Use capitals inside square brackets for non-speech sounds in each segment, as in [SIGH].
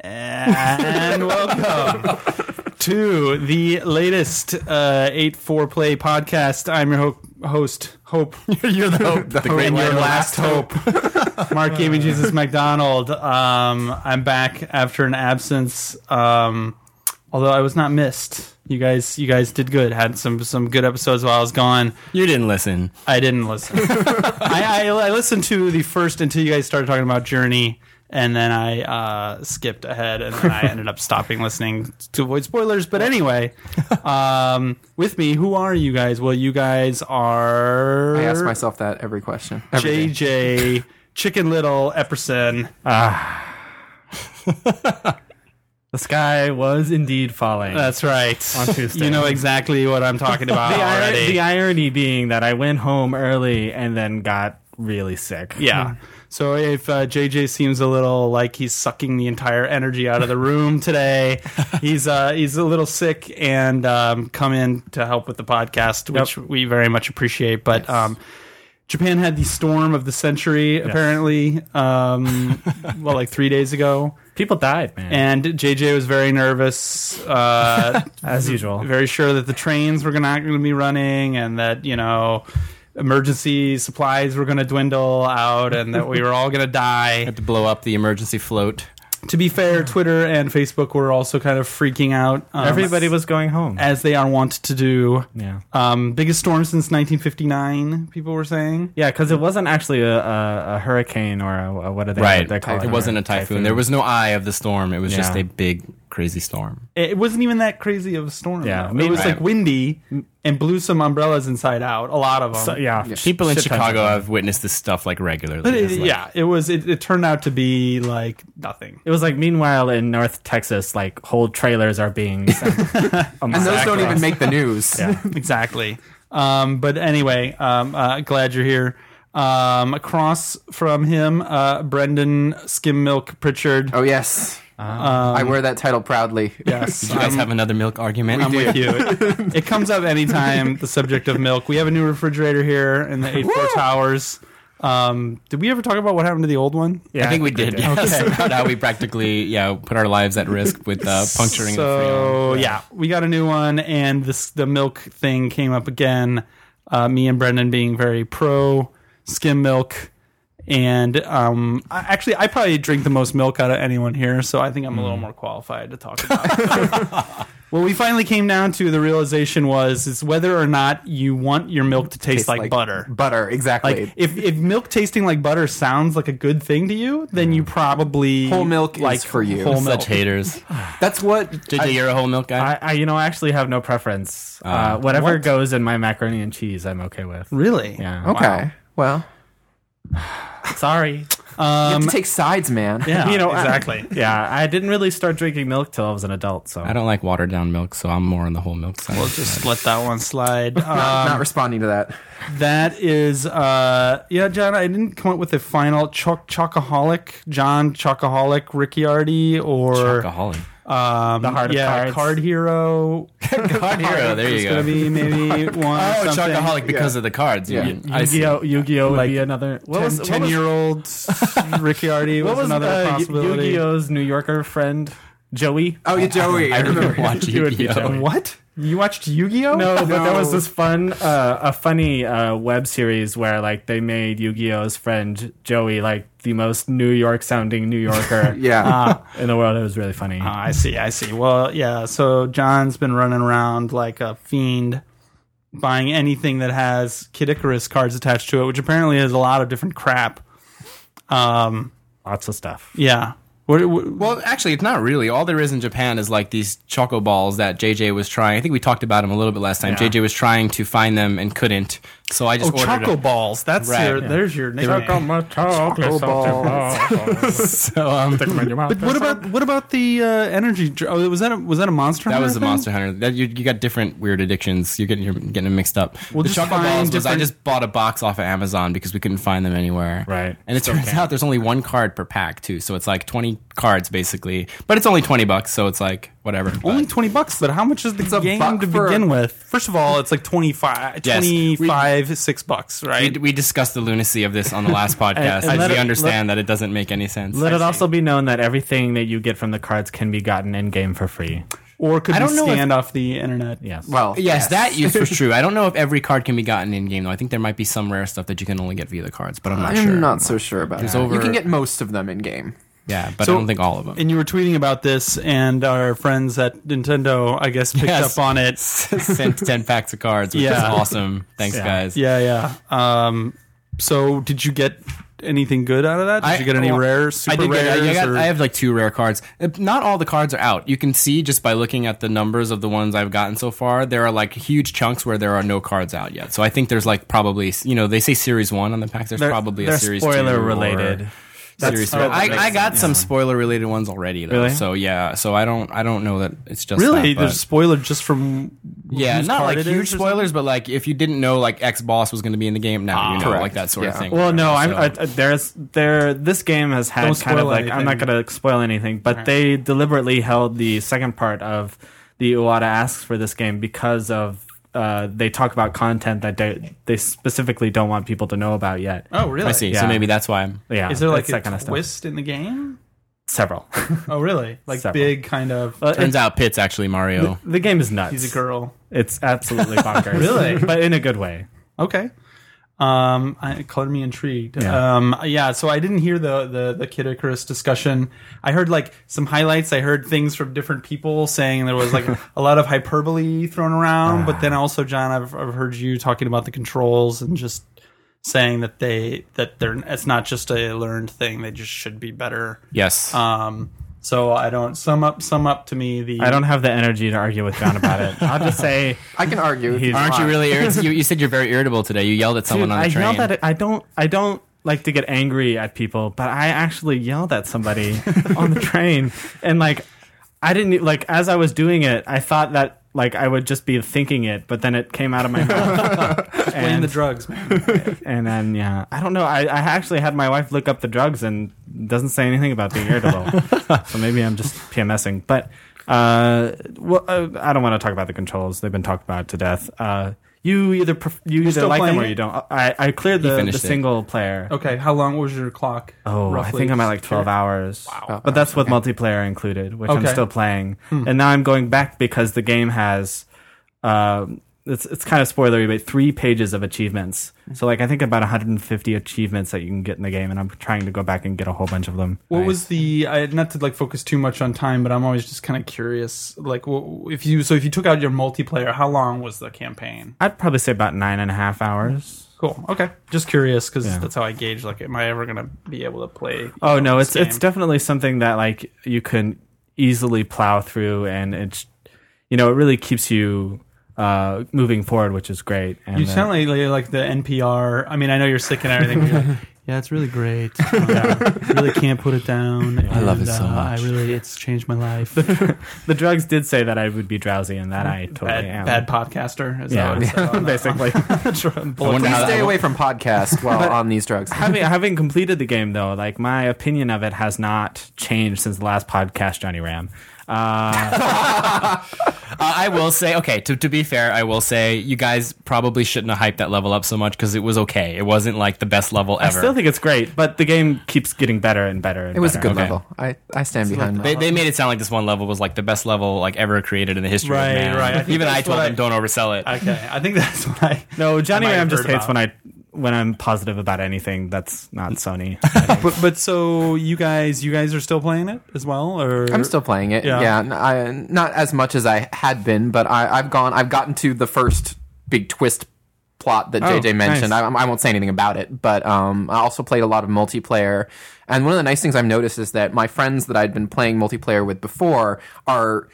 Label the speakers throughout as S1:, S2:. S1: and welcome to the latest uh, 8-4 play podcast i'm your ho- host hope
S2: [LAUGHS] You're the hope. The
S1: [LAUGHS]
S2: great
S1: and your
S2: white
S1: last hope mark
S2: [LAUGHS]
S1: gave me jesus mcdonald um, i'm back after an absence um, although i was not missed you guys you guys did good had some some good episodes while i was gone
S2: You didn't listen.
S1: I didn't listen. I, I, I listened to the first until you guys started talking about Journey, and then I uh, skipped ahead, and then I ended up stopping listening to avoid spoilers. But anyway, um, with me, who are you guys? Well, you guys are
S3: I ask myself that every question. Every day.
S1: JJ, Chicken Little, Epperson.
S4: The sky was indeed falling.
S1: That's right.
S4: On Tuesday.
S1: You know exactly what I'm talking
S3: [LAUGHS]
S1: about
S4: the, ir-
S1: already.
S4: the irony being that I went home early and then got really sick.
S1: Yeah. So if uh, JJ seems a little like he's sucking the entire energy out of the room today, he's uh, he's a little sick and um, come in to help with the podcast, which we very much appreciate. But um, Japan had the storm of the century apparently, um, well, like three days ago,
S4: People died, man.
S1: and JJ was very nervous. Uh,
S4: as usual.
S2: um,
S1: very sure that the trains were not going to be running and that you know emergency supplies were going to dwindle out and that we were all going
S4: [LAUGHS]
S1: to die
S2: Had to blow up the emergency float.
S1: to be fair twitter and facebook were also kind of freaking out um,
S4: Everybody was going home.
S1: as they are wont to do
S4: yeah.
S1: um, biggest storm since 1959 people were saying
S4: Yeah, because it wasn't actually a, a, a hurricane or a, a- what are they? They call
S2: It wasn't a typhoon. There was no eye of the storm. It was just
S4: Yeah.
S2: a big, crazy storm.
S1: it it wasn't even that crazy of a storm
S4: Yeah.
S1: though. it was
S2: Right.
S1: like windy and blew some umbrellas inside out a lot of them
S4: So, yeah.
S2: People in
S4: Shit tons of
S2: Chicago
S4: them.
S2: have witnessed this stuff like regularly.
S1: but it,
S2: It's like-
S1: yeah it was it, it turned out to be like nothing
S4: It was like, meanwhile, in North Texas, like whole trailers are being. sent a mile
S3: And those don't
S4: across.
S3: even make the news.
S1: [LAUGHS] exactly. Um, but anyway, um, uh, glad you're here. Um, across from him, uh, Brendan Skim Milk Pritchard.
S3: Oh yes, I wear that title proudly.
S1: Yes,
S2: Did you guys have another milk argument?
S1: I'm with you. It, it comes up anytime the subject of milk. We have a new refrigerator here in the eight four towers. Um, did we ever talk about what happened to the old one?
S4: Yeah,
S2: I think we [LAUGHS] did. Yes. About how we practically yeah put our lives at risk with uh, puncturing the
S1: So
S2: freon.
S1: yeah. we got a new one, and this the milk thing came up again. Uh, me and Brendan being very pro skim milk, and um, I, actually, I probably drink the most milk out of anyone here, so I think I'm a little more qualified to talk about. it. [LAUGHS] Well, we finally came down to the realization was is whether or not you want your milk to taste
S3: Tastes
S1: like, butter.
S3: [LAUGHS] Butter, exactly.
S1: Like if, if milk tasting like butter sounds like a good thing to you, then you probably
S3: Mm. Whole milk is
S1: like
S3: for you.
S1: Whole milk.
S2: Such haters.
S3: That's what.
S2: JJ, you're a whole milk guy.
S4: I, I, you know, I actually have no preference. Uh, whatever goes in my macaroni and cheese, I'm okay
S1: [LAUGHS]
S4: with.
S1: Really?
S4: Yeah.
S3: Okay. Well,
S4: Sorry.
S3: you have to take sides, man.
S1: Yeah,
S4: You know, I- [LAUGHS]
S1: Oh, exactly.
S4: Yeah, I didn't really start drinking milk till I was an adult. So
S2: I don't like watered down milk, so I'm more on the whole milk side. [LAUGHS]
S1: We'll just let that one [LAUGHS] slide.
S3: Not,
S1: Um,
S3: not responding to that.
S1: that is, uh, yeah, John. I didn't come up with a final choc chocoholic, John chocoholic Ricciardi or
S2: Alcoholic. [LAUGHS]
S1: um,
S4: The Heart of
S1: yeah,
S4: Cards.
S1: card hero.
S2: Card hero. There
S1: It's
S2: you go.
S1: gonna be maybe
S2: [LAUGHS]
S1: one.
S2: Oh,
S1: or something.
S2: chocoholic because of the cards. you
S3: Yeah.
S2: mean. I see. [LAUGHS]
S4: Yu-Gi-Oh, Yu-Gi-Oh would
S1: Like,
S4: be another. What was what
S1: Ten
S4: was-
S1: year
S4: [LAUGHS]
S1: old Ricciardi was,
S4: What was
S1: another
S4: uh,
S1: possibility.
S4: Yu-Gi-Oh's New Yorker friend Joey?
S3: Oh, yeah, Joey. I,
S2: I didn't
S3: remember.
S2: watch
S4: You would be
S2: Yu-Gi-Oh.
S4: Joey.
S1: What you watched Yu Gi Oh?
S4: No, but there was
S3: No.
S4: this fun, uh, a funny uh, web series where like they made Yu-Gi-Oh's friend Joey like the most New York sounding New Yorker
S3: [LAUGHS] Yeah.
S4: in the world. It was really funny.
S1: Oh, I see, I see. Well, yeah, so John's been running around like a fiend buying anything that has Kid Icarus cards attached to it, which apparently is a lot of different crap. Um,
S4: Lots of stuff.
S1: yeah. What, what,
S2: Well, actually, it's not really. All there is in Japan is like these choco balls that JJ was trying. I think we talked about them a little bit last time. JJ was trying to find them and couldn't, so I just
S1: oh,
S2: ordered.
S1: Choco
S2: them.
S1: Balls. That's
S2: Right.
S1: your,
S2: Yeah.
S1: there's your nickname.
S2: [LAUGHS] So um,
S1: But what about what about the uh, energy? dr- Oh, was that a, was that a monster?
S2: that
S1: Hunter
S2: was the
S1: thing?
S2: Monster Hunter. That, you, you got different weird addictions. You're getting you're getting them mixed up.
S1: We'll
S2: the
S1: just
S2: choco balls
S1: find
S2: was I
S1: different-
S2: just bought a box off of Amazon because we couldn't find them anywhere.
S4: Right.
S2: And it turns out there's only one card per pack too, so it's like 20 cards basically, but it's only 20 bucks, so it's like whatever.
S1: Only
S2: But-
S1: twenty bucks. But how much is the
S3: a
S1: game
S3: buck
S1: to
S3: for-
S1: begin with? First of all, it's like 25,
S2: Yes.
S1: 25 six bucks,
S2: we,
S1: right?
S2: we discussed the lunacy of this on the last podcast.
S4: and
S2: and
S4: let
S2: we
S4: it-
S2: understand that it doesn't make any sense.
S4: Let it also be known that everything that you get from the cards can be gotten in game for free.
S1: or could
S2: I
S1: be
S2: don't know if-
S1: scanned off the internet?
S4: Yes.
S3: Well,
S2: Yes, that use was true. I don't know if every card can be gotten in game though. I think there might be some rare stuff that you can only get via the cards, but I'm not
S3: I'm
S2: sure.
S3: not so sure about
S2: There's
S3: that.
S2: over-
S3: You can get most of them in game.
S2: yeah, but
S1: So-
S2: I don't think all of them.
S1: And you were tweeting about this, and our friends at Nintendo, I guess, picked
S2: Yes.
S1: up on it.
S2: Sent [LAUGHS] ten packs of cards, which is
S1: Yeah.
S2: awesome. Thanks,
S4: Yeah.
S2: guys.
S1: Yeah, yeah. Um, so did you get anything good out of that? Did
S2: I-
S1: you get any
S2: well,
S1: rare, super
S2: I did get-
S1: rares?
S2: I, got-
S1: or-
S2: I have like two rare cards. Uh, Not all the cards are out. You can see just by looking at the numbers of the ones I've gotten so far. There are like huge chunks where there are no cards out yet. So I think there's like probably you know they say series one on the packs. There's
S4: They're-
S2: probably
S4: they're
S2: a series
S4: spoiler
S2: two or
S4: related.
S2: Series three.
S4: oh, that makes
S2: I, I got
S4: sense.
S2: some
S4: Yeah.
S2: spoiler related ones already though.
S4: Really?
S2: So yeah. So I don't I don't know that it's just
S1: really?
S2: That, but-
S1: There's spoiler just from
S2: yeah,
S1: whose
S2: not
S1: card
S2: like
S1: it is
S2: huge
S1: or something?
S2: spoilers, but like if you didn't know like X Boss was going to be in the game, now you know
S3: correct.
S2: like that sort of
S3: Yeah.
S2: thing.
S4: Ah, Well, no, I'm
S2: So-
S4: I, I- there's there. This game has had
S1: Don't
S4: kind of
S1: spoil
S4: like I'm not
S1: anything.
S4: going to spoil anything, but they deliberately held the second part of the Iwata asks for this game because of uh, they talk about content that they they specifically don't want people to know about yet.
S1: Oh, really?
S2: I see.
S4: Yeah.
S2: So maybe that's why I'm.
S4: Yeah,
S1: Is there like
S4: that's
S1: a
S4: that kind of stuff?
S1: twist in the game? [LAUGHS]
S4: Several.
S1: Oh, really? Like
S4: Several.
S1: big kind of.
S4: Uh,
S2: Turns
S4: it-
S2: out Pitt's actually Mario.
S4: the game is nuts.
S1: he's a girl.
S4: It's absolutely bonkers.
S1: [LAUGHS] Really?
S4: but in a good way.
S1: Okay. Um, I, it colored me intrigued.
S4: Yeah.
S1: Um, yeah. So I didn't hear the the the Kid Icarus discussion. I heard like some highlights. I heard things from different people saying there
S4: [LAUGHS]
S1: was like a lot of hyperbole thrown around.
S4: Ah.
S1: But then also, John, I've I've heard you talking about the controls and just saying that they that they're it's not just a learned thing. They just should be better.
S2: Yes.
S4: uh,
S1: Um. So I don't sum up sum up to me the
S4: I don't have the energy to argue with John about it. I'll just say
S3: I can argue. if
S4: He's-
S3: want.
S2: Aren't you
S4: [LAUGHS]
S2: really irritated? you, you said you're very irritable today. You yelled at someone
S4: Dude,
S2: on the
S4: I
S2: train.
S4: yelled at it. I don't. I don't like to get angry at people, but I actually yelled at
S2: [LAUGHS]
S4: somebody on the train, and like, I didn't e, like as I was doing it. I thought that like I would just be thinking it, but then it came out of my mouth.
S2: [LAUGHS]
S1: blame
S4: and,
S1: the drugs, man.
S4: and then yeah, I don't know. I, I actually had my wife look up the drugs and doesn't say anything about being
S1: [LAUGHS]
S4: irritable. so maybe I'm just PMSing. But uh, well, uh, I don't want to talk about the controls. They've been talked about to death. Uh, you either pref- you either
S1: still
S4: like them
S1: playing
S4: or
S1: it?
S4: you don't. I, I cleared the, the
S2: finished it.
S4: single player.
S1: Okay, how long was your clock?
S4: Oh, I think I'm at like 12 hours. But that's with multiplayer included, which I'm
S1: Okay. Hmm.
S4: still playing. And now I'm going back because the game has, um, it's, it's kind of spoilery, but three pages of achievements. So, like, I think about 150 achievements that you can get in the game, and I'm trying to go back and get a whole bunch of them.
S1: What was the I, not to like focus too much on time, but I'm always just kind of curious. Like, wh- if you so if you took out your multiplayer, how long was the campaign?
S4: I'd probably say about nine and a half hours.
S1: Cool. Okay, just curious because
S4: Yeah.
S1: that's how I gauge. Like, am I ever gonna be able to play?
S4: Oh, no, it's,
S1: game.
S4: it's definitely something that, like, you can easily plow through, and it's, you know, it really keeps you uh, moving forward, which is great. And
S1: You
S4: then-
S1: sound like like like the NPR. I mean, I know you're sick and everything. But
S4: [LAUGHS]
S1: you're like, yeah, it's really great. Uh, really can't put it down.
S4: [LAUGHS]
S1: I
S2: love it so much.
S1: I really, it's changed my life.
S4: The drugs did say that I would be drowsy, and that I totally
S1: bad,
S4: am.
S1: bad podcaster. Is
S4: yeah,
S1: that what
S4: [LAUGHS]
S1: it [LAUGHS]
S4: basically.
S1: said on the-
S2: I wonder
S3: Please
S2: how that-
S3: stay away from podcasts while on these drugs.
S4: having having completed the game though, like my opinion of it has not changed since the last podcast, Johnny Ram. Uh,
S2: Uh, I will say, okay, to, to be fair, I will say you guys probably shouldn't have hyped that level up so much because it was okay. It wasn't like the best level
S4: I
S2: ever.
S4: still think it's great, but the game keeps getting better and better. And
S3: It was a
S4: better.
S3: good
S2: Okay.
S3: level. I, I stand behind
S2: they,
S3: that.
S4: Uh-huh.
S2: they made it sound like this one level was like the best level like ever created in the history
S1: Right,
S2: of man.
S1: right. I think
S2: Even
S1: that's
S2: I told
S1: what I-
S2: them don't oversell it.
S1: Okay, I think that's [LAUGHS] what I.
S4: No, Johnny
S1: I might
S4: Ram
S1: have
S4: just
S1: heard
S4: hates
S1: about
S4: when I when I'm positive about anything that's not
S1: [LAUGHS]
S4: Sony.
S1: but but so you guys you guys are still playing it as well or
S3: I'm still playing it.
S1: Yeah.
S3: Yeah, n- I, not as much as I had been, but I, I've gone. I've gotten to the first big twist plot
S1: Oh,
S3: that JJ mentioned.
S4: nice.
S3: I, I won't say anything about it, but um, I also played a lot of multiplayer. And one of the nice things I've noticed is that my friends that I'd been playing multiplayer with before are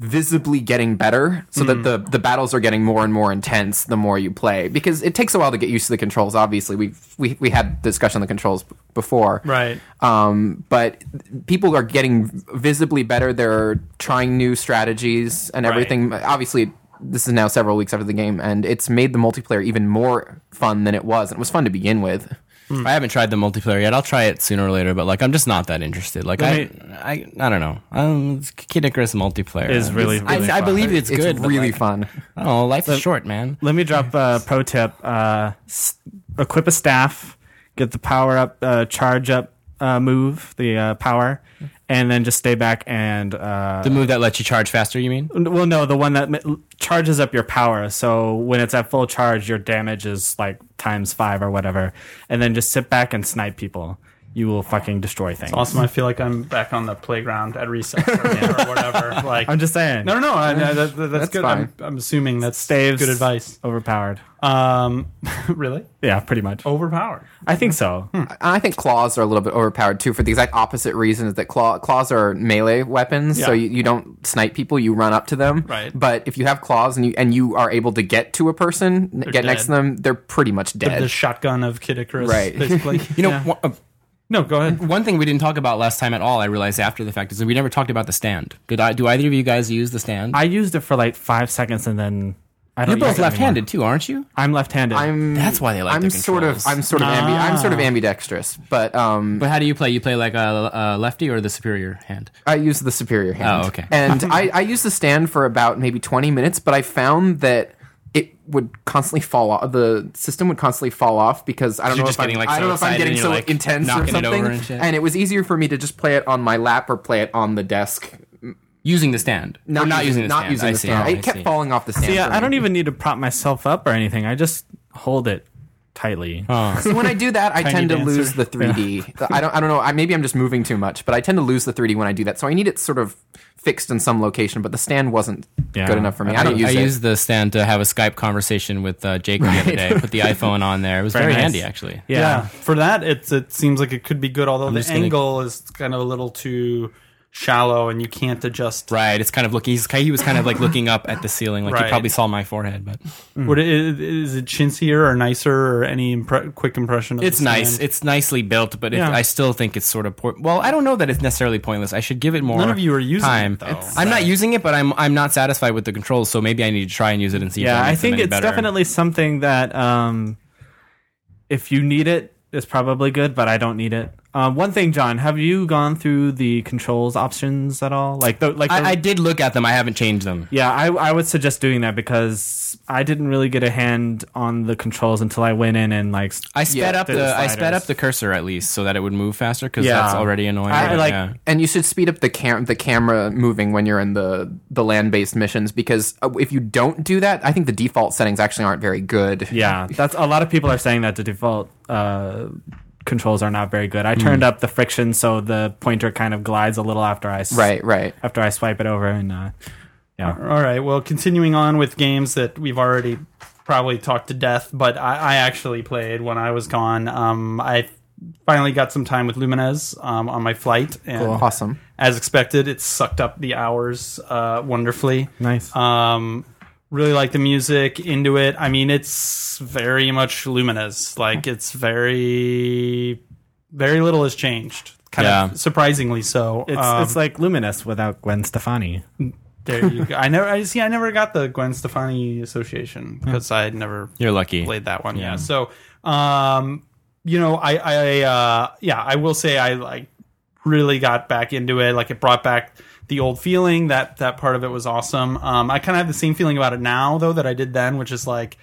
S3: visibly getting better so
S1: Hmm.
S3: that the the battles are getting more and more intense the more you play because it takes a while to get used to the controls obviously we've we, we had discussion on the controls b- before
S1: Right.
S3: um, but people are getting visibly better. They're trying new strategies and everything. Obviously, this is now several weeks after the game, and it's made the multiplayer even more fun than it was. And it was fun to begin with.
S4: hmm.
S2: I haven't tried the multiplayer yet. I'll try it sooner or later, but like I'm just not that interested. Like I,
S4: Let
S2: I, I don't know. Um, Kid Icarus multiplayer
S4: Is really,
S2: It's- I-
S4: really
S2: I,
S4: fun.
S2: believe it's,
S3: It's
S2: good. but,
S3: really
S2: like,
S3: fun.
S2: I don't know. Life's short, man.
S4: Let me drop a uh, pro tip: uh, s- equip a staff, get the power up, uh, charge up uh, move, the uh, power, and then just stay back and uh,
S2: The move that lets you charge faster. You mean?
S4: well, no, the one that m- charges up your power. So when it's at full charge, your damage is like times five or whatever, and then just sit back and snipe people. You will fucking destroy things.
S1: Awesome. I feel like I'm back on the playground at recess or, or whatever. Like
S4: I'm just saying,
S1: no, no, no. I, I, that, that- that's,
S3: That's
S1: good. I'm, I'm assuming that's
S4: Staves.
S1: good advice.
S4: overpowered.
S1: Um, [LAUGHS] really
S4: Yeah, pretty much.
S1: Oh. overpowered.
S4: I think so.
S1: Hmm.
S3: And I think claws are a little bit overpowered too for the exact opposite reasons that claw, claws are melee weapons, so
S1: Yeah.
S3: you, you don't snipe people, you run up to them.
S1: Right.
S3: But if you have claws and you and you are able to get to a person, get next to
S1: dead.
S3: them, they're pretty much
S1: The
S3: dead.
S1: shotgun of Kid Icarus,
S3: Right.
S1: Basically,
S2: You know, one, uh,
S1: no. Go ahead.
S2: one thing we didn't talk about last time at all. I realized after the fact is that we never talked about the stand. Did I? Do either of you guys use the stand?
S4: I used it for like five seconds, and then I don't
S2: You're both
S4: use it anymore.
S2: left-handed too, aren't you?
S4: I'm left-handed.
S3: I'm
S2: That's why they like.
S3: I'm
S2: the
S3: sort of
S2: controls.
S3: I'm sort of ambi- I'm sort of ambidextrous, but um
S2: But how do you play? You play like a, a lefty or the superior hand?
S3: I use the superior hand.
S2: Oh, okay.
S3: And I, I used the stand for about maybe 20 minutes, but I found that it would constantly fall off. The system would constantly fall off because I don't
S2: You're
S3: know
S2: just
S3: if I'm,
S2: getting, like,
S3: I
S2: so
S3: don't know if I'm
S2: excited
S3: getting
S2: and
S3: so
S2: you're, like,
S3: intense or
S2: knocking
S3: something.
S2: it over and shit.
S3: it was easier for me to just play it on my lap or play it on the desk.
S2: Using the stand, Or not using, the
S3: not
S2: stand.
S3: using
S2: I
S3: the
S2: see. Oh,
S3: stand.
S2: I
S3: it kept
S2: see.
S3: falling off the stand.
S4: Yeah,
S3: for
S4: I
S3: me.
S4: don't even need to prop myself up or anything. I just hold it tightly.
S2: Oh,
S3: So when I do that, I tend to
S1: dancer.
S3: lose the 3D. I don't. I don't know. I, maybe I'm just moving too much, but I tend to lose the 3D when I do that. So I need it sort of fixed in some location. But the stand wasn't
S4: Yeah.
S3: good enough for me. [LAUGHS] I, don't use
S2: I
S3: it.
S2: used the stand to have a Skype conversation with uh, Jake the other day. Put the iPhone on there. It was very,
S4: nice.
S2: handy, actually.
S1: Yeah.
S4: Yeah.
S1: for that, it's it seems like it could be good. Although the
S2: just gonna-
S1: angle is kind of a little too shallow, and you can't adjust.
S2: Right. It's kind of looking. He's, he was kind of like looking up at the ceiling. Like
S1: Right.
S2: he probably saw my forehead, but
S1: Would it, is it chintzier or nicer or any impre- quick impression? Of
S2: it's
S1: the
S2: nice.
S1: stand?
S2: It's nicely built, but it,
S1: Yeah.
S2: I still think it's sort of poor. Well, I don't know that it's necessarily pointless. I should give it more.
S1: None of you are using
S2: time.
S1: it, though. It's-
S2: I'm not using it, but I'm I'm not satisfied with the controls. So maybe I need to try and use it and see.
S4: yeah,
S2: if
S4: I
S2: makes them
S4: think
S2: any
S4: it's
S2: better.
S4: definitely something that um, if you need it, it's probably good. But I don't need it. Um, one thing, John, have you gone through the controls options at all? Like the like. The,
S2: I, I did look at them. I haven't changed them.
S4: yeah, I, I would suggest doing that because I didn't really get a hand on the controls until I went in and like s-
S2: I sped
S4: Yeah,
S2: up
S4: the
S2: the I sped
S4: sliders.
S2: up the cursor at least so that it would move faster because
S4: Yeah.
S2: that's already annoying.
S4: I, like-
S2: Yeah.
S3: And you should speed up the cam the camera moving when you're in the the land based missions because uh, if you don't do that, I think the default settings actually aren't very good.
S4: Yeah, that's a lot of people are saying that the default uh, controls are not very good. I turned up the friction so the pointer kind of glides a little after I s-
S3: Right. Right.
S4: after I swipe it over and uh, yeah.
S1: All right. Well, continuing on with games that we've already probably talked to death, but I, I actually played when I was gone. Um, I finally got some time with Lumines um, on my flight, and
S3: Awesome.
S1: as expected, it sucked up the hours uh, wonderfully.
S4: Nice.
S1: Um, really like the music, into it. I mean, it's very much luminous. Like it's very, very little has changed. Kind
S2: Yeah.
S1: of surprisingly so.
S4: It's
S1: Um,
S4: it's like Luminous without Gwen Stefani.
S1: there you go. I never. I see. I never got the Gwen Stefani association because I had never
S2: You're lucky.
S1: played that one. Yeah. So, um, you know, I, I, uh, yeah, I will say I like really got back into it. Like it brought back the old feeling that that part of it was awesome. Um, I kind of have the same feeling about it now though that I did then, which is like,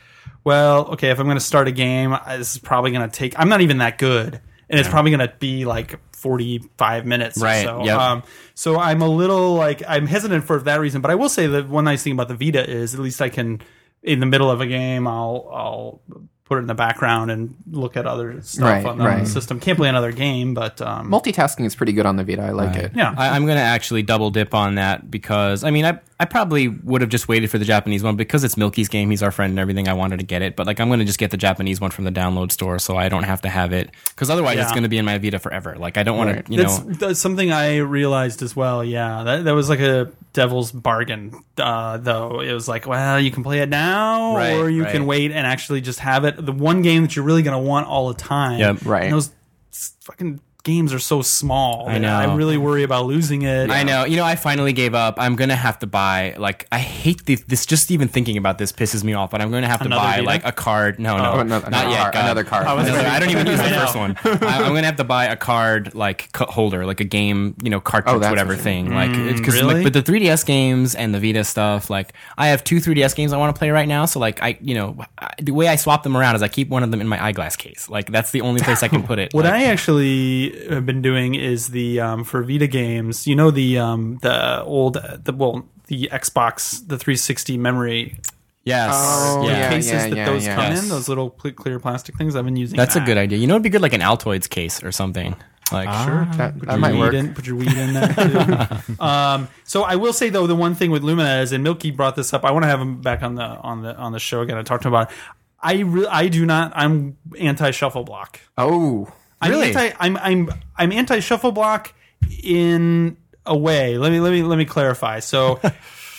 S1: well, okay, if I'm going to start a game, I- this is probably going to take. I'm not even that good, and it's probably going to be like 45 minutes.
S2: Right,
S1: Or so.
S2: yep.
S1: Um, so I'm a little like I'm hesitant for that reason, but I will say that one nice thing about the Vita is at least I can in the middle of a game I'll I'll put it in the background and look at other stuff
S3: Right,
S1: on the
S3: right.
S1: system. Can't play another game, but um,
S3: Multitasking is pretty good on the Vita. I like it.
S1: yeah,
S2: I, I'm going to actually double dip on that because I mean I I probably would have just waited for the Japanese one because it's Milky's game. He's our friend and everything. I wanted to get it, but like I'm going to just get the Japanese one from the download store so I don't have to have it because otherwise it's
S1: Yeah.
S2: going to be in my Vita forever. Like I don't want to you
S1: that's,
S2: know.
S1: that's something I realized as well. Yeah, that, that was like a devil's bargain, uh, though. It was like, well, you can play it now,
S2: Right,
S1: or you
S2: right.
S1: can wait and actually just have it. The one game that you're really going to want all the time.
S2: Yep.
S3: Right.
S1: And those s- fucking games are so small.
S2: I know.
S1: I really worry about losing it.
S2: I know. You know, I finally gave up. I'm gonna have to buy like I hate this. this just even thinking about this pisses me off. But I'm gonna have to
S1: Another
S2: buy
S1: Vita?
S2: like a card. No,
S3: Oh,
S2: no, not
S3: another- another
S2: yet.
S3: card,
S2: God.
S3: another card. I was
S2: Another- I don't even use the
S1: I know. [LAUGHS]
S2: first one. I, I'm gonna have to buy a card like cut holder, like a game, you know, cartridge,
S3: Oh, that's
S2: whatever
S3: what you
S2: thing. Like, it's- cause,
S1: Mm, really?
S2: like, but the 3DS games and the Vita stuff. Like, I have two 3DS games I want to play right now. So like, I you know, I, the way I swap them around is I keep one of them in my eyeglass case. Like, that's the only place I
S1: [LAUGHS]
S2: can put it.
S1: What
S2: Like,
S1: I actually have been doing is the um, for Vita games. You know the um, the old the well the Xbox the 360 memory
S2: yes,
S3: Oh,
S2: yeah.
S3: yeah.
S1: cases that those
S3: yeah.
S1: come
S2: Yes.
S1: in those little pl- clear plastic things. I've been using.
S2: That's a
S1: that.
S2: good idea. You know, it'd be good like an Altoids case or something. Like,
S1: Ah.
S3: That, that
S1: Put
S3: might
S1: your
S3: work.
S1: weed in- put your weed in there.
S2: [LAUGHS]
S1: Too. um, so I will say though, the one thing with Lumina is, and Milky brought this up. I want to have him back on the on the on the show again. I talked to him about. It. I re- I do not. I'm anti shuffle block.
S3: Oh,
S2: Really?
S1: I'm anti, I'm I'm I'm anti shuffle block in a way. Let me let me let me clarify.
S2: [LAUGHS]
S1: So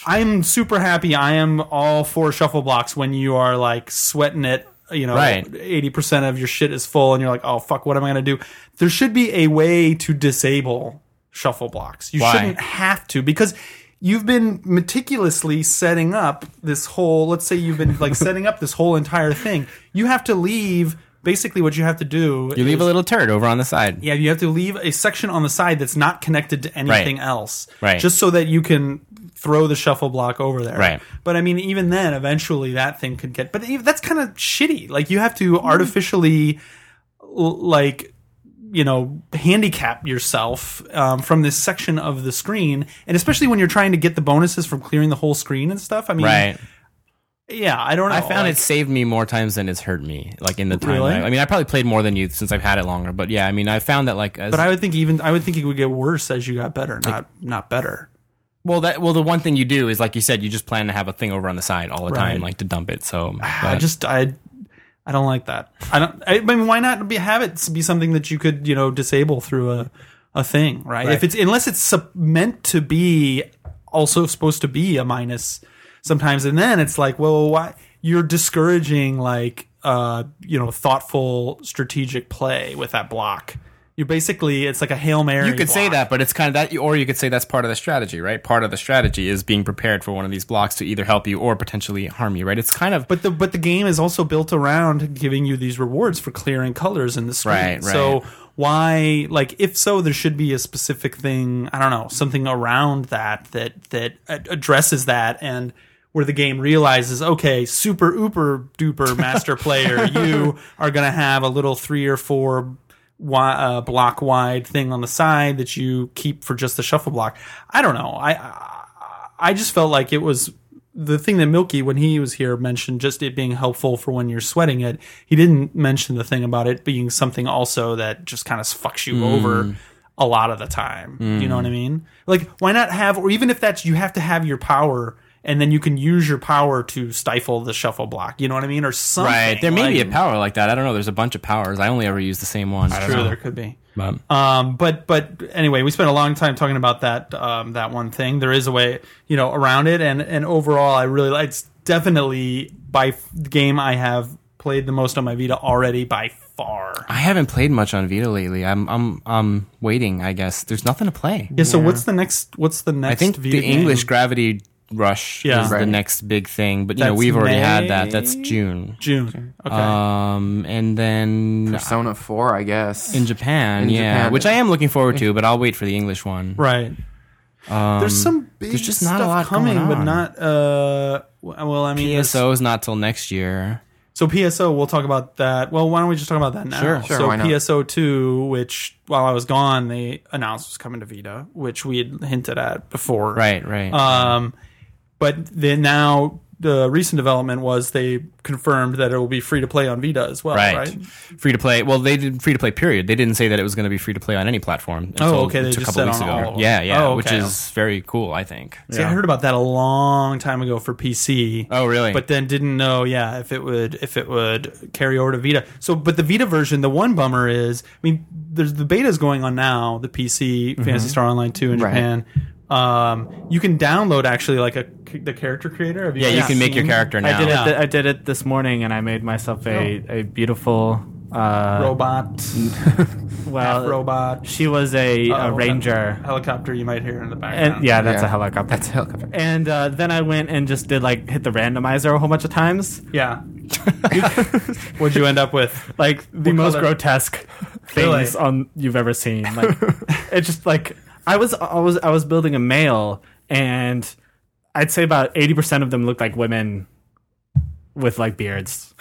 S1: I'm super happy. I am all for shuffle blocks when you are like sweating it. You know,
S2: Right.
S1: eighty percent of your shit is full, and you're like, oh fuck, what am I gonna do? There should be a way to disable shuffle blocks. You
S2: Why?
S1: shouldn't have to because. You've been meticulously setting up this whole, let's say you've been like [LAUGHS] setting up this whole entire thing. You have to leave basically what you have to do
S2: You leave a little turd over on the side.
S1: yeah, you have to leave a section on the side that's not connected to anything else.
S2: Right.
S1: Just so that you can throw the shuffle block over there.
S2: Right.
S1: But I mean, even then, eventually that thing could get. But ev- that's kind of shitty. Like, you have to
S2: Mm-hmm.
S1: artificially, l- like, you know, handicap yourself um, from this section of the screen. And especially when you're trying to get the bonuses from clearing the whole screen and stuff. I mean,
S2: Right.
S1: yeah, Oh, I don't know.
S2: I found
S1: Like,
S2: it saved me more times than it's hurt me. Like in the time.
S1: Really?
S2: I, I mean, I probably played more than you since I've had it longer. But yeah, I mean, I found that like. As,
S1: But I would think even I would think it would get worse as you got better, not not better.
S2: well, that well, the one thing you do is like you said, you just plan to have a thing over on the side all the time,
S1: Right. Ah,
S2: like to dump it. So
S1: I
S2: but-
S1: just I I don't like that. I don't. I mean, why not be, have it be something that you could you know disable through a a thing, right? If it's unless it's sup- meant to be also supposed to be a minus sometimes, and then it's like, well, why you're discouraging like uh you know thoughtful strategic play with that block. You're basically it's like a hail mary.
S2: you could say
S1: block.
S2: that, but it's kind of that, or you could say that's part of the strategy, right? Part of the strategy is being prepared for one of these blocks to either help you or potentially harm you, right? It's kind of
S1: But the but the game is also built around giving you these rewards for clearing colors in the screen.
S2: Right, right.
S1: So why like if so there should be a specific thing, I don't know, something around that that that ad- addresses that and where the game realizes, okay, super ooper
S2: [LAUGHS]
S1: duper master player, you are going to have a little 3 or 4 wi- uh, block wide thing on the side that you keep for just the shuffle block. I don't know. I I, I just felt like it was the thing that Milky when he was here mentioned just it being helpful for when you're sweating it. He didn't mention the thing about it being something also that just kind of fucks you
S2: Mm.
S1: over a lot of the time. You know what I mean? Like why not have or even if that's you have to have your power and then you can use your power to stifle the shuffle block. You know what I mean? Or something.
S2: right. There may be a
S1: like-
S2: power like that. I don't know. There's a bunch of powers. I only ever use the same one.
S1: True, there could be.
S2: But-
S1: Um, but but anyway, we spent a long time talking about that um, that one thing. There is a way, you know, around it, and and overall, I really like- it's definitely by f- the game I have played the most on my Vita already by far.
S2: I haven't played much on Vita lately. I'm I'm I'm waiting. I guess there's nothing to play.
S1: Yeah. So what's the next? What's the next?
S2: I think
S1: Vita
S2: the English
S1: game?
S2: Gravity Rush
S1: Yeah.
S2: is the
S3: Right.
S2: next big thing, but you know
S1: That's
S2: we've already
S1: May?
S2: had that. That's June.
S1: June. Okay.
S2: Um, and then
S3: Persona Four, I guess.
S2: in Japan,
S3: In
S2: yeah,
S3: Japan.
S2: which I am looking forward to, but I'll wait for the English one.
S1: right. there's some big
S2: um, there's just not a
S1: stuff
S2: lot
S1: coming,
S2: going
S1: but
S2: on.
S1: not. Uh, well, I mean, there's-
S2: PSO is not till next year.
S1: So PSO, we'll talk about that. Well, why don't we just talk about that now?
S2: Sure,
S3: sure,
S1: So
S3: why not?
S1: PSO two, which while I was gone, they announced was coming to Vita, which we had hinted at before.
S2: Right, right.
S1: Um, but then now the recent development was they confirmed that it will be free to play on Vita as well. Right.
S2: Free to play. Well, they did free to play. Period. They didn't say that it was going to be free to play on any platform. Until
S1: Oh, okay, they
S2: it's a
S1: just
S2: couple
S1: said on
S2: weeks ago.
S1: all of them.
S2: yeah, yeah,
S1: Oh,
S2: which
S1: okay.
S2: is very cool. I think.
S1: See, I heard about that a long time ago for PC.
S2: Oh, really?
S1: But then didn't know, yeah, if it would if it would carry over to Vita. So, but the Vita version, the one bummer is, I mean, there's the beta's going on now. The PC
S2: Mm-hmm.
S1: Fantasy Star Online two in
S3: Right.
S1: Japan. Um, you can download actually like a the character creator. Have
S2: Yeah, you
S1: guys
S2: can make your
S1: seen-
S2: character
S4: I
S2: now.
S4: did
S1: Yeah.
S4: it. th- I did it this morning, and I made myself a a beautiful uh, Uh,
S2: [LAUGHS]
S1: robot,
S4: well,
S1: half robot,
S4: She was a,
S1: Uh-oh,
S4: a ranger.
S1: helicopter. You might hear in the background.
S4: And yeah, that's
S3: Yeah.
S4: a helicopter.
S3: That's a helicopter.
S4: and uh, then I went and just did like hit the randomizer a whole bunch of times.
S2: [LAUGHS]
S1: yeah. What'd you end up with?
S4: Like the
S1: What
S4: most
S1: color? [LAUGHS]
S4: grotesque things
S1: Really?
S4: on you've ever seen.
S1: [LAUGHS]
S4: Like it's just like I was I was I was building a male and I'd say about eighty percent of them looked like women with like beards.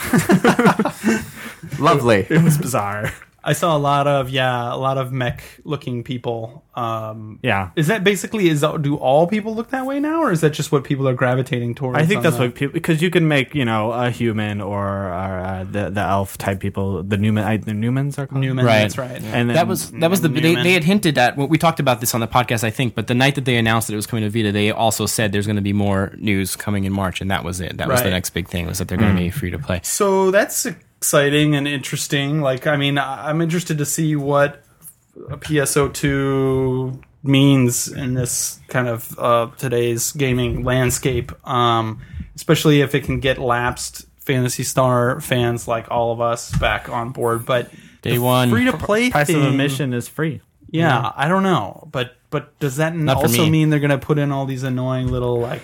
S3: Lovely.
S4: It was
S1: [LAUGHS]
S4: bizarre.
S1: I saw a lot of yeah, a lot of mech looking people. Um,
S4: Yeah.
S1: Is that basically is that, do all people look that way now, or is that just what people are gravitating towards?
S4: I think
S1: on
S4: that's
S1: the-
S4: what people because you can make you know a human or, uh, the the elf type people the Newman I, the Newmans are called
S1: Newman.
S2: Right.
S1: That's right.
S4: and then
S2: that was that was the they,
S1: Newman.
S2: they had hinted at well, we talked about this on the podcast I think but the night that they announced that it was coming to Vita they also said there's going to be more news coming in March and that was it that was the
S1: Right.
S2: next big thing was that they're
S4: Mm.
S2: going to be free to play
S1: So that's exciting and interesting. Like, I mean, I- I'm interested to see what a PSO2 means in this kind of uh, today's gaming landscape, um, especially if it can get lapsed Fantasy Star fans like all of us back on board. But
S2: day one
S1: free to play
S4: price
S1: thing,
S4: of admission is free.
S1: Yeah, I don't know, but but does that
S2: for
S1: also
S2: me.
S1: mean they're going to put in all these annoying little like?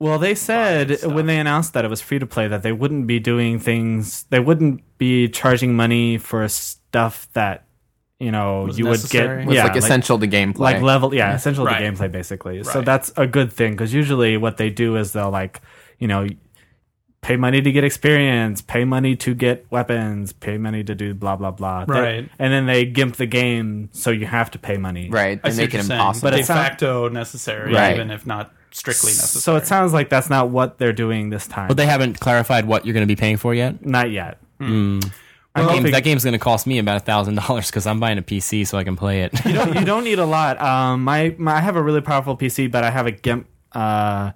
S4: Well, they said when they announced that it was free to play that they wouldn't be doing things. They wouldn't be charging money for stuff that you know you
S1: necessary.
S4: would get.
S1: Was,
S3: It's
S4: Yeah,
S3: like essential to gameplay.
S4: like level. Yeah, essential
S1: Right.
S4: to gameplay basically. So
S1: Right.
S4: that's a good thing because usually what they do is they'll like you know pay money to get experience, pay money to get weapons, pay money to do blah blah blah. They-
S1: Right.
S4: and then they gimp the game so you have to pay money.
S3: right.
S1: I
S3: They
S1: see
S3: make
S1: what
S3: it
S1: you're saying,
S3: impossible.
S1: but de
S4: it sound-
S1: facto necessary,
S3: Right.
S1: even if not strictly necessary.
S4: So it sounds like that's not what they're doing this time.
S2: but they haven't clarified what you're going to be paying for yet
S4: not yet.
S2: Hmm. that, game,
S4: hoping-
S2: that game's going to cost me about a thousand dollars because I'm buying a PC so I can play it [LAUGHS]
S4: you don't [LAUGHS] you don't need a lot. Um, my, my I have a really powerful PC, but I have a GIMP uh,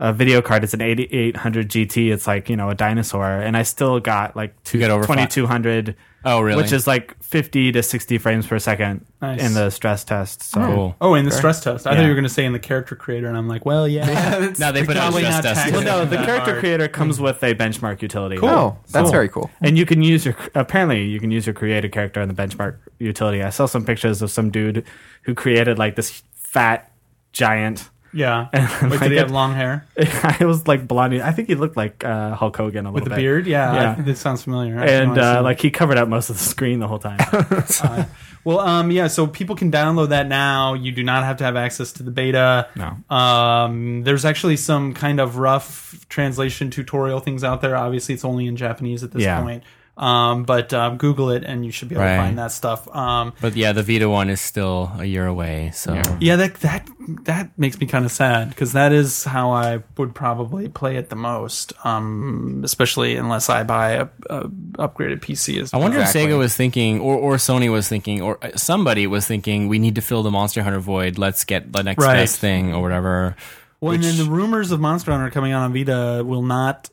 S4: a video card. It's an 8800 GT. It's like you know a dinosaur, and I still got like two,
S2: You got over fi-
S4: 2200.
S2: Oh, really?
S4: Which is like 50 to 60 frames per second
S1: Nice.
S4: in the stress test. So
S2: cool
S1: Oh, in the stress test. I thought
S4: Yeah.
S1: you were going to say in the character creator, and I'm like, well, yeah.
S2: now they put out
S1: probably
S2: stress
S1: not
S2: test
S1: taxed.
S4: Well, no, the
S1: That
S4: character
S1: hard.
S4: creator comes with a benchmark utility.
S3: Oh, that's very cool.
S4: And you can use your apparently you can use your created character in the benchmark utility. I saw some pictures of some dude who created like this fat giant
S1: [LAUGHS]
S4: [LAUGHS]
S1: [LAUGHS] yeah. Wait, did he have long hair
S4: I was like blondie. I think he looked like uh, Hulk Hogan a little
S1: with a
S4: bit.
S1: beard? Yeah,
S4: Yeah.
S1: I- this sounds familiar. I
S4: And
S1: know I've
S4: uh,
S1: seen
S4: like he covered up most of the screen the whole
S2: [LAUGHS]
S4: time.
S1: it. well, um, yeah. So people can download that now. You do not have to have access to the beta.
S4: No.
S1: Um, there's actually some kind of rough translation tutorial things out there. Obviously, it's only in Japanese at this
S4: Yeah.
S1: point. Um, but um, Google it, and you should be able
S2: Right.
S1: to find that stuff. Um,
S2: but yeah the Vita one is still a year away so
S1: Yeah, that that that makes me kind of sad because that is how I would probably play it the most, um, especially unless I buy a, a upgraded PC. As
S2: I wonder if
S3: Exactly.
S2: Sega was thinking, or, or Sony was thinking, or uh, somebody was thinking, we need to fill the Monster Hunter void. Let's get the next
S1: Right.
S2: best thing or whatever.
S1: Well, and then the rumors of Monster Hunter coming out on Vita will not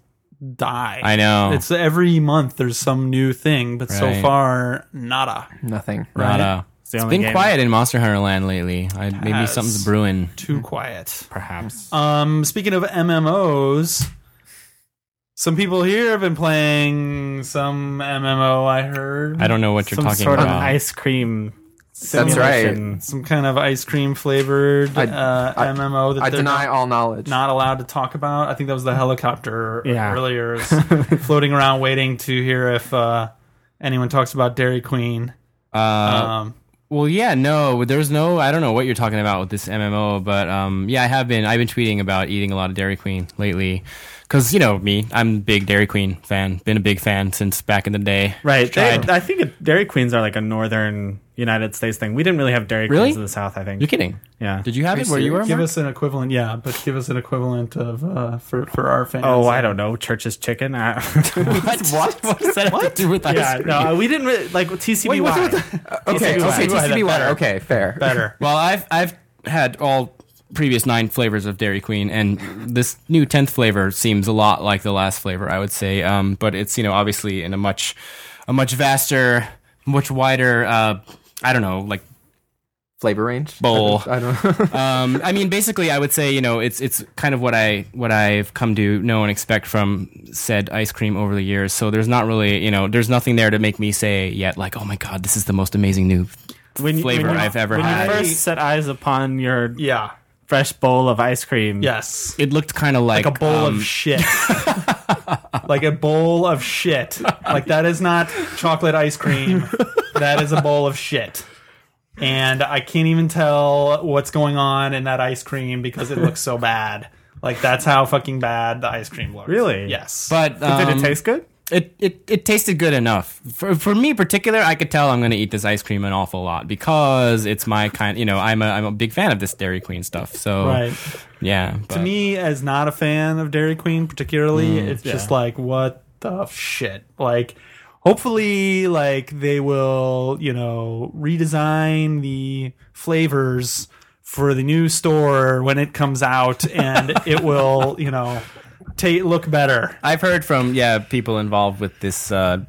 S1: die.
S2: I know.
S1: It's every month there's some new thing, but so
S2: Oh. Right.
S1: fada. nada.
S3: Nothing.
S2: Not, uh,
S4: the
S2: it's
S4: only
S2: been
S4: game.
S2: quiet in Monster Hunter Land lately. I, maybe
S1: has.
S2: something's brewing.
S1: Too quiet.
S4: Perhaps.
S1: Um, speaking of MMOs, some people here have been playing some MMO. I heard.
S2: I don't know what you're
S4: Some
S2: talking
S4: sort of
S2: about.
S4: ice cream.
S3: That's right.
S4: simulation.
S1: some kind of ice cream flavored
S3: I-
S1: uh,
S3: I-
S1: MMO that
S3: I
S1: they're
S3: deny
S1: not,
S3: all knowledge.
S1: not allowed to talk about. I think that was the helicopter
S4: Yeah.
S1: earlier,
S2: [LAUGHS]
S1: is floating around waiting to hear if uh, anyone talks about Dairy Queen.
S2: uh,
S1: Um,
S2: well, yeah, no, there's no. I don't know what you're talking about with this MMO, but um, yeah, I have been. I've been tweeting about eating a lot of Dairy Queen lately, because you know me. I'm a big Dairy Queen fan. Been a big fan since back in the day.
S4: Right. They,
S2: Tried.
S4: I think it, Dairy Queens are like a northern United States thing. We didn't really have Dairy
S2: Really?
S4: Queens in the South, I think.
S2: You're kidding.
S4: yeah.
S2: Did you have it where you were?
S1: give
S2: Mark?
S1: us an equivalent, yeah, but give us an equivalent of uh, for for our fans.
S4: oh, I don't know. Church's chicken?
S2: [LAUGHS]
S4: I-
S2: What? what? does that have to do with ice
S4: yeah.
S2: cream?
S4: No, we didn't really. Like TCBY.
S1: Wait, what's-
S3: Okay,
S4: TCBY.
S3: okay,
S4: That's
S3: TCB water.
S4: better.
S3: Okay, fair.
S1: better.
S2: Well, I've I've had all previous nine flavors of Dairy Queen, and this new tenth flavor seems a lot like the last flavor, I would say. Um, but it's you know obviously in a much a much vaster, much wider. Uh, I don't know, like
S3: [LAUGHS] flavor range?
S2: Bowl.
S3: I don't, I don't know. [LAUGHS]
S2: um, I mean, basically, I would say you know it's it's kind of what I what I've come to know and expect from said ice cream over the years. So there's not really you know there's nothing there to make me say yet like oh my god this is the most amazing new
S4: When you-
S2: [LAUGHS] flavor
S4: when you-
S2: I've ever
S4: when
S2: had.
S4: you first set eyes upon your
S1: Yeah.
S4: fresh bowl of ice cream,
S1: Yes.
S2: It looked kind of like,
S1: Like a bowl
S2: um,
S1: of
S4: [LAUGHS]
S1: shit. like a bowl of shit. Like that is not chocolate ice cream. That is a bowl of shit. And I can't even tell what's going on in that ice cream because it looks so bad. Like that's how fucking bad the ice cream looks.
S4: Really?
S1: Yes.
S2: but
S4: did
S2: um,
S4: it taste good?
S2: It, it it tasted good enough for for me in particular. I could tell I'm going to eat this ice cream an awful lot because it's my kind. You know, I'm a I'm a big fan of this Dairy Queen stuff. So
S1: right.
S2: yeah,
S1: to me as not a fan of Dairy Queen particularly,
S2: Mm,
S1: it's just like what the shit. Like hopefully like they will, you know, redesign the flavors for the new store when it comes out and
S2: [LAUGHS]
S1: it will, you know, ta look better.
S2: I've heard from yeah people involved with this uh,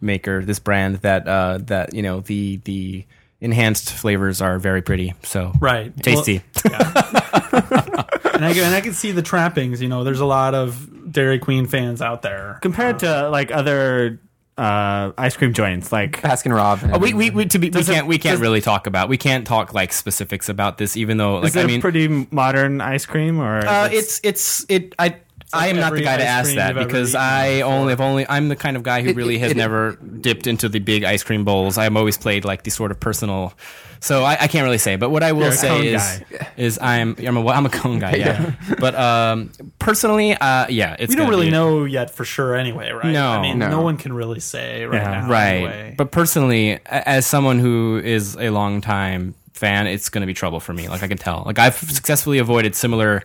S2: maker, this brand that uh, that you know the the enhanced flavors are very pretty. So
S1: Right.
S2: tasty.
S1: and I can, and I can see the trappings, you know, there's a lot of Dairy Queen fans out there.
S4: Compared to like other uh, ice cream joints, like
S3: Baskin
S1: Oh,
S3: Robbins.
S2: we, we, we, to be, we
S4: Does it-
S2: can't we can't
S4: does-
S2: really talk about we can't talk like specifics about this even though like
S4: is it
S2: I mean
S4: a pretty modern ice cream or? is
S2: Uh,
S4: it-
S2: it's it's it. I I am not the
S1: every
S2: guy to
S1: ice
S2: ask
S1: cream
S2: that
S1: you've ever
S2: because
S1: eaten
S2: I only have only I'm the kind of guy who
S3: It-
S2: really
S3: it-
S2: has
S3: it-
S2: never dipped into the big ice cream bowls. I'm always played like the sort of personal. So I, I can't really say, but what I will
S4: a cone
S2: say is is I'm I'm a, I'm a
S1: [LAUGHS]
S2: cone guy, yeah. but um, personally, uh, yeah, it's
S1: We don't
S2: gonna
S1: really
S2: be-
S1: know yet for sure anyway, right?
S2: No.
S1: I mean,
S3: No.
S1: no, one can really say right
S4: Yeah.
S1: now.
S2: right?
S1: anyway.
S2: But personally, a- as someone who is a long time fan, it's going to be trouble for me. Like I can tell. Like I've successfully avoided similar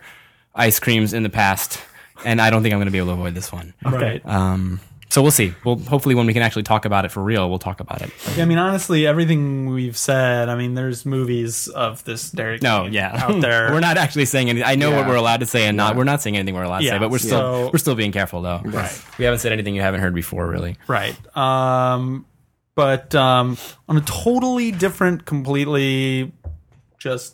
S2: ice creams in the past, and I don't think I'm going to be able to avoid this one.
S1: right.
S2: Um, so we'll see. Well, hopefully, when we can actually talk about it for real, we'll talk about it.
S1: Yeah, I mean, honestly, everything we've said. I mean, there's movies of this Derek.
S2: No,
S1: King
S2: yeah,
S1: out there.
S2: [LAUGHS] we're not actually saying anything. I know what
S3: Yeah.
S2: we're allowed to say, and not we're not saying anything we're allowed to say.
S1: Yeah,
S2: But we're still
S1: so-
S2: we're still being careful, though.
S1: Right.
S2: We haven't said anything you haven't heard before, really.
S1: right. Um, but um, on a totally different, completely just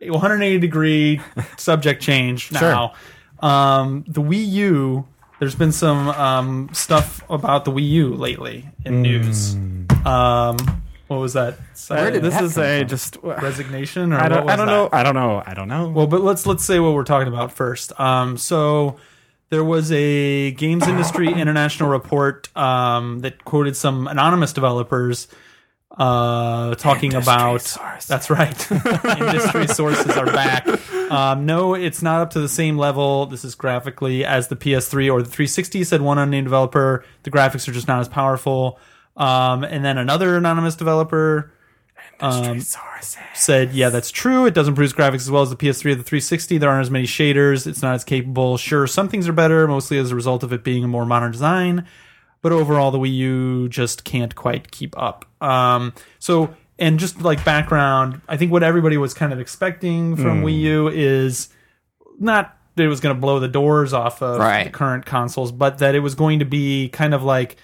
S1: 180 degree subject change now. Um, the Wii U. There's been some um, stuff about the Wii U lately in news. Um, what was that?
S4: Uh,
S1: Silent
S4: this
S3: that
S4: is
S3: come
S4: a
S3: from?
S4: just.
S1: resignation, or
S4: I don't.
S1: what
S4: I
S1: was
S4: don't
S1: that?
S4: know. I don't know. I don't know.
S1: Well, but let's let's say what we're talking about first. Um, so there was a Games Industry International report um, that quoted some anonymous developers uh, talking about. That's right. [LAUGHS] Industry sources are back. Um, no, it's not up to the same level. This is graphically as the PS3 or the 360 said. One unnamed developer. The graphics are just not as powerful. Um, and then another anonymous developer um, said, yeah, that's true. It does improve graphics as well as the PS3 or the 360. There aren't as many shaders. It's not as capable. Sure, some things are better, mostly as a result of it being a more modern design. But overall, the Wii U just can't quite keep up. Um, so, and just like background, I think what everybody was kind of expecting from Wii U is not that it was going to blow the doors off of
S3: Right.
S1: the current consoles, but that it was going to be kind of like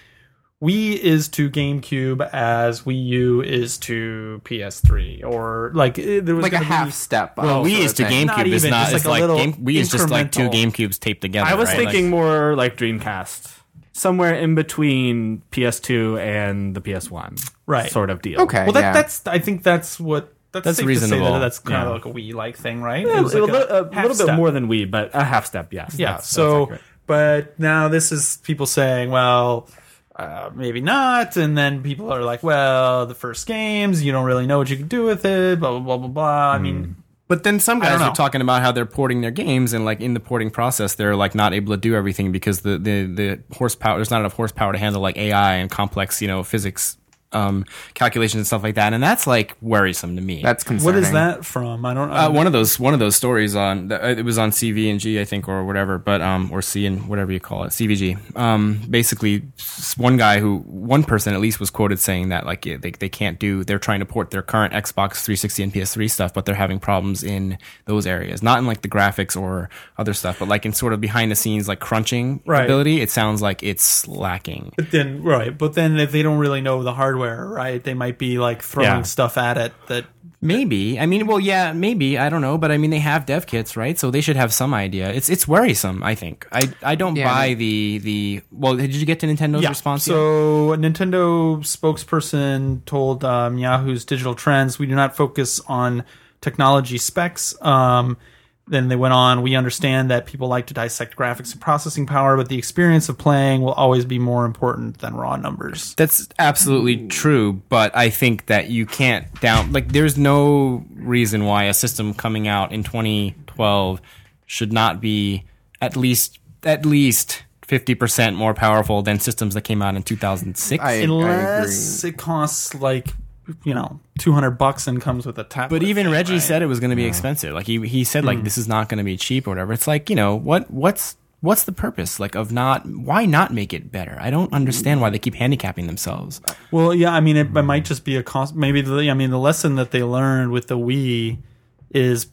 S1: Wii is to GameCube as Wii U is to PS3, or like eh, there was
S3: like a
S1: gonna be-
S3: half step.
S1: Oh,
S2: Well,
S3: up
S2: we
S3: sort
S2: is
S3: of
S2: to
S3: thing.
S2: GameCube
S1: Not
S2: is
S1: even,
S2: not.
S1: just
S2: It's
S1: like
S2: like,
S1: a little
S2: game, we is just like two
S1: incremental.
S2: GameCubes taped together.
S4: I was
S2: right? Like-
S4: thinking more like Dreamcast, somewhere in between PS2 and the PS1,
S1: Right.
S4: Sort of deal.
S3: Okay.
S1: Well, that,
S3: yeah.
S1: that's I think that's what that's,
S2: That's
S1: safe To say
S2: reasonable.
S1: that that's kind
S4: Yeah.
S1: of like a Wii like thing, right?
S4: A,
S1: It was like
S4: little- a
S1: half
S4: little bit
S1: step.
S4: more than we, but a half step. Yes.
S1: Yeah.
S4: That's- that's
S1: so,
S4: accurate.
S1: but now this is people saying, well, uh, maybe not. And then people are like, well, the first games, you don't really know what you can do with it, blah, blah, blah, blah, blah. I mean,
S2: But then some guys
S1: don't
S2: are
S1: know.
S2: talking about how they're porting their games and like in the porting process they're like not able to do everything because the the, the horsepower there's not enough horsepower to handle like AI and complex you know physics um, calculations and stuff like that and that's like worrisome to me.
S3: that's concerning.
S1: what is that from? I don't
S2: Hmm. uh,
S1: know.
S2: one of those one of those stories on uh, it was on CV and G I think or whatever but um or C and whatever you call it CVG um basically s- one guy who one person at least was quoted saying that like yeah, they they can't do they're trying to port their current Xbox 360 and PS3 stuff but they're having problems in those areas not in like the graphics or other stuff but like in sort of behind the scenes like crunching
S1: Right.
S2: ability it sounds like it's lacking
S1: But then, right. But then if they don't really know the hardware, right, they might be like throwing
S4: Yeah.
S1: stuff at it that
S2: Maybe. I mean, well, yeah, maybe. I don't know, but I mean, they have dev kits, right? So they should have some idea. It's it's worrisome. I think. I I don't
S3: Yeah, I
S2: buy
S3: mean-
S2: the the. Well, did you get to Nintendo's response? yet?
S1: So a Nintendo spokesperson told um, Yahoo's Digital Trends, "We do not focus on technology specs." Um, then they went on, "We understand that people like to dissect graphics and processing power, but the experience of playing will always be more important than raw numbers."
S2: That's absolutely true, but I think that you can't down like there's no reason why a system coming out in 2012 should not be at least at least 50% more powerful than systems that came out in 2006.
S3: I, I
S1: Unless
S3: agree.
S1: it costs like you know two hundred bucks and comes with a tablet.
S2: but even Reggie said it was going to be expensive. Like he he said like this is not going to be cheap or whatever. It's like, you know, what what's what's the purpose like of not why not make it better? I don't understand why they keep handicapping themselves.
S1: Well, yeah, I mean, it, it might just be a cost. Maybe the, I mean, the lesson that they learned with the Wii is,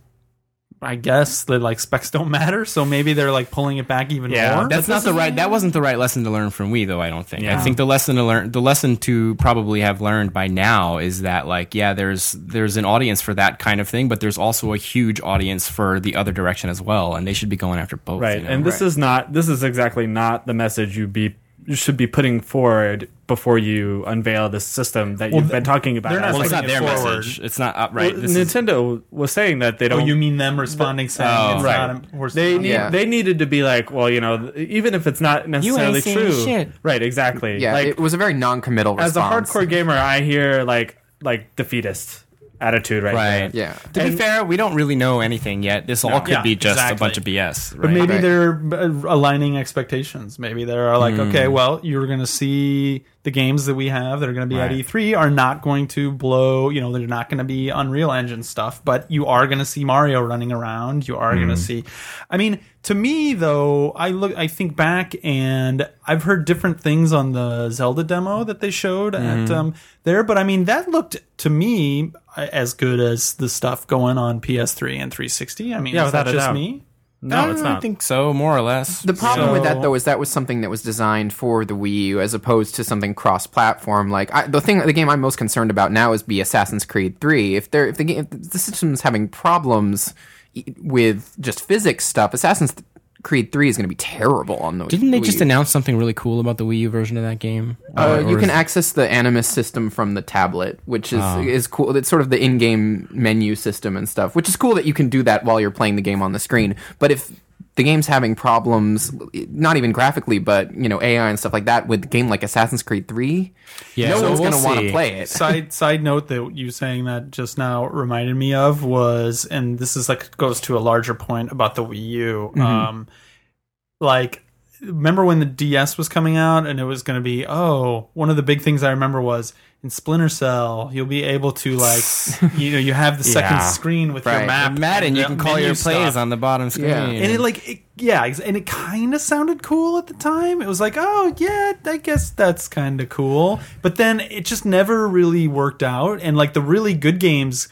S1: I guess, that like specs don't [LAUGHS] matter. So maybe they're like pulling it back even
S4: Yeah,
S1: more.
S2: That's not the right. That wasn't the right lesson to learn from Wii, though. I don't think. I think the lesson to learn, the lesson to probably have learned by now is that, like, yeah, there's there's an audience for that kind of thing, but there's also a huge audience for the other direction as well, and they should be going after both.
S4: right
S2: you know?
S4: and this is not this is exactly not the message you be you should be putting forward before you unveil this system that you've been talking about
S1: they're not
S4: as,
S2: well,
S4: like,
S2: it's not
S1: putting
S2: their
S1: it forward.
S2: message. It's not uh,
S4: well,
S2: right. this is-
S4: nintendo was saying that they
S1: oh,
S4: don't
S1: you mean them responding saying
S2: Oh.
S1: it's
S4: Right.
S1: not a horse?
S4: they need,
S3: Yeah.
S4: they needed to be like well you know th- even if it's not necessarily
S2: saying
S4: true
S2: shit.
S4: right exactly
S3: yeah,
S4: like
S3: it was a very non-committal
S4: as a
S3: response.
S4: hardcore gamer i hear like like defeatist attitude right,
S2: right.
S4: there.
S3: Yeah.
S2: To be fair, we don't really know anything yet. This all could
S1: Yeah,
S2: be just
S1: exactly.
S2: a bunch of BS. Right?
S1: But maybe
S3: Right.
S1: they're uh, aligning expectations. Maybe they're like, okay,
S4: Hmm.
S1: well, you're going to see the games that we have that are going to be at
S2: Right.
S1: E3 are not going to blow, you know, they're not going to be Unreal Engine stuff, but you are going to see Mario running around. You are going
S4: Hmm.
S1: to see. I mean, to me though, I look, I think back and I've heard different things on the Zelda demo that they showed at
S4: Hmm.
S1: um, there, but I mean, that looked to me as good as the stuff going on PS3 and 360. I mean,
S4: Yeah,
S1: is that
S4: without a
S1: just
S4: doubt.
S1: me?
S4: no
S2: I
S4: it's
S2: don't
S4: not
S2: [LAUGHS] think so. More or less.
S3: The problem with
S1: So-
S3: that though is that was something that was designed for the Wii U as opposed to something cross-platform. Like I, the thing, the game I'm most concerned about now is be Assassin's Creed Three. If they're if the, ga- if the system's having problems e- with just physics stuff, Assassin's Creed Three is going to be terrible on the.
S2: Didn't they
S3: Wii
S2: just
S3: U.
S2: announce something really cool about the Wii U version of that game? Or-
S3: Uh,
S2: or
S3: you
S2: is Ah.
S3: can access the Animus system from the tablet, which is is cool. It's sort of the in-game menu system and stuff, which is cool that you can do that while you're playing the game on the screen. But if the game's having problems, not even graphically, but you know AI and stuff like that, with a game like Assassin's Creed Three,
S2: Yeah,
S3: no
S2: so
S3: one's
S2: we'll
S3: going to want
S2: see.
S3: to play it.
S1: side side note that you saying that just now reminded me of was, and this is like goes to a larger point about the Wii U. Um, like, remember when the DS was coming out, and it was going to be oh, one of the big things I remember was in Splinter Cell, you'll be able to like, you know, you have the second
S4: Yeah.
S1: screen with your
S3: Right.
S1: map,
S2: Madden, you
S1: the
S2: can call
S1: menu
S2: your plays
S1: stuff.
S2: on the bottom screen.
S3: Yeah.
S1: And it like it, yeah, ex- and it kind of sounded cool at the time. It was like, oh yeah, I guess that's kind of cool. But then it just never really worked out. And like the really good games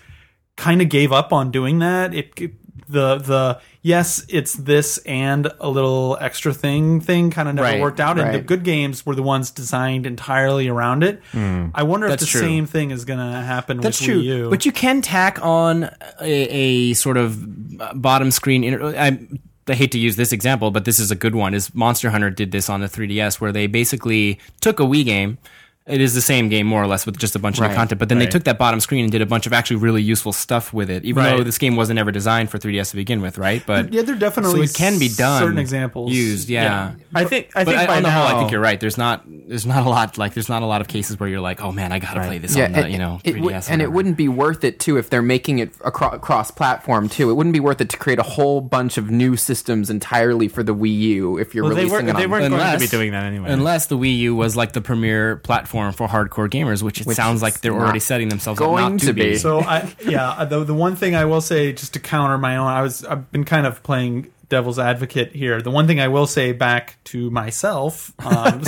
S1: kind of gave up on doing that. It it- the the yes, it's this and a little extra thing thing kind of never
S3: Right,
S1: worked out. And the
S3: right.
S1: good games were the ones designed entirely around it. I wonder if
S2: Hmm. That's
S1: the
S2: true.
S1: same thing is gonna happen
S2: That's
S1: with
S2: true.
S1: Wii U.
S2: But you can tack on a, a sort of uh, bottom screen. Inter- I, I hate to use this example, but this is a good one. Is Monster Hunter did this on the 3DS, where they basically took a Wii game. It is the same game, more or less, with just a bunch of new
S3: Right.
S2: content. But then they
S4: Right.
S2: took that bottom screen and did a bunch of actually really useful stuff with it, even
S1: Right.
S2: though this game wasn't ever designed for 3DS to begin with, right? But
S1: yeah, there definitely
S2: so it can be done.
S1: Certain examples
S2: used, yeah.
S4: i think i
S2: But
S4: think
S2: I,
S4: by
S2: on the
S4: now,
S2: whole, I think you're right. There's not there's not a lot like there's not a lot of cases where you're like, oh man, I gotta play this on the
S3: and-
S2: you know
S3: it
S2: 3DS.
S3: would-
S2: or
S3: and it
S2: whatever."
S3: wouldn't be worth it too if they're making it acro- cross-platform too. It wouldn't be worth it to create a whole bunch of new systems entirely for the Wii U if you're
S4: well, they,
S3: releasing
S4: were,
S3: it on
S4: they weren't going to
S2: Unless-
S4: be doing that anyway
S2: Unless the Wii U was like the premier platform for hardcore gamers, which it sounds like they're
S3: it's
S2: already
S3: not
S2: setting themselves up
S3: going
S2: not to,
S3: to
S2: be.
S3: be.
S1: So I yeah, uh, the the one thing I will say just to counter my own, I was I've been kind of playing devil's advocate here. The one thing I will say back to myself, um,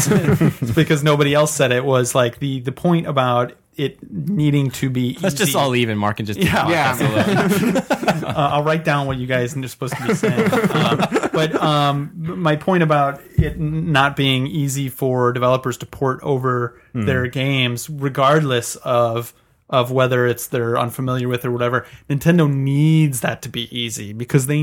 S1: [LAUGHS] because nobody else said it, was like the the point about it needing to be.
S2: Let's just
S1: easy.
S2: all leave and Mark and just yeah.
S3: Yeah.
S1: Uh, I'll write down what you guys are supposed to be saying. um, but um, my point about it n- not being easy for developers to port over their games, regardless of of whether it's they're unfamiliar with or whatever. Nintendo needs that to be easy because they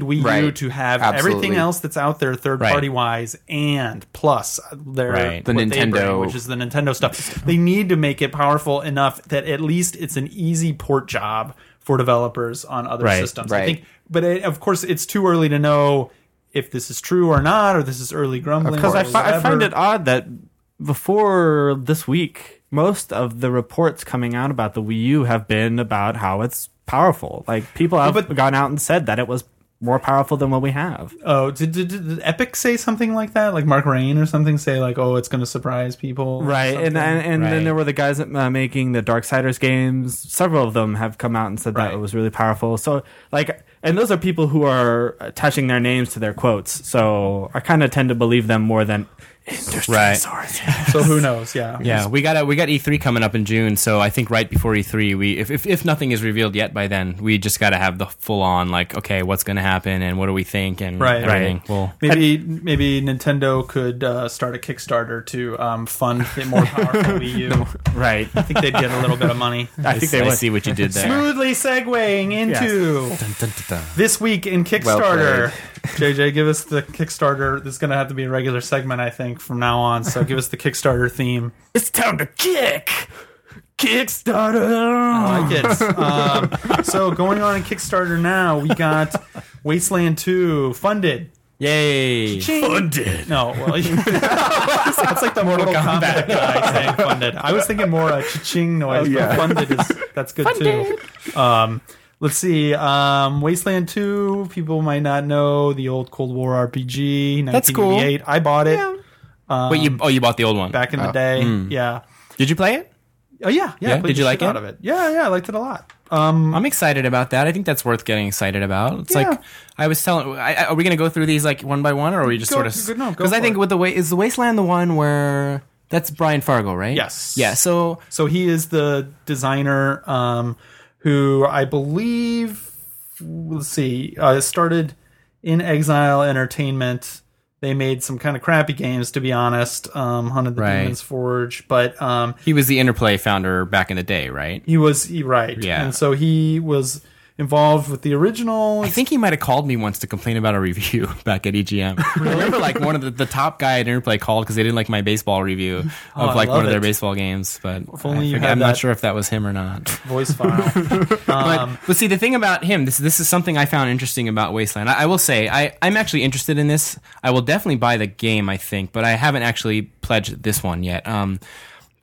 S4: Right.
S1: Wii U
S3: Right.
S1: to have everything
S3: Absolutely.
S1: else that's out there third
S2: Right.
S1: party wise and plus their
S2: Right.
S1: right.
S2: The
S3: Nintendo-
S1: which is the Nintendo stuff. They need to make it powerful enough that at least it's an easy port job for developers on other
S4: Right.
S1: systems. I
S3: Right.
S1: think but it, of course it's too early to know if this is true or not or this is early grumbling
S4: Because
S1: or
S4: I, fi- I find
S1: whatever.
S4: it odd that before this week, most of the reports coming out about the Wii U have been about how it's powerful. Like people have
S1: But-
S4: gone out and said that it was more powerful than what we have.
S1: Oh, did, did, did did Epic say something like that? Like Mark Rain or something say like, "Oh, it's going to surprise people." or
S4: Right, and and,
S1: something?
S4: and
S2: Right.
S4: then there were the guys uh, making the Darksiders games. Several of them have come out and said that
S1: Right.
S4: it was really powerful. So, like, and those are people who are attaching their names to their quotes. So, I kind of tend to believe them more than industry
S2: Right.
S4: source.
S1: so who knows? Yeah.
S2: Yeah, we got a, we got E3 coming up in June, so I think right before E3, we if, if if nothing is revealed yet by then, we just got to have the full on like, okay, what's going to happen and what do we think and
S1: Right.
S2: everything.
S4: Right.
S2: Well,
S1: Maybe maybe Nintendo could uh, start a Kickstarter to um, fund the more powerful Wii
S4: [LAUGHS]
S1: U.
S4: [LAUGHS] right.
S1: I think they'd get a little bit of money.
S4: I think they
S2: I
S4: would.
S2: see what you did there.
S1: Smoothly segueing into this week in Kickstarter.
S3: Well
S1: [LAUGHS] JJ, give us the Kickstarter. This is going to have to be a regular segment, I think, from now on. So give us the Kickstarter theme.
S4: It's time to kick. Kickstarter.
S1: [LAUGHS] I like it. [LAUGHS] Um, so going on in Kickstarter now, we got Wasteland 2 funded.
S2: Yay!
S1: Funded. No,
S2: [LAUGHS]
S1: well, [LAUGHS] that's like the Mortal, Kombat, guy saying funded. I was thinking more a ching noise,
S3: yeah.
S1: but funded is that's good too. Um, let's see, um, Wasteland Two. People might not know the old Cold War RPG.
S2: That's cool.
S1: 1988. I bought it
S2: Wait, you oh you bought the old one?
S1: back in the day. Yeah.
S2: Did you play it?
S1: Oh yeah, yeah. I
S2: Hmm. Yeah?
S1: played
S2: Did
S1: the
S2: you
S1: shit
S2: like it?
S1: Out of it. Yeah, yeah. I liked it a lot. Um,
S2: I'm excited about that. I think that's worth getting excited about. It's
S1: Yeah.
S2: like I was telling. I, I- are we going to go through these like one by one, or are we just
S1: Go-
S2: sort
S1: good,
S2: of?
S1: no, go
S2: I
S1: for
S2: think
S1: it.
S2: with the way is the wasteland the one where that's Brian Fargo, right?
S1: Yes.
S2: Yeah. So
S1: So he is the designer um, who I believe, let's see, uh, started in Exile Entertainment. They made some kind of crappy games, to be honest. Um, Hunted the
S2: Right.
S1: Demon's Forge, but um,
S2: he was the Interplay founder back in the day, right?
S1: he was he, right,
S2: Yeah.
S1: and so he was involved with the original.
S2: I think he might have called me once to complain about a review [LAUGHS] back at EGM. I remember like one of the, the top guy at Interplay called because they didn't like my baseball review of
S1: Oh, I
S2: like
S1: love
S2: one of their
S1: it.
S2: baseball games. But
S1: only
S2: I
S1: you
S2: forget-
S1: had
S2: I'm not
S1: that.
S2: sure if that was him or not.
S1: voice
S2: [LAUGHS]
S1: file.
S2: But, but see, the thing about him, this this is something I found interesting about Wasteland. I, I will say, I, I'm actually interested in this. I will definitely buy the game, I think, but I haven't actually pledged this one yet. Um,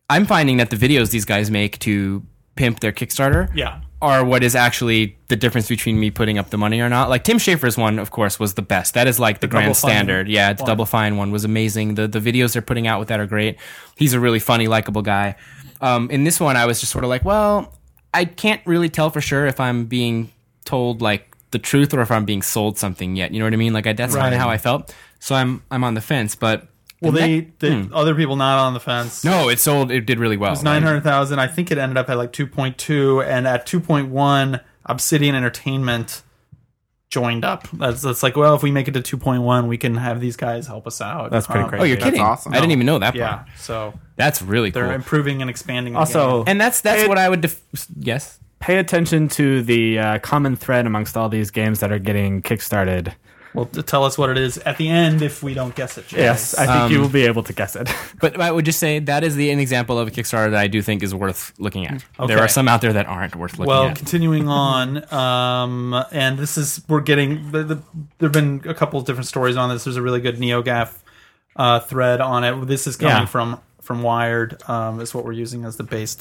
S2: I'm finding that the videos these guys make to pimp their Kickstarter
S1: Yeah.
S2: are what is actually the difference between me putting up the money or not. Like Tim Schafer's one, of course, was the best. That is like the,
S1: Double
S2: grand
S1: Fine
S2: standard. Yeah, the
S1: one.
S2: Double Fine one was amazing. The the videos they're putting out with that are great. He's a really funny, likable guy. Um, in this one, I was just sort of like, well, I can't really tell for sure if I'm being told like the truth or if I'm being sold something yet. You know what I mean? Like I, that's kind
S1: Right.
S2: of how I felt. So I'm I'm on the fence, but
S1: well, they, they other people not on the fence.
S2: Hmm. no, it sold. It did really well.
S1: was
S2: Like,
S1: 900,000. I think it ended up at like 2.2 and at 2.1 Obsidian Entertainment joined up. That's that's like, well, if we make it to 2.1, we can have these guys help us out. Um,
S4: That's pretty
S2: Oh,
S4: crazy.
S2: you're
S3: That's
S2: kidding!
S3: awesome.
S2: I didn't even know that.
S1: Yeah.
S2: Part.
S1: So
S2: That's really
S1: they're
S2: cool.
S1: improving and expanding. the
S4: Also,
S1: game.
S2: and that's that's
S4: It-
S2: what I would. Def- yes.
S4: pay attention to the uh, common thread amongst all these games that are getting kickstarted.
S1: well, t- tell us what it is at the end if we don't guess it. Jay.
S4: Yes, I think you will be able to guess it. [LAUGHS]
S2: But I would just say that is the an example of a Kickstarter that I do think is worth looking at.
S1: Okay.
S2: There are some out there that aren't worth looking
S1: Well,
S2: at. [LAUGHS]
S1: continuing on, um, and this is we're getting the, the, there have been a couple of different stories on this. There's a really good NeoGaf uh, thread on it. This is coming
S4: Yeah.
S1: from from Wired. Um, is what we're using as the base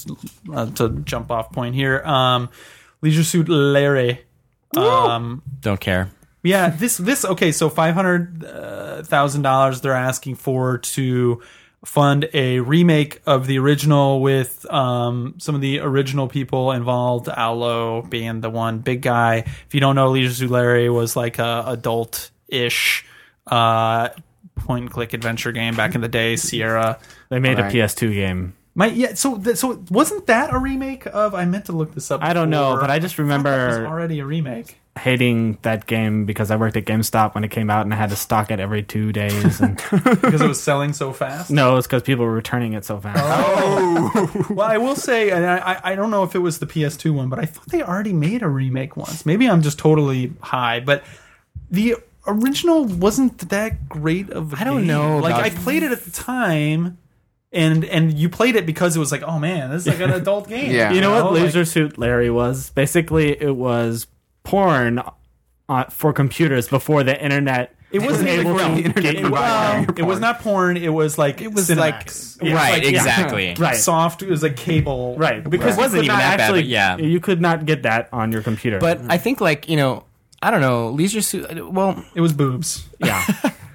S1: uh, to jump off point here. Um, Leisure Suit Larry. Um,
S2: Don't care.
S1: yeah, this this okay. So five hundred uh, thousand dollars they're asking for to fund a remake of the original with um, some of the original people involved. Allo being the one big guy. If you don't know, Leisure Suit Larry was like a adult ish uh, point and click adventure game back in the day. Sierra.
S4: They made a
S3: Right.
S4: PS2 game.
S1: My yeah. So th- so wasn't that a remake of? I meant to look this up.
S4: I don't know,
S1: before.
S4: but I just
S1: It was
S4: remember
S1: already a remake.
S4: hating that game because I worked at GameStop when it came out and I had to stock it every two days. And
S1: because it was selling so fast.
S4: no, it's because people were returning it so fast.
S1: Well, I will say, and I, I- I don't know if it was the PS2 one, but I thought they already made a remake once. Maybe I'm just totally high, but the original wasn't that great of I
S2: don't know
S1: Like
S2: about-
S1: I played it at the time. And and you played it because it was like, oh man, this is like an adult game.
S3: Yeah.
S4: You know what
S1: Like-
S4: Laser Suit Larry was? Basically, it was porn uh, for computers before the internet.
S1: It wasn't even
S4: able
S1: porn.
S4: to
S1: It
S4: get you
S1: Well,
S4: out.
S1: it was not porn. It was like it was like
S2: right,
S4: yeah.
S1: [LAUGHS]
S2: exactly.
S4: Right.
S1: soft. It was like cable.
S4: Right, because
S1: Because
S4: it wasn't even
S2: that bad,
S4: actually,
S2: but yeah.
S4: you could not get that on your computer.
S2: But I think like you know, I don't know, leisure suit. Well,
S1: it was boobs.
S4: [LAUGHS] yeah,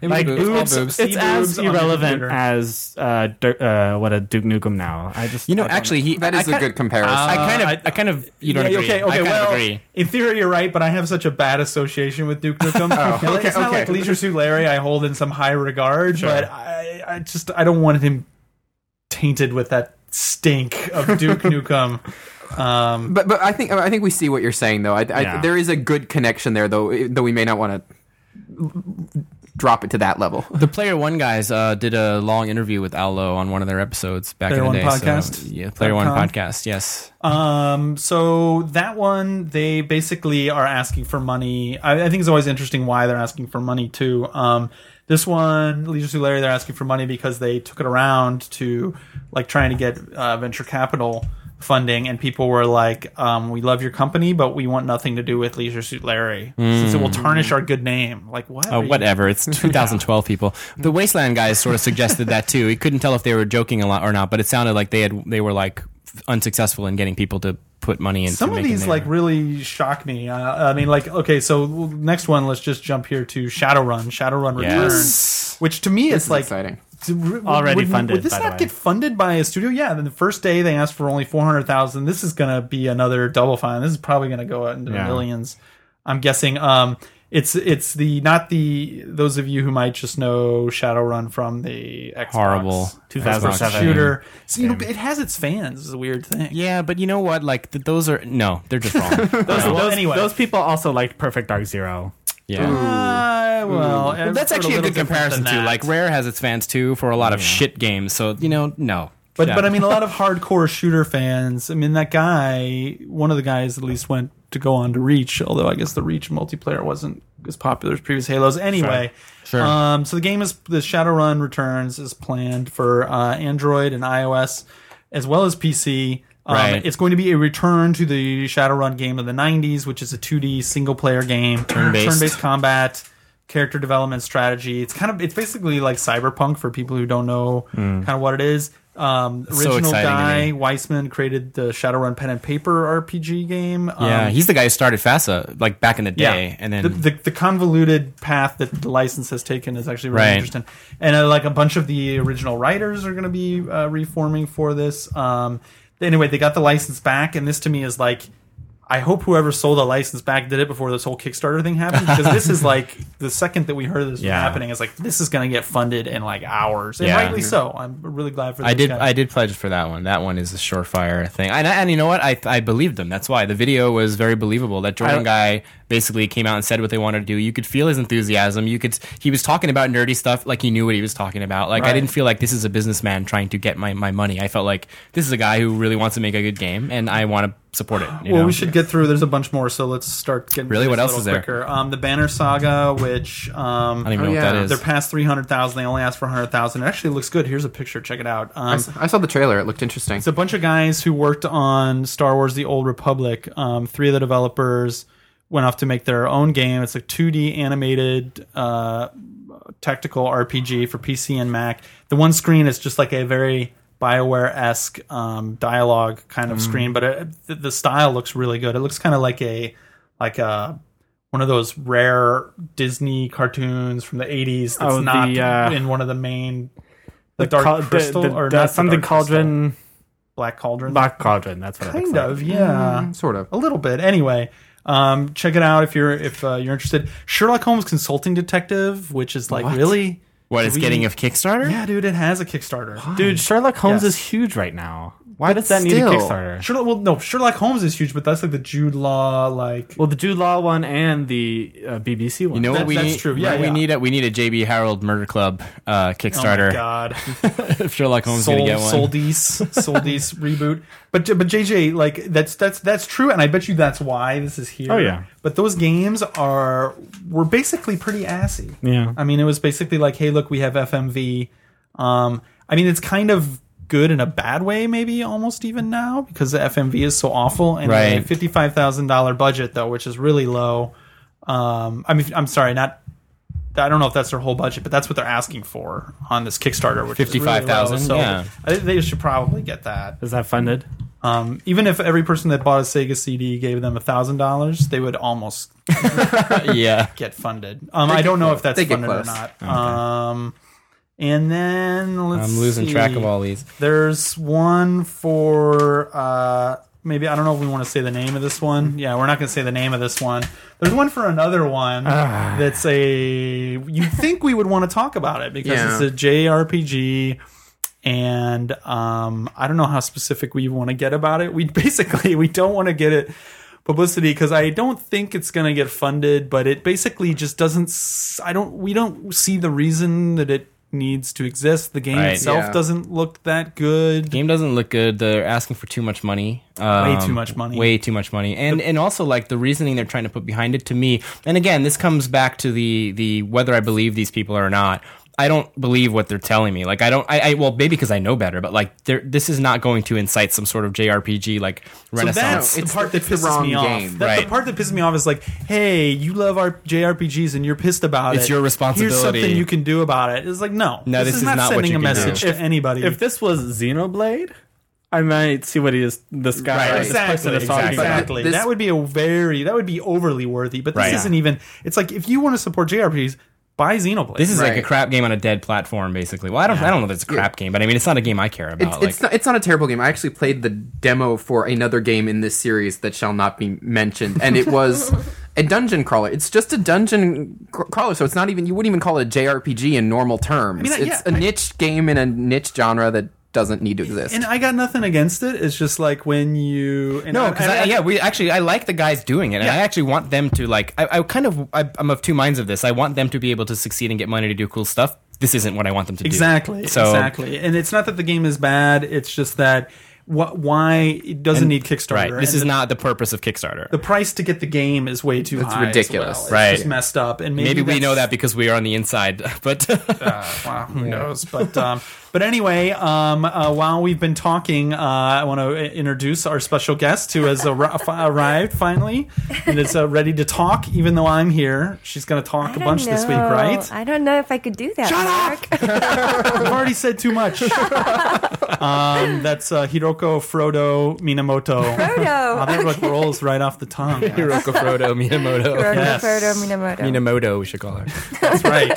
S2: it was
S4: like
S2: boobs, all
S4: boobs,
S2: boobs.
S1: See
S4: it's as
S1: boobs on your
S4: irrelevant
S1: computer.
S4: as uh, Dur- uh, what a Duke Nukem now. I just
S2: you know,
S4: I don't
S2: actually, he
S3: That is
S2: a
S3: a good comparison.
S2: I kind of, I,
S1: I-
S2: kind of, you don't
S1: Yeah,
S2: agree.
S1: Okay, okay.
S2: I kind
S1: well,
S2: of agree.
S1: in theory, you're right, but I have such a bad association with Duke Nukem.
S2: [LAUGHS] Oh,
S3: okay,
S1: it's not
S3: okay.
S1: like Leisure Suit Larry I hold in some high regard, but I, I just I don't want him tainted with that stink of
S2: [LAUGHS]
S1: Duke Nukem. Um,
S3: But but I think I think we see what you're saying though. I, I,
S4: Yeah.
S3: There is a good connection there though, i- though we may not want to drop it to that level.
S1: Um,
S2: The Player One guys uh, did a long interview with Allo on one of their episodes back
S1: Player
S2: in
S1: One
S2: the day. so-
S1: Podcast?
S2: yeah, Player One
S1: com?
S2: podcast. Yes,
S1: Um, so that one, they basically are asking for money. I, I think it's always interesting why they're asking for money too. Um, this one, Leisure Suit Larry, they're asking for money because they took it around to like trying to get uh, venture capital funding, and people were like, um, "We love your company, but we want nothing to do with Leisure Suit Larry since it will tarnish our good name." Like what?
S2: uh,
S1: are you-
S2: whatever.
S1: [LAUGHS]
S2: It's 2012. People, the Wasteland guys sort of suggested that too. He couldn't tell if they were joking a lot or not, but it sounded like they had they were like unsuccessful in getting people to put money into.
S1: Some of
S2: making
S1: these
S2: their-
S1: like really shock me. Uh, I mean, like okay, so next one, let's just jump here to Shadowrun. Shadowrun
S2: Yes.
S1: Returns, which to me is
S3: It's
S1: like
S3: exciting.
S4: Already
S1: would,
S4: funded,
S1: Would this
S4: by the
S1: not
S4: way.
S1: get funded by a studio? Yeah. Then the first day they asked for only four hundred thousand. This is going to be another double fine. This is probably going to go out into the
S4: Yeah.
S1: millions. I'm guessing. Um, it's it's the not the those of you who might just know Shadowrun from the Xbox
S2: horrible
S4: 2007.
S1: shooter. So, you know, it has its fans. It's a weird thing.
S2: Yeah, but you know what? Like th- those are no, they're
S1: [LAUGHS]
S2: just wrong.
S4: know.
S1: Well,
S4: those,
S1: anyway.
S4: those people also liked Perfect Dark Zero.
S2: yeah.
S1: Uh, well,
S2: Mm. Well,
S1: sort
S2: that's
S1: of
S2: actually a
S1: little
S2: good
S1: different
S2: comparison
S1: than
S2: too.
S1: that.
S2: Like Rare has its fans too for a lot of shit games. So you know, no.
S1: But
S2: Yeah.
S1: but I mean, a
S2: [LAUGHS]
S1: lot of hardcore shooter fans. I mean, that guy, one of the guys, at least went to go on to Reach. Although I guess the Reach multiplayer wasn't as popular as previous Halos. Anyway,
S2: Sure. Sure.
S1: Um, so the game is the Shadowrun Returns is planned for uh, Android and iOS as well as PC. Um,
S2: Right.
S1: It's going to be a return to the Shadowrun game of the '90s, which is a 2D single-player game,
S2: Turn-based.
S1: turn-based combat character development strategy it's kind of it's basically like cyberpunk for people who don't know kind of what it is um original
S2: Hmm. exciting to
S1: guy
S2: me.
S1: weissman created the shadowrun pen and paper rpg game um,
S2: yeah, he's the guy who started FASA like back in the day, and then
S1: the, the, the convoluted path that the license has taken is actually really
S2: Right.
S1: interesting and uh, like a bunch of the original writers are going to be uh, reforming for this um anyway they got the license back and this to me is like I hope whoever sold the license back did it before this whole Kickstarter thing happened because this
S2: [LAUGHS]
S1: is like the second that we heard this was
S4: Yeah.
S1: happening is like this is going to get funded in like hours and
S2: Yeah.
S1: rightly so. I'm really glad for. Those
S2: I did.
S1: guys.
S2: I did pledge for that one. That one is a surefire thing, and, and you know what? I I believed them. That's why the video was very believable. That Jordan
S4: I-
S2: guy basically came out and said what they wanted to do. You could feel his enthusiasm. You could. He was talking about nerdy stuff like he knew what he was talking about. Like I
S1: Right.
S2: didn't feel like this is a businessman trying to get my, my money. I felt like this is a guy who really wants to make a good game, and I want to support it. you
S1: well,
S2: know?
S1: we should get through. There's a bunch more, so let's start getting
S2: Really?
S1: through
S2: What
S1: this a
S2: else
S1: little
S2: is there?
S1: Quicker. Um, the Banner Saga, which um,
S2: I don't even
S3: Oh,
S2: know
S3: yeah.
S2: what that
S1: they're
S2: is.
S1: past three hundred thousand. They only asked for hundred thousand. It actually looks good. Here's a picture. Check it out. Um,
S3: I saw the trailer; it looked interesting.
S1: it's a bunch of guys who worked on Star Wars: The Old Republic. Um, three of the developers went off to make their own game. It's a 2D animated uh, tactical RPG for PC and Mac. The one screen is just like a very Bioware esque um, dialogue kind
S4: Mm.
S1: of screen, but it, the, the style looks really good. It looks kind of like a like a one of those rare Disney cartoons from the 80s that's
S4: Oh, the,
S1: not
S4: uh,
S1: in one of the main. The,
S4: The
S1: Dark
S4: cau- the-
S1: Crystal
S4: the-
S1: or
S4: the-
S1: not the
S4: something
S1: Dark Crystal,
S4: Cauldron,
S1: Black Cauldron,
S4: Black Cauldron. That's what it looks
S1: kind
S4: like.
S1: of yeah
S2: Mm.
S3: sort of.
S1: a little bit anyway um check it out if you're if uh, you're interested sherlock holmes consulting detective which is like really
S2: what it's
S1: we-
S2: getting of Kickstarter?
S1: yeah dude it has a kickstarter
S4: Dude, Sherlock Holmes
S1: Yes.
S4: is huge right now. Why does that
S3: still.
S4: need a Kickstarter?
S1: Sherlock, well, no, Sherlock Holmes is huge, but that's like the Jude Law, like
S4: Well, the Jude Law one and the uh, BBC one.
S2: You know
S1: That-
S2: what we
S1: that's
S2: need?
S1: true. Yeah,
S2: what we
S1: yeah.
S2: need a we need a JB Harold Murder Club uh,
S1: Oh my
S2: Kickstarter.
S1: God.
S2: [LAUGHS] if Sherlock Holmes is
S1: Soul,
S2: gonna get one,
S1: Soldice,
S2: [LAUGHS]
S1: Soldice reboot. But but JJ, like that's that's that's true, and I bet you that's why this is here.
S4: Oh, yeah.
S1: But those games are were basically pretty assy.
S4: Yeah.
S1: I mean, it was basically like, hey, look, we have FMV. Um, I mean, it's kind of good in a bad way, maybe almost even now because the FMV is so awful and
S2: Right.
S1: a fifty-five thousand dollar budget though, which is really low. Um, I mean, I'm sorry, not. I don't know if that's their whole budget, but that's what they're asking for on this Kickstarter, which is really low.
S2: 55,000,
S1: So
S2: yeah.
S1: I think they should probably get that.
S4: Is that funded?
S1: Um, even if every person that bought a Sega CD gave them thousand dollars, they would almost
S2: [LAUGHS] yeah.
S1: get funded. Um, I don't know if that's
S3: They get
S1: funded or
S3: close.
S1: not. Um, and then let's
S2: I'm losing
S1: see.
S2: track of all these.
S1: There's one for uh, maybe I don't know if we want to say the name of this one. Yeah, we're not going to say the name of this one. There's one for another one that's a you think we would want to talk about it because
S3: Yeah.
S1: it's a JRPG. And um, I don't know how specific we want to get about it. We basically we don't want to get it publicity because I don't think it's going to get funded. But it basically just doesn't. s- I don't. We don't see the reason that it needs to exist. The game
S2: Right.
S1: itself
S3: Yeah.
S1: doesn't look that good.
S2: Game doesn't look good. They're asking for too much money. Um,
S1: too much money.
S2: Way too much money. And and also like the reasoning they're trying to put behind it to me. And again, this comes back to the the whether I believe these people or not. I don't believe what they're telling me. Like I don't. I, I well maybe because I know better, but like there- this is not going to incite some sort of JRPG like
S1: So
S2: renaissance.
S1: that's
S3: it's-
S1: the part that
S3: it's the
S1: pisses
S3: wrong
S1: me
S3: game.
S1: off. That,
S2: Right.
S1: The part that pisses me off is like, hey, you love our JRPGs and you're pissed about it.
S2: It's your responsibility.
S1: Here's something you can do about it. It's like, no,
S2: No, this
S1: is
S2: is
S1: not,
S2: not what
S1: sending
S2: you
S1: a
S2: can do.
S1: message to anybody.
S4: If this was Xenoblade, I might see what he is. This guy,
S2: Right.
S4: this person is talking about.
S2: Exactly.
S1: Exactly.
S3: But this-
S1: that would be a very that would be overly worthy. But this
S2: Right.
S1: isn't even. It's like if you want to support JRPGs, buy Xenoblade.
S2: this is like a
S3: Right.
S2: crap game on a dead platform, basically. Well, I don't. I don't know that it's a crap game, but I mean, it's not a game I care about.
S3: It's,
S2: like,
S3: it's, not, it's not a terrible game. I actually played the demo for another game in this series that shall not be mentioned, and it was a dungeon crawler. It's just a dungeon cr- crawler, so it's not even you wouldn't even call it a JRPG in normal terms.
S1: mean,
S3: it's
S1: yeah,
S3: a
S1: I-
S3: niche game in a niche genre that doesn't need to exist.
S1: and I got nothing against it. It's just like when you and
S2: No,
S1: I-
S2: because
S1: I-
S2: Oh, Um, I, yeah, we actually I like the guys doing it, and I actually want them to like. I, I kind of I, I'm of two minds of this. I want them to be able to succeed and get money to do cool stuff. This isn't what I want them to do.
S1: Exactly.
S2: So
S1: exactly. And it's not that the game is bad. It's just that wh- why it doesn't need Kickstarter.
S2: right, this
S1: And
S2: is
S1: the,
S2: not the purpose of Kickstarter.
S1: the price to get the game is way too high. as
S3: ridiculous.
S1: well.
S2: Right.
S1: It's just messed up. And maybe,
S2: Maybe we
S1: that's- [LAUGHS]
S2: know that because we are on the inside, [LAUGHS] but
S1: Wow, who knows? But um, but anyway, um, uh, while we've been talking, uh, I want to introduce our special guest who has [LAUGHS] ar- arrived finally and is uh, ready to talk. Even though I'm here, she's going to
S5: I
S1: talk a
S5: don't
S1: bunch this week,
S5: know.
S1: right?
S5: I don't know if I could do that. Shut Mark. [LAUGHS] up!
S1: I've already said too
S5: [LAUGHS]
S1: much. um, that's uh, Hiroko Frodo Minamoto. [LAUGHS]
S5: Frodo.
S1: Wow, that like, rolls right off the tongue.
S2: Hiroko Frodo
S5: [LAUGHS]
S2: Minamoto.
S5: Frodo,
S1: Yes.
S5: Frodo, Minamoto.
S2: Minamoto, we should call her.
S1: That's right.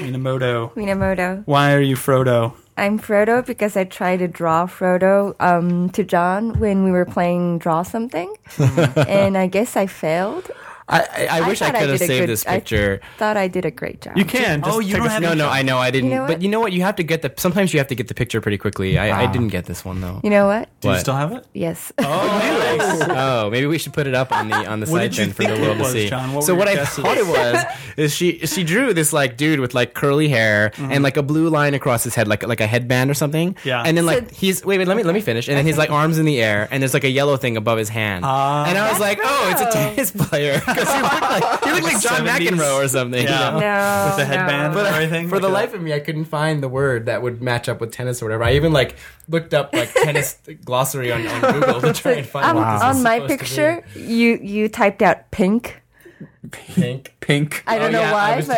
S1: Minamoto.
S5: Minamoto.
S1: Why are you Frodo?
S5: I'm Frodo because I tried to draw Frodo um, to John when we were playing
S1: [LAUGHS]
S5: Draw Something, and I guess I failed.
S2: I, I, I wish I,
S5: thought
S2: could have
S5: did a
S2: saved
S5: good-
S2: this
S5: I
S2: picture.
S5: thought I did a great job.
S4: You can. Just
S1: Oh, you
S4: take
S1: don't
S4: a
S1: have
S4: snap-
S2: no, no, I know I didn't.
S5: You know what? Ah.
S2: but you know what? You have to get the. Sometimes you have to get the picture pretty quickly. I, I didn't get this one though.
S5: You know what?
S1: Do you
S2: What?
S1: still have it?
S5: Yes.
S2: Oh, maybe we should put it up on the on the
S1: What
S2: site
S1: did you
S2: then for the
S1: think
S2: world
S1: it was,
S2: to see.
S1: John? What
S2: so
S1: were
S2: what
S1: your
S2: I
S1: guesses? [LAUGHS]
S2: thought it was is she she drew this like dude with like curly hair and like a blue line across his head, like like a headband or something.
S1: Mm-hmm. Yeah.
S2: And then like
S5: So-
S2: he's wait wait let me let me finish. And then he's like arms in the air and there's like a yellow thing above his hand.
S1: Ah.
S2: and I was like, oh, it's a tennis player [LAUGHS] because he looked like he looked like John
S1: 70s.
S2: McEnroe or something.
S1: Yeah.
S5: [LAUGHS] no. With
S1: the headband
S2: But
S1: and
S2: I-
S1: everything.
S2: for the
S1: Look at
S2: life of me, I couldn't find the word that would match up with tennis or whatever. I even like looked up like tennis glossary on, on Google to try and find
S5: Um,
S2: what this is
S5: on my
S2: supposed to be.
S5: picture, you you typed out pink.
S2: Pink.
S3: Pink.
S5: I don't
S2: Oh,
S5: know
S2: yeah, I
S5: why,
S2: was-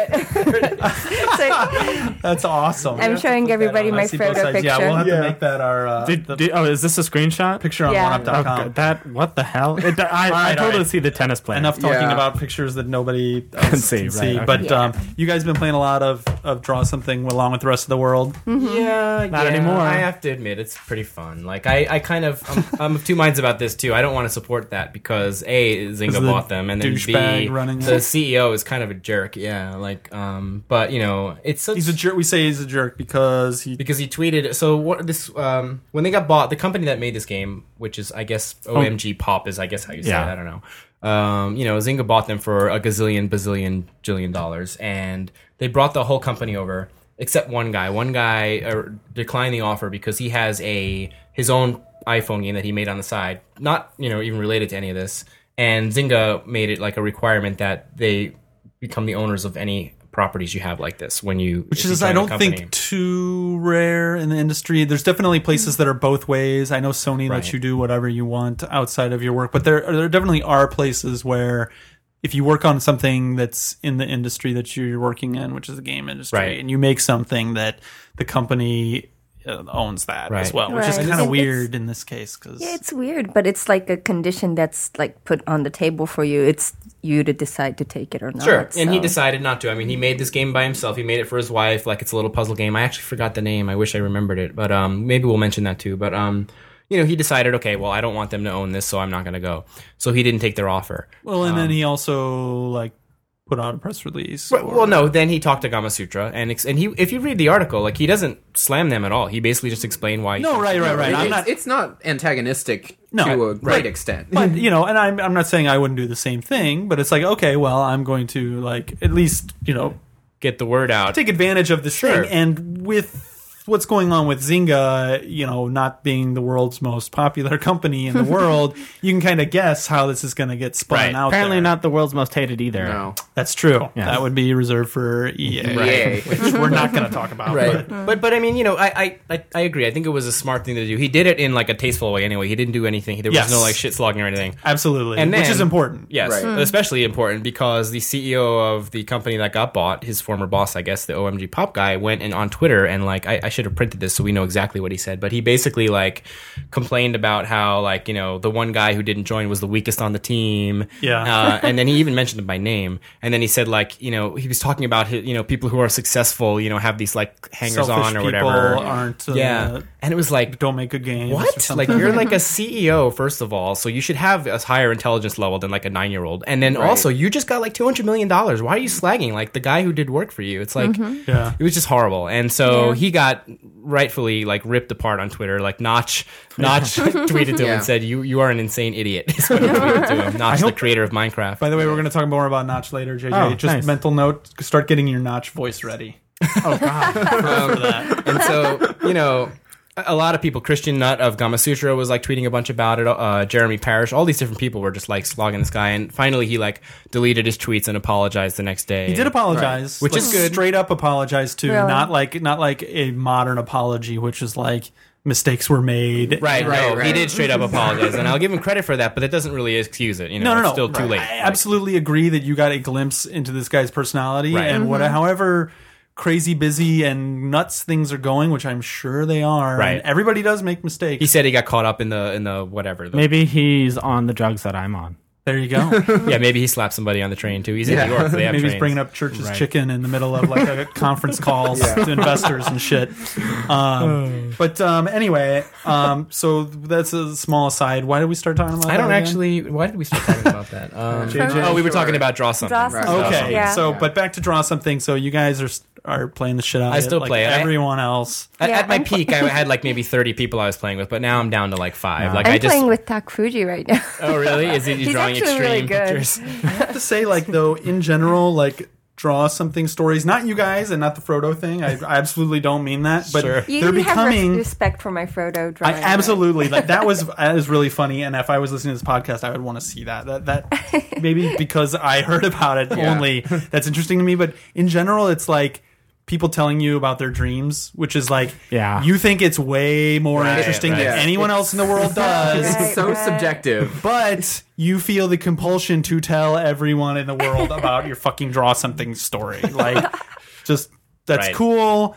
S1: [LAUGHS]
S5: but [LAUGHS] so
S1: that. That's awesome.
S5: I'm
S1: Yeah.
S5: showing everybody
S1: I
S5: my
S1: see both
S5: Frodo
S1: sides.
S5: picture.
S1: Yeah, we'll have
S4: Yeah.
S1: to make that our uh,
S4: Did,
S1: the
S4: did- oh, is this a screenshot?
S1: picture on
S5: Yeah.
S4: Oh,
S1: OneUp.com.
S4: God, that what the hell? It, I, I
S1: [LAUGHS] right, all
S4: totally
S1: right.
S4: see the tennis player.
S1: Enough talking
S3: Yeah.
S1: about pictures that nobody else can see.
S4: see, right, okay.
S1: But
S5: Yeah.
S1: um, you guys been playing a lot of, of draw something along with the rest of the world.
S2: Yeah,
S4: Mm-hmm. Not
S2: yeah.
S4: anymore.
S2: I have to admit, it's pretty fun. Like I, I kind of, I'm, I'm of two minds about this too. I don't want to support that because a Zynga
S1: the
S2: bought them, and then b
S1: douchebag running mind.
S2: the CEO is kind of a jerk. Yeah, like um, but you know, it's such
S5: Mm.
S1: he's a jerk. We say he's a jerk because he.
S2: because he tweeted. So what this um, when they got bought, the company that made this game, which is I guess
S1: Oh.
S2: OMG Pop is I guess how you say
S4: Yeah.
S2: it. I don't know. Um, you know, Zynga bought them for a gazillion, bazillion, jillion dollars, and they brought the whole company over except one guy. One guy uh, declined the offer because he has a his own iPhone game that he made on the side, not you know even related to any of this. And Zynga made it like a requirement that they become the owners of any properties you have like this when you
S1: Which is, I don't think, too rare in the industry. There's definitely places that are both ways. I know Sony lets
S2: Right.
S1: you do whatever you want outside of your work, but there there definitely are places where if you work on something that's in the industry that you're working in, which is the game industry,
S2: Right.
S1: and you make something that the company uh, owns that as
S2: Right.
S1: well, which is
S5: Right.
S1: kind
S5: And
S1: of
S5: it's-
S1: weird in this case because
S5: Yeah, it's weird, but it's like a condition that's like put on the table for you. It's you to decide to take it or not.
S2: Sure. And he
S5: so-
S2: decided not to. I mean, he made this game by himself. He made it for his wife. Like it's a little puzzle game. I actually forgot the name. I wish I remembered it. But um, maybe we'll mention that too. But um, you know, he decided, okay, well, I don't want them to own this, so I'm not going to go. So he didn't take their offer.
S1: well, and
S2: Um,
S1: then he also like put out a press release.
S2: Right, well, no. Then he talked to Gama Sutra, and ex- and he, if you read the article, like he doesn't slam them at all. He basically just explained why.
S1: No, right, right, right.
S3: It-
S1: I'm
S3: it's,
S1: not.
S3: it's not antagonistic
S1: No,
S3: to a
S1: right.
S3: great extent.
S1: but you know, and I'm I'm not saying I wouldn't do the same thing, but it's like okay, well, I'm going to like at least you know
S2: Get the word out.
S1: take advantage of this
S2: Sure.
S1: thing, and with what's going on with Zynga, you know, not being the world's most popular [LAUGHS] company in the world, you can kind of guess how this is going to get spun
S2: Right.
S1: out.
S4: Apparently
S1: there.
S4: not the world's most hated either.
S3: no.
S1: That's true.
S4: Yeah.
S1: That would be reserved for EA,
S3: [LAUGHS]
S2: [LAUGHS]
S3: Right.
S1: which we're not going to talk about.
S3: Right.
S2: But but I mean, you know, I, I I I agree. I think it was a smart thing to do. He did it in like a tasteful way. Anyway, he didn't do anything. There was
S1: Yes.
S2: no like shit slogging or anything.
S1: Absolutely,
S2: And
S1: which
S2: then-
S1: is important.
S2: Yes,
S3: Right.
S2: especially important because the CEO of the company that got bought, his former boss, I guess, the OMG Pop guy, went and on Twitter and like I, I should have printed this so we know exactly what he said, but he basically like complained about how like you know the one guy who didn't join was the weakest on the team.
S1: Yeah.
S2: uh, and then he even mentioned him by name, and then he said like you know he was talking about hi- you know people who are successful you know have these like hangers
S1: Selfish
S2: on or
S1: people
S2: whatever.
S1: aren't. Uh,
S2: yeah, and it was like
S1: Don't make good games. or
S2: what? Like
S1: something.
S2: you're like a CEO first of all, so you should have a higher intelligence level than like a nine year old. And then also, you just got like two hundred million dollars. Why are you slagging like the guy who did work for you? It's like
S1: Yeah.
S2: it was just horrible. And so
S5: Yeah.
S2: he got rightfully like ripped apart on Twitter. Like Notch, Notch tweeted to him
S3: Yeah.
S2: and said, "You you are an insane idiot." [LAUGHS] is what he tweeted to him. Notch, the creator of Minecraft.
S1: By the way, we're going to talk more about Notch later, JJ.
S4: Oh,
S1: Just
S4: nice.
S1: mental note: start getting your Notch voice ready.
S2: and so you know a a lot of people christian nutt of gama sutra was like tweeting a bunch about it uh, jeremy parrish all these different people were just like slogging this guy and finally he like deleted his tweets and apologized the next day
S1: He did apologize,
S2: Which
S1: Like,
S2: is good.
S1: Straight up apologize too,
S5: Really?
S1: not like not like a modern apology, which is like mistakes were made.
S2: right
S3: Right,
S2: no, he
S3: right.
S2: did straight up apologize and i'll give him credit for that but that doesn't really excuse it you
S1: No,
S2: know
S1: no, no.
S2: it's still too
S1: Right.
S2: late
S1: I absolutely agree that you got a glimpse into this guy's personality
S2: Right.
S1: and what, however crazy busy and nuts things are going, which I'm sure they are.
S2: Right.
S1: and everybody does make mistakes.
S2: he said he got caught up in the in the whatever the,
S4: Maybe he's on the drugs that I'm on.
S1: there you
S2: [LAUGHS]
S1: go.
S2: yeah maybe he slapped somebody on the train too he's in new
S1: [LAUGHS]
S2: york so they have
S1: Maybe he's
S2: trains.
S1: bringing up Church's chicken in the middle of like
S2: [LAUGHS]
S1: a conference calls to investors and shit.
S2: Uh.
S1: Um, but um, anyway, um, so that's a small aside. Why did we start talking about?
S2: i don't
S1: that again?
S2: actually why did we start talking about
S1: [LAUGHS]
S2: that um,
S1: JJ?
S2: oh we were talking
S3: Sure.
S2: about draw something
S5: Draw
S2: Right.
S5: something.
S1: Okay,
S5: Yeah.
S1: so but back to draw something. So you guys are are playing the shit out. of
S2: I still
S1: like
S2: play it. I-
S1: Everyone else.
S2: At,
S5: Yeah,
S2: at my
S5: I'm pl-
S2: peak, I had like maybe thirty people I was playing with, but now I'm down to like five. Like
S5: I'm
S2: I just.
S5: playing with Takfuji right now.
S1: Uh,
S2: oh really? Is he
S5: He's
S2: drawing
S5: actually
S2: extreme
S5: really good.
S2: pictures?
S1: I have to say, like though, in general, like draw something stories. Not you guys, and not the Frodo thing. I, I absolutely don't mean that. But
S2: Sure.
S5: [LAUGHS] You
S1: they're
S5: have
S1: becoming.
S5: res- respect for my
S1: I
S5: Frodo drawing. right?
S1: absolutely like that was that is really funny, and if I was listening to this podcast, I would want to see that. That
S5: [LAUGHS]
S1: that maybe because I heard about it
S3: Yeah.
S1: only that's interesting to me. But in general, it's like people telling you about their dreams, which is like
S4: Yeah.
S1: you think it's way more
S2: Right,
S1: interesting
S2: right.
S1: than anyone else in the world does,
S3: [LAUGHS]
S5: Right,
S3: It's so
S5: right.
S3: subjective.
S1: but you feel the compulsion to tell everyone in the world about your fucking draw something story. Like, just that's
S2: Right.
S1: cool.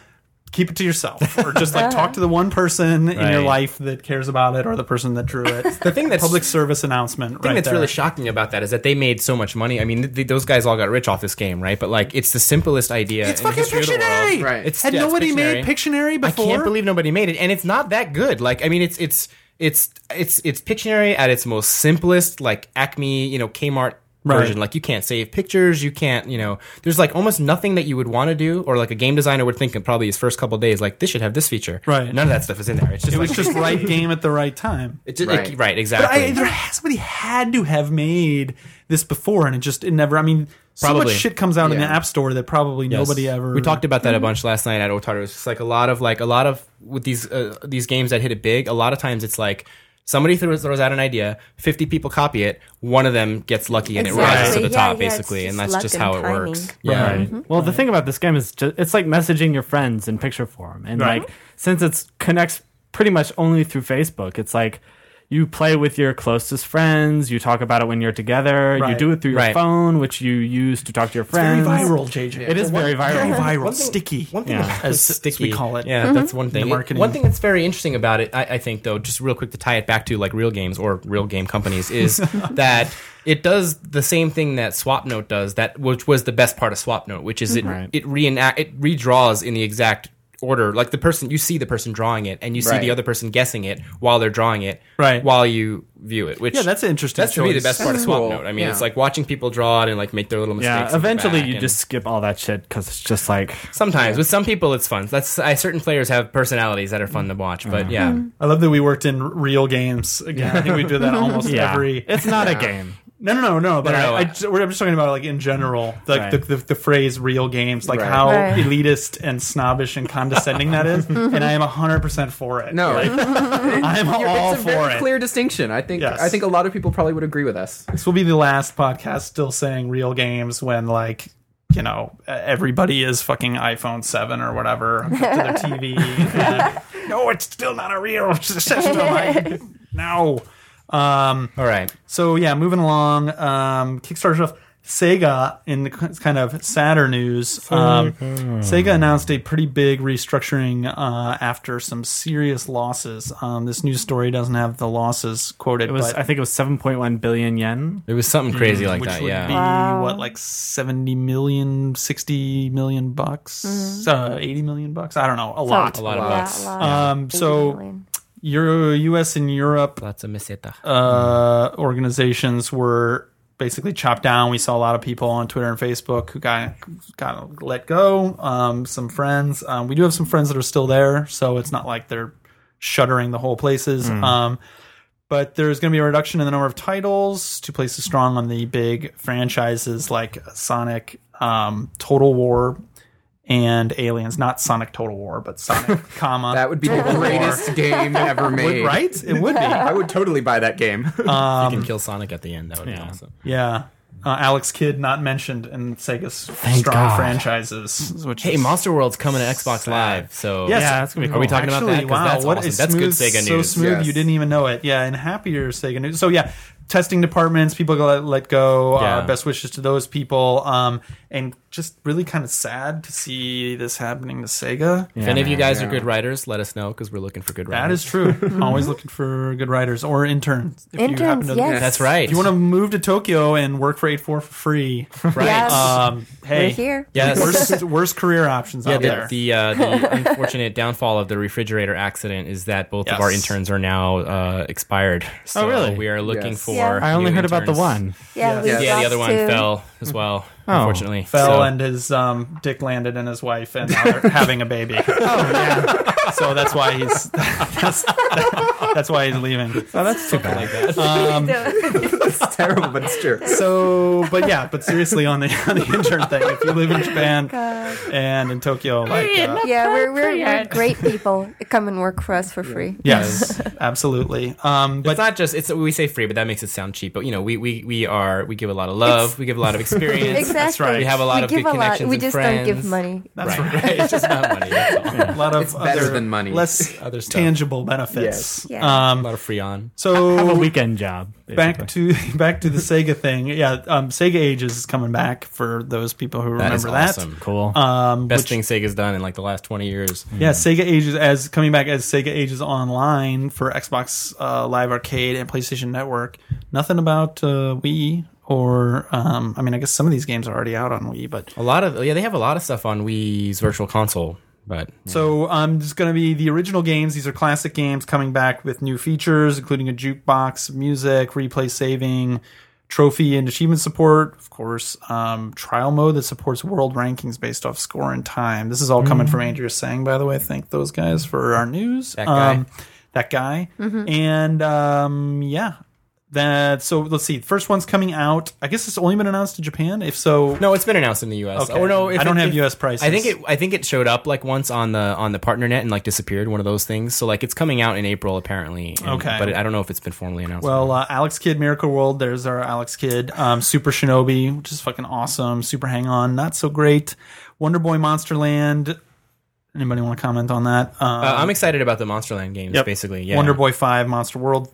S1: Keep it to yourself, or just like talk to the one person in your
S2: Right.
S1: life that cares about it, or the person that drew it.
S2: The thing that's
S1: Public service announcement.
S2: The thing
S1: right
S2: that's
S1: there.
S2: really shocking about that is that they made so much money. I mean, th- th- those guys all got rich off this game, right? But like, it's the simplest idea.
S1: It's
S2: in the
S1: fucking
S2: history of the world.
S1: Pictionary!
S3: Right.
S2: It's,
S1: Had
S2: yeah, it's
S1: nobody made
S2: Pictionary.
S1: Pictionary
S2: I
S1: before?
S2: can't believe nobody made it, and it's not that good. Like, I mean, it's it's it's it's it's Pictionary at its most simplest, like Acme, you know, Kmart version. Like you can't save pictures, you can't, you know, there's like almost nothing that you would want to do, or like a game designer would think in probably his first couple days, like this should have this feature.
S1: Right.
S2: None of that stuff is in there. It's just
S1: It
S2: like,
S1: was just right game at the right time.
S2: it just,
S3: Right.
S2: It, right,
S1: But I,
S2: exactly.
S1: there has, somebody had to have made this before, and it just it never. I mean, so
S2: Probably.
S1: much shit comes out in the
S3: Yeah.
S1: app store that probably
S2: Yes.
S1: nobody ever. Mm-hmm.
S2: We talked about that a bunch last night at Otaru. It's just like a lot of like a lot of with these uh, these games that hit it big. A lot of times it's like somebody throws, throws out an idea, fifty people copy it, one of them gets lucky and it rises to
S5: Exactly.
S2: the
S5: Yeah,
S2: top,
S5: yeah, it's
S2: basically,
S5: just
S2: and that's
S5: luck
S2: just
S5: and
S2: how it
S5: timing.
S2: works. Yeah,
S4: Right.
S1: Mm-hmm.
S4: Well, the thing about this game is just, it's like messaging your friends in picture form, and
S1: Right.
S4: like since it's connects pretty much only through Facebook, it's like you play with your closest friends, you talk about it when you're together, you
S1: Right.
S4: do it through your
S2: Right.
S4: phone, which you use to talk to your
S1: very
S4: friends.
S1: viral, JJ.
S4: It is very viral.
S1: Very viral, sticky.
S2: One thing
S4: Yeah.
S2: that's
S1: As-
S2: that's
S1: as we call it.
S2: Yeah, that's one thing.
S1: The marketing.
S2: Mm-hmm. One thing that's very interesting about it, I, I think, though, just real quick to tie it back to like real games or real game
S4: [LAUGHS]
S2: companies, is that it does the same thing that Swapnote does. That which was the best part of Swapnote, which is it
S4: Right.
S2: it reenact it redraws in the exact order. Like the person you see the person drawing it, and you see
S3: Right.
S2: the other person guessing it while they're drawing it,
S1: Right.
S2: While you view it, which
S1: Yeah, that's an interesting
S2: That's to me the
S1: choice.
S2: best part of
S3: That's cool.
S2: Swapnote. I mean,
S3: Yeah.
S2: it's like watching people draw it and like make their little mistakes.
S4: Yeah,
S2: and go
S4: eventually
S2: back
S4: you
S2: and-
S4: just skip all that shit because it's just like
S2: Sometimes with some people it's fun. That's I, certain players have personalities that are fun to watch. But yeah,
S1: I love that we worked in real games again. I think we do that almost
S4: yeah,
S1: every.
S4: it's not a game.
S1: No, no, no, no. But
S2: No, no,
S1: I, I
S2: I-
S1: just, we're, I'm just talking about like in general, like
S4: Right.
S1: the, the, the phrase "real games," like
S3: Right. Mm-hmm.
S1: how
S5: Right.
S1: elitist and snobbish and condescending that
S3: [LAUGHS]
S1: is. and I am 100 percent for it.
S3: No,
S1: Like, I'm all
S3: it's a very
S1: for it.
S3: clear distinction. I think
S1: Yes.
S3: I think a lot of people probably would agree with us.
S1: This will be the last podcast still saying real games when like you know e, everybody is fucking iPhone seven or whatever hooked up
S3: [LAUGHS]
S1: to their TV. and, no, it's still not a real [LAUGHS] system.
S3: [LAUGHS]
S1: I- no. Um,
S2: all right.
S1: so yeah, moving along. Um, Kickstarter stuff. Sega, in the k- kind of sadder news, um, Sega announced a pretty big restructuring uh, after some serious losses. Um, this news story doesn't have the losses quoted,
S4: It was
S1: but
S4: I think it was seven point one billion yen.
S2: It was something crazy like
S1: Mm-hmm. which
S2: that.
S1: would
S2: Yeah,
S1: be what like 70 million 60 million bucks uh, 80 million bucks i don't know a lot
S2: lot of
S5: yeah,
S2: bucks.
S5: a lot.
S1: um so
S5: Million.
S1: Euro, us and europe
S2: lots of miseta.
S1: uh organizations were basically chopped down we saw a lot of people on twitter and facebook who got got let go um some friends um we do have some friends that are still there so it's not like they're shuttering the whole places
S3: Mm.
S1: um but there's going to be a reduction in the number of titles to places strong on the big franchises like Sonic, um, Total War, and Aliens. Not Sonic Total War, but
S3: [LAUGHS]
S1: Sonic, comma.
S3: That would be the greatest game ever made.
S1: right? It would be.
S3: I would totally buy that game. [LAUGHS]
S2: you can kill Sonic at the end. That would be awesome.
S1: Um, Yeah. Uh, Alex Kidd not mentioned in Sega's strong
S2: God.
S1: franchises. Which
S2: Hey,
S1: is-
S2: Monster World's coming to Xbox Live. So
S1: Yes.
S4: Yeah, that's gonna be.
S2: are we
S4: cool.
S2: talking about that?
S1: Actually,
S2: 'Cause
S1: wow,
S2: that's
S1: what
S2: awesome.
S1: a
S2: That's good
S1: smooth-
S2: Sega
S1: So
S2: news.
S1: smooth,
S3: Yes.
S1: you didn't even know it. Yeah, and happier Sega news. So yeah, testing departments, people got let, let go. Uh,
S2: Yeah.
S1: best wishes to those people. Um, and just really kind of sad to see this happening to Sega.
S2: if any of you guys are good writers, let us know because we're looking for good writers.
S1: That is
S2: [LAUGHS]
S1: true. Always looking for good writers or interns. If you happen
S5: Interns,
S1: to,
S5: yes.
S2: That's right.
S1: If you want to move to Tokyo and work for 8-4 for
S2: [LAUGHS]
S1: free,
S2: right?
S5: Yes.
S1: um, hey,
S5: We're here.
S2: Yes.
S1: worst, worst career options
S2: Yeah,
S1: out
S2: the
S1: there.
S2: the, uh,
S1: [LAUGHS]
S2: the unfortunate downfall of the refrigerator accident is that both of our
S1: Yes. Oh,
S2: interns are now uh, expired. So
S4: really?
S2: We are looking
S3: Yes.
S2: for.
S5: Yeah.
S4: I only
S2: new
S4: heard about the
S2: interns.
S4: one.
S5: Yeah, we
S2: Yeah, the other one
S5: lost two. [LAUGHS]
S2: fell as well.
S4: Oh.
S2: Unfortunately,
S1: fell
S2: So-
S1: and his um, dick landed in his wife, and now they're having a baby. oh man! So that's why he's [LAUGHS] that's, that's why he's leaving.
S4: Oh, that's too bad.
S2: [LAUGHS]
S1: Um, [LAUGHS]
S3: It's terrible, but it's true.
S1: So, but yeah, but seriously, on the on the intern thing, if you live in Japan and in Tokyo, like uh,
S5: yeah, we're, we're, we're great people. Come and work for us for free.
S1: yes, absolutely. Um,
S2: But
S1: but
S2: it's not just it's we say free, but that makes it sound cheap. But you know, we we, we are we give a lot of love, we give a lot of experience.
S5: Exactly.
S2: We have a lot
S5: we
S2: of
S5: give
S2: good
S5: a lot.
S2: connections.
S5: We
S2: and
S5: just
S2: friends.
S5: don't give money.
S1: that's
S2: Right, [LAUGHS] right. [LAUGHS] It's just not money. That's all.
S1: a lot of
S3: It's better
S1: other-
S3: than money.
S1: less
S2: Other stuff.
S1: tangible benefits.
S3: Yes.
S5: Yeah.
S2: A
S1: Um,
S2: lot of free on.
S4: Have a
S1: so
S4: weekend job.
S1: back to [LAUGHS] back to the Sega thing. Yeah, um, Sega Ages is coming back for those people who
S2: That
S1: remember
S2: is
S1: that.
S2: awesome.
S4: cool.
S1: Um,
S2: Best
S1: which-
S2: thing Sega's done in like the last twenty years.
S1: Yeah,
S2: Mm-hmm.
S1: Sega Ages as coming back as Sega Ages Online for Xbox uh, Live Arcade and PlayStation Network. Nothing about uh, Wii or um, I mean, I guess some of these games are already out on Wii, but
S2: A lot of yeah, they have a lot of stuff on Wii's Virtual Console, but
S1: so um, it's going to be the original games. These are classic games coming back with new features, including a jukebox, music, replay saving, trophy and achievement support, of course, um, trial mode that supports world rankings based off score and time. This is all
S2: Mm-hmm.
S1: coming from Andrea Sang, by the way. Thank those guys for our news. That
S2: guy.
S1: Um, that guy. And um, yeah. That so let's see. First one's coming out. I guess it's only been announced to Japan. If so,
S2: No, it's been announced in the U.S.
S1: Okay.
S2: Or Oh, no, if
S1: I don't
S2: it-
S1: have
S2: if-
S1: US prices.
S2: I think it. I think it showed up like once on the on the partner net and like disappeared. One of those things. So like it's coming out in April apparently. and-
S1: Okay.
S2: but I don't know if it's been formally announced.
S1: Well, uh, Alex Kidd, Miracle World. There's our Alex Kidd. Um, Super Shinobi, which is fucking awesome. Super Hang On, not so great. Wonder Boy, Monsterland. Anybody want to comment on that? Um,
S2: uh, I'm excited about the Monsterland games.
S1: yep.
S2: Basically, yeah.
S1: Wonder Boy Five, Monster World.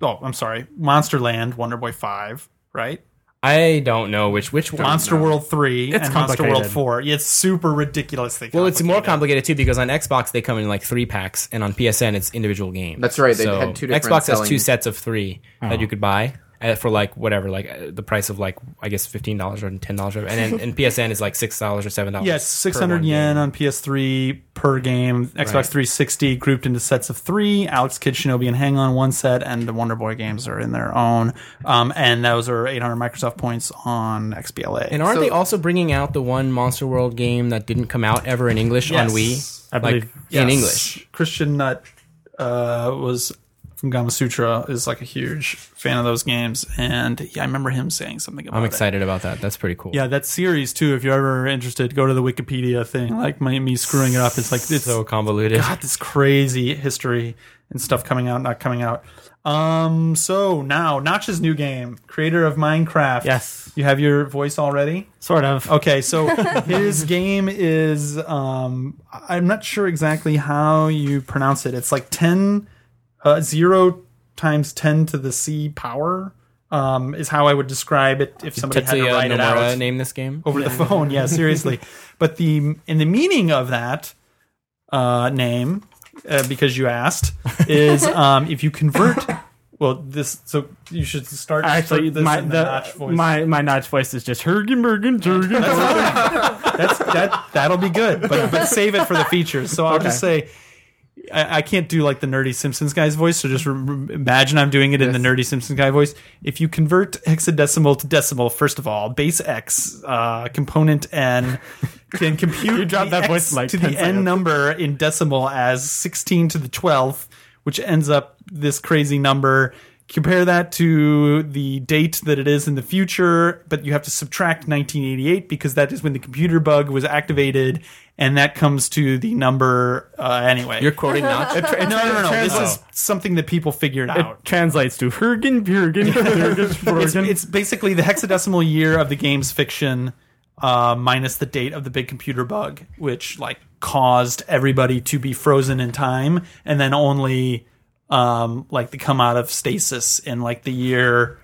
S1: Oh, I'm sorry, Monsterland, Wonder Boy Five, right?
S2: I don't know which which one.
S1: Monster World Three
S4: It's
S1: and Monster World
S4: complicated.
S1: Four. Yeah, it's super ridiculously.
S2: Well, it's more
S1: complicated.
S2: complicated too because on Xbox they come in like three packs, and on PSN it's individual games.
S3: That's right, they had two different
S2: Xbox has
S3: selling-
S2: two sets of three
S1: Oh.
S2: that you could buy uh, for like whatever, like uh, the price of like I guess fifteen dollars or ten dollars, and then and PSN is like six dollars or seven dollars.
S1: Yes,
S2: per
S1: 600
S2: one
S1: yen
S2: game.
S1: on PS3 per game. Xbox 360 grouped into sets of three. Alex Kidd, Shinobi, and Hang On one set, and the Wonder Boy games are in their own. Um, and those are 800 Microsoft points on XBLA.
S2: And aren't
S3: So-
S2: they also bringing out the one Monster World game that didn't come out ever in English on
S1: Yes.
S2: Wii?
S4: I believe-
S2: like, in
S1: Yes.
S2: English.
S1: Christian Nutt uh, was from Gama Sutra is like a huge fan of those games, and yeah, I remember him saying something about
S2: I'm
S1: it.
S2: excited about that. That's pretty cool.
S1: Yeah, that series too. If you're ever interested, go to the Wikipedia thing. Like my, me screwing it up, it's like it's
S2: so convoluted.
S1: God, this crazy history and stuff coming out, not coming out. Um, so now Notch's new game, creator of Minecraft.
S4: Yes.
S1: You have your voice already?
S4: Sort of.
S1: Okay,
S2: [LAUGHS]
S1: so his game is um I'm not sure exactly how you pronounce it. It's like 10 uh, 0 times 10 to the C power. Um, is how I would describe it if somebody had to
S2: Tetsuya
S1: write it
S2: Nomura
S1: out Oh,
S2: name this game.
S1: over the phone.
S4: [LAUGHS]
S1: Yeah, seriously. but the and the meaning of that uh, name, uh, because you asked,
S4: [LAUGHS]
S1: is um, if you convert. Well, this so you should start.
S4: Actually,
S1: start this
S4: my
S1: in
S4: the-
S1: the notch voice.
S4: my my notch voice is just Hergenbergen, Hergenbergen.
S1: That's that. That'll be good, but but save it for the features. So I'll just say. I, I can't do like the nerdy Simpsons guy's voice, so just rem imagine I'm doing it in the nerdy Simpsons guy voice. If you convert hexadecimal to decimal, first of all, base x uh, component n
S4: [LAUGHS]
S1: can compute
S4: You dropped
S1: the
S4: that voice
S1: X
S4: in, like,
S1: to
S4: 10
S1: the n
S4: seconds.
S1: number in decimal as 16 to the 12th, which ends up this crazy number. Compare that to the date that it is in the future, but you have to subtract 1988 because that is when the computer bug was activated, and that comes to the number uh, anyway.
S2: You're quoting Notch.
S1: [LAUGHS] no, no, no, no. This
S4: Oh.
S1: is something that people figured out.
S4: Translates to Hergenbergen,
S1: [LAUGHS] It's,
S4: Hergenbergen.
S1: it's basically the hexadecimal year of the game's fiction uh, minus the date of the big computer bug, which like caused everybody to be frozen in time, and then only um, like to come out of stasis in like the year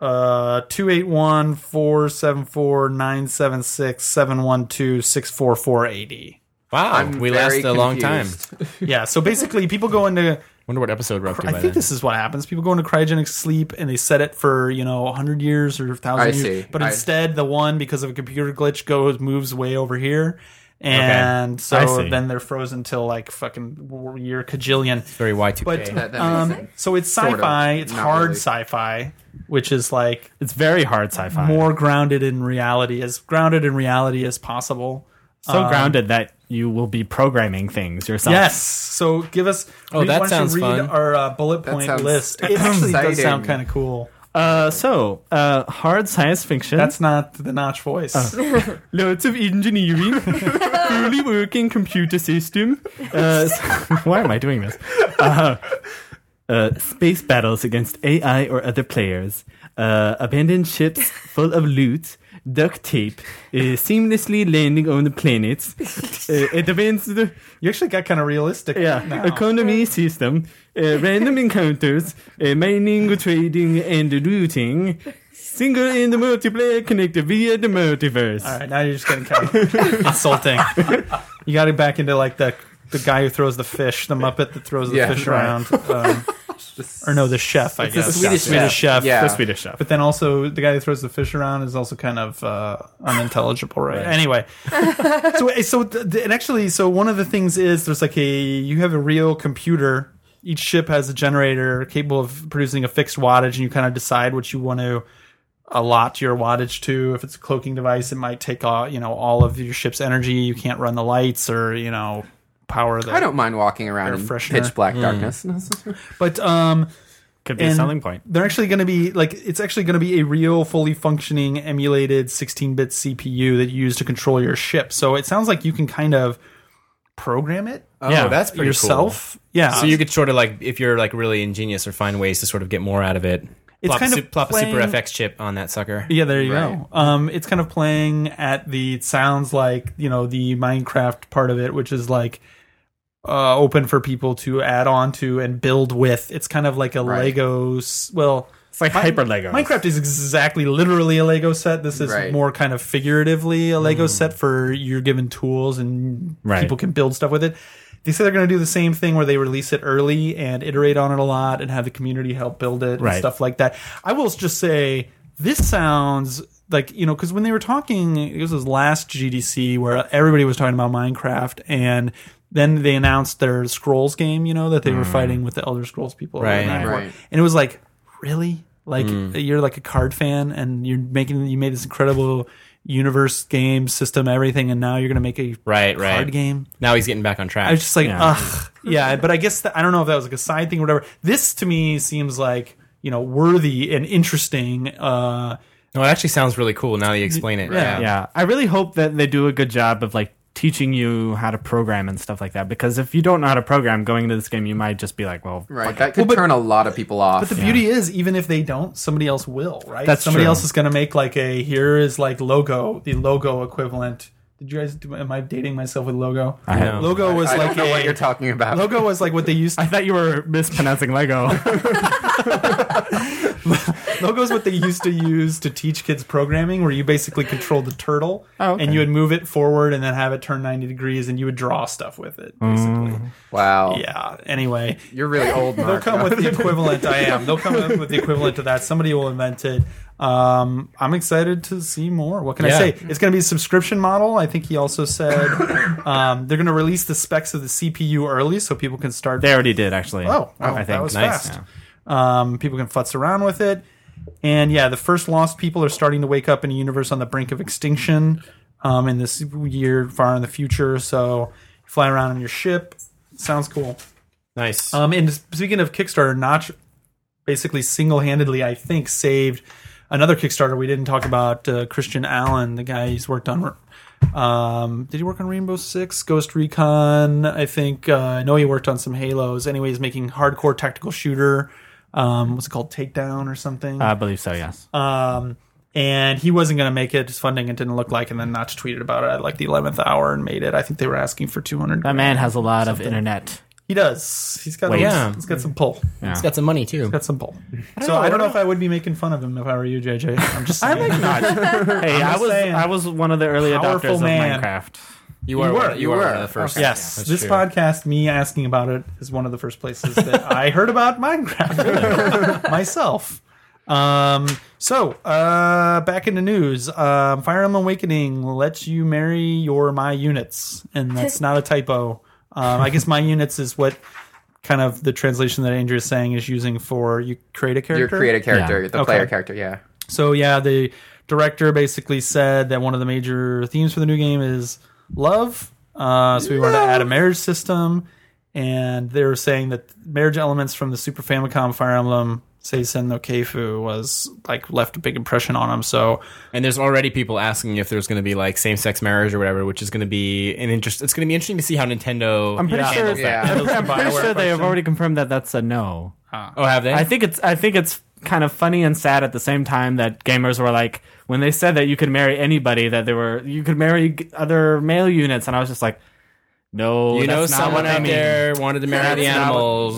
S1: uh two eight one four seven four nine seven six seven one two six four four eighty.
S2: Wow,
S3: I'm
S2: we
S3: very
S2: lasted a long time.
S3: confused.
S1: Yeah, so basically people go into
S2: Wonder what episode we're up to
S1: I
S2: by
S1: think
S2: then.
S1: this is what happens. People go into cryogenic sleep and they set it for you know 100 years or 1,000
S3: I
S1: years.
S3: see.
S1: But
S3: I-
S1: instead, the one because of a computer glitch goes moves way over here, and
S4: I
S1: so
S4: see.
S1: then they're frozen till like fucking year cajillion.
S2: Very Y2K.
S1: But
S3: That- that makes
S1: um,
S3: sense.
S1: so it's
S3: Sort of.
S1: sci-fi. It's
S3: Not
S1: hard
S3: really.
S1: sci-fi, which is like
S4: It's very hard sci-fi.
S1: more grounded in reality, as grounded in reality as possible.
S4: so grounded that you will be programming things yourself.
S1: um, Yes. So give us.
S2: Oh,
S1: read-
S2: that
S1: why don't you
S2: sounds
S1: read
S2: fun.
S1: Our uh, bullet point
S3: sounds
S1: list. It actually does
S3: exciting.
S1: sound kind of cool.
S4: Uh, so uh, hard science fiction.
S1: That's not the notch voice.
S4: Oh. lots of engineering, fully working computer system. Uh, [LAUGHS] why am I doing this? Uh, uh, space battles against AI or other players, uh, abandoned ships full of loot, duct tape, uh, seamlessly landing on the planets, uh, advanced
S1: You actually got kind of realistic.
S4: yeah,
S1: now.
S4: economy system, uh, random encounters, uh, mining, trading, and looting. Single and multiplayer connected via the multiverse.
S1: All right, now you're just getting kind of insulting. [LAUGHS] You got it back into like the the guy who throws the fish, the Muppet that throws the
S3: Yeah,
S1: fish
S4: right.
S1: around,
S4: [LAUGHS]
S1: um, or no, the chef. I
S4: the
S1: guess
S4: Swedish
S1: chef.
S3: Yeah.
S4: The Swedish chef.
S1: But then also the guy who throws the fish around is also kind of uh, unintelligible, right?
S3: [LAUGHS]
S1: Anyway, eh, so so th- th- and actually, so one of the things is there's like a you have a real computer each ship has a generator capable of producing a fixed wattage, and you kind of decide what you want to allot your wattage to. If it's a cloaking device, it might take all you know all of your ship's energy. You can't run the lights or you know power the.
S3: I don't mind walking
S1: Air
S3: around in
S1: freshener.
S3: pitch black darkness. [LAUGHS]
S1: But um,
S4: Could be a
S1: And-
S4: selling point.
S1: they're actually going to be like it's actually going to be a real fully functioning emulated 16-bit CPU that you use to control your ship. So it sounds like you can kind of program it
S2: Oh,
S4: Yeah,
S2: that's pretty
S1: yourself. Uh, Yeah.
S2: Cool. So you could sort of like, if you're like really ingenious or find ways to sort of get more out of it,
S1: It's
S2: plop,
S1: kind
S2: a,
S1: of
S2: su- plop a super
S1: playing-
S2: FX chip on that sucker.
S1: yeah, there you
S3: Right.
S1: go. Um, it's kind of playing at the it sounds like you know the Minecraft part of it, which is like uh, open for people to add on to and build with. It's kind of like a
S3: Right.
S1: Lego. s- Well,
S4: It's like
S1: Mi-
S4: hyper Lego.
S1: Minecraft is exactly literally a Lego set. This is
S3: Right.
S1: more kind of figuratively a Lego set for you're given tools and
S4: Hmm. Right.
S1: people can build stuff with it. They say they're going to do the same thing where they release it early and iterate on it a lot and have the community help build it
S4: Right.
S1: and stuff like that. I will just say this sounds like, you know, because when they were talking, it was this last GDC where everybody was talking about Minecraft and then they announced their Scrolls game, you know, that they
S4: Hmm.
S1: were fighting with the Elder Scrolls people. over
S2: Right.
S1: and over.
S3: Right.
S1: And it was like, really? Like you're like a card fan and you're making you made this incredible universe game system everything and now you're going to make a
S2: Right,
S1: card
S2: right.
S1: game.
S2: Now he's getting back on track.
S1: I was just like,
S4: Yeah.
S1: ugh, yeah. But I guess that, I don't know if that was like a side thing or whatever. This to me seems like you know worthy and interesting. Uh,
S2: no, it actually sounds really cool now that you explain it.
S1: Yeah.
S4: Yeah, I really hope that they do a good job of like teaching you how to program and stuff like that. Because if you don't know how to program going into this game, you might just be like, "Well,
S3: Right, that could turn a lot of people off.
S1: but the beauty is, even if they don't, somebody else will, right?
S4: That's
S1: somebody
S4: true.
S1: else is going to make like a here is like logo, the logo equivalent. Did you guys? do- Am I dating myself with logo? I
S2: know.
S1: Logo was
S3: I
S1: like
S3: don't know
S1: a,
S3: what you're talking about.
S1: logo was like what
S4: [LAUGHS]
S1: they used.
S4: I
S1: To,
S4: thought you were mispronouncing [LAUGHS] Lego."
S1: logo is what they used to use to teach kids programming, where you basically controlled the turtle
S4: Oh, okay.
S1: and you would move it forward and then have it turn ninety degrees, and you would draw stuff with it. Basically,
S3: wow,
S1: yeah. Anyway,
S3: you're really old. Mark.
S1: They'll come with the equivalent. I am. They'll come up with the equivalent to that. Somebody will invent it. Um, I'm excited to see more. What can I
S2: Yeah.
S1: say? It's going to be a subscription model. I think he also said um, they're going to release the specs of the CPU early so people can start.
S4: they already did, actually.
S1: Oh, wow,
S4: I think
S1: that was
S2: Nice.
S1: fast. Um, people can futz around with it. And yeah, the first lost people are starting to wake up in a universe on the brink of extinction um, in this year far in the future. So fly around on your ship. Sounds cool.
S2: Nice.
S1: Um, and speaking of Kickstarter, Notch basically single handedly, I think, saved another Kickstarter we didn't talk about. Uh, Christian Allen, the guy he's worked on. Um, did he work on Rainbow Six, Ghost Recon? I think. Uh, I know he worked on some Halos. Anyway, he's making hardcore tactical shooter. Um, what's it called? Takedown or something.
S4: I believe so. Yes.
S1: Um, and he wasn't going to make it. His funding it didn't look like. And then Notch tweeted about it at like the eleventh hour and made it. I think they were asking for two hundred.
S4: that man has a lot of [LAUGHS] internet.
S1: He does. He's got.
S4: Wait.
S2: Yeah.
S1: He's got some pull.
S2: It's got some money too.
S1: That's simple. So I don't know if I would be making fun of him if I were you, JJ. I'm [LAUGHS] just saying.
S4: Hey, I
S1: just
S4: was
S1: saying.
S4: I was one of the early
S1: Powerful
S4: adopters
S1: man.
S4: of Minecraft.
S2: You were,
S1: were,
S2: one- you,
S1: you
S2: were, one
S3: were.
S2: of the first.
S1: yes,
S2: that's
S1: this
S2: true.
S1: podcast, me asking about it, is one of the first places [LAUGHS] that I heard about Minecraft [LAUGHS] myself. Um, so uh, back in the news, um, Fire Emblem Awakening lets you marry your my units, and [LAUGHS] that's not a typo. Um, I guess my units is what kind of the translation that Andrea is saying is using for you create a
S3: you
S1: character.
S3: create a character,
S4: Yeah.
S3: the
S1: Okay.
S3: player character. Yeah,
S1: So yeah, the director basically said that one of the major themes for the new game is love. Uh, so we wanted to add a marriage system, and they were saying that marriage elements from the Super Famicom Fire Emblem Seisen no Keifu was like left a big impression on him. So
S2: And there's already people asking if there's going to be like same sex marriage or whatever, which is going to be an interest. It's going to be interesting to see how Nintendo.
S4: I'm pretty sure.
S2: handles that.
S3: yeah.
S4: I'm pretty sure they have already confirmed that that's a no.
S2: Oh, have they?
S4: I think it's I think it's kind of funny and sad at the same time that gamers were like when they said that you could marry anybody that there were you could marry g- other male units and I was just like no
S2: you know,
S4: that's not
S2: someone
S4: what I
S2: out
S4: mean.
S2: there wanted to marry the
S4: That's not what-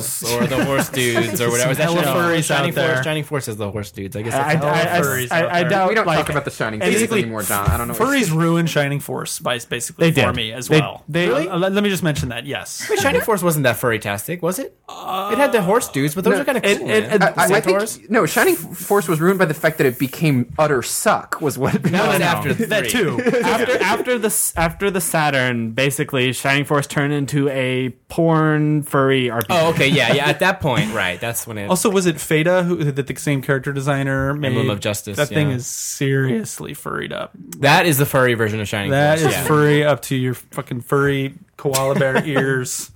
S2: animals or the horse dudes or whatever. Is that
S1: hella
S2: Shining-
S1: furries
S2: Shining
S1: out there.
S2: Force? Shining Force is the horse dudes. I guess.
S4: I, I,
S2: That's
S4: I, I-
S1: furries
S4: I-
S1: out
S4: I
S1: there.
S4: doubt
S3: we don't
S4: like,
S3: talk about the Shining Force
S1: basically,
S3: anymore, John. I don't know. what
S1: furries ruined Shining Force by basically
S4: they did
S1: for me as
S4: They-
S1: well.
S4: they,
S1: Uh, let, let me just mention that. Yes,
S2: Wait, Shining Force wasn't that furry tastic, was it? it had the horse dudes, but those are kind of cool.
S4: it- it-
S2: man.
S4: it-
S3: I, I
S2: Centaurs?
S3: think no. Shining Force was ruined by the fact that it became utter suck. Was what it
S2: that was
S4: no.
S2: after
S1: that
S2: three.
S1: too.
S4: after after the after the Saturn, basically Shining Force turn into a porn furry RPG.
S2: Oh, okay, yeah, yeah. At that point, right? That's when it.
S1: Also, was it Feta who that the same character designer made?
S2: Emblem of Justice,
S1: That thing
S2: yeah.
S1: is seriously furried up.
S2: that is the furry version of Shining
S1: That
S2: Force.
S1: is
S2: yeah.
S1: furry up to your fucking furry koala
S2: [LAUGHS]
S1: bear ears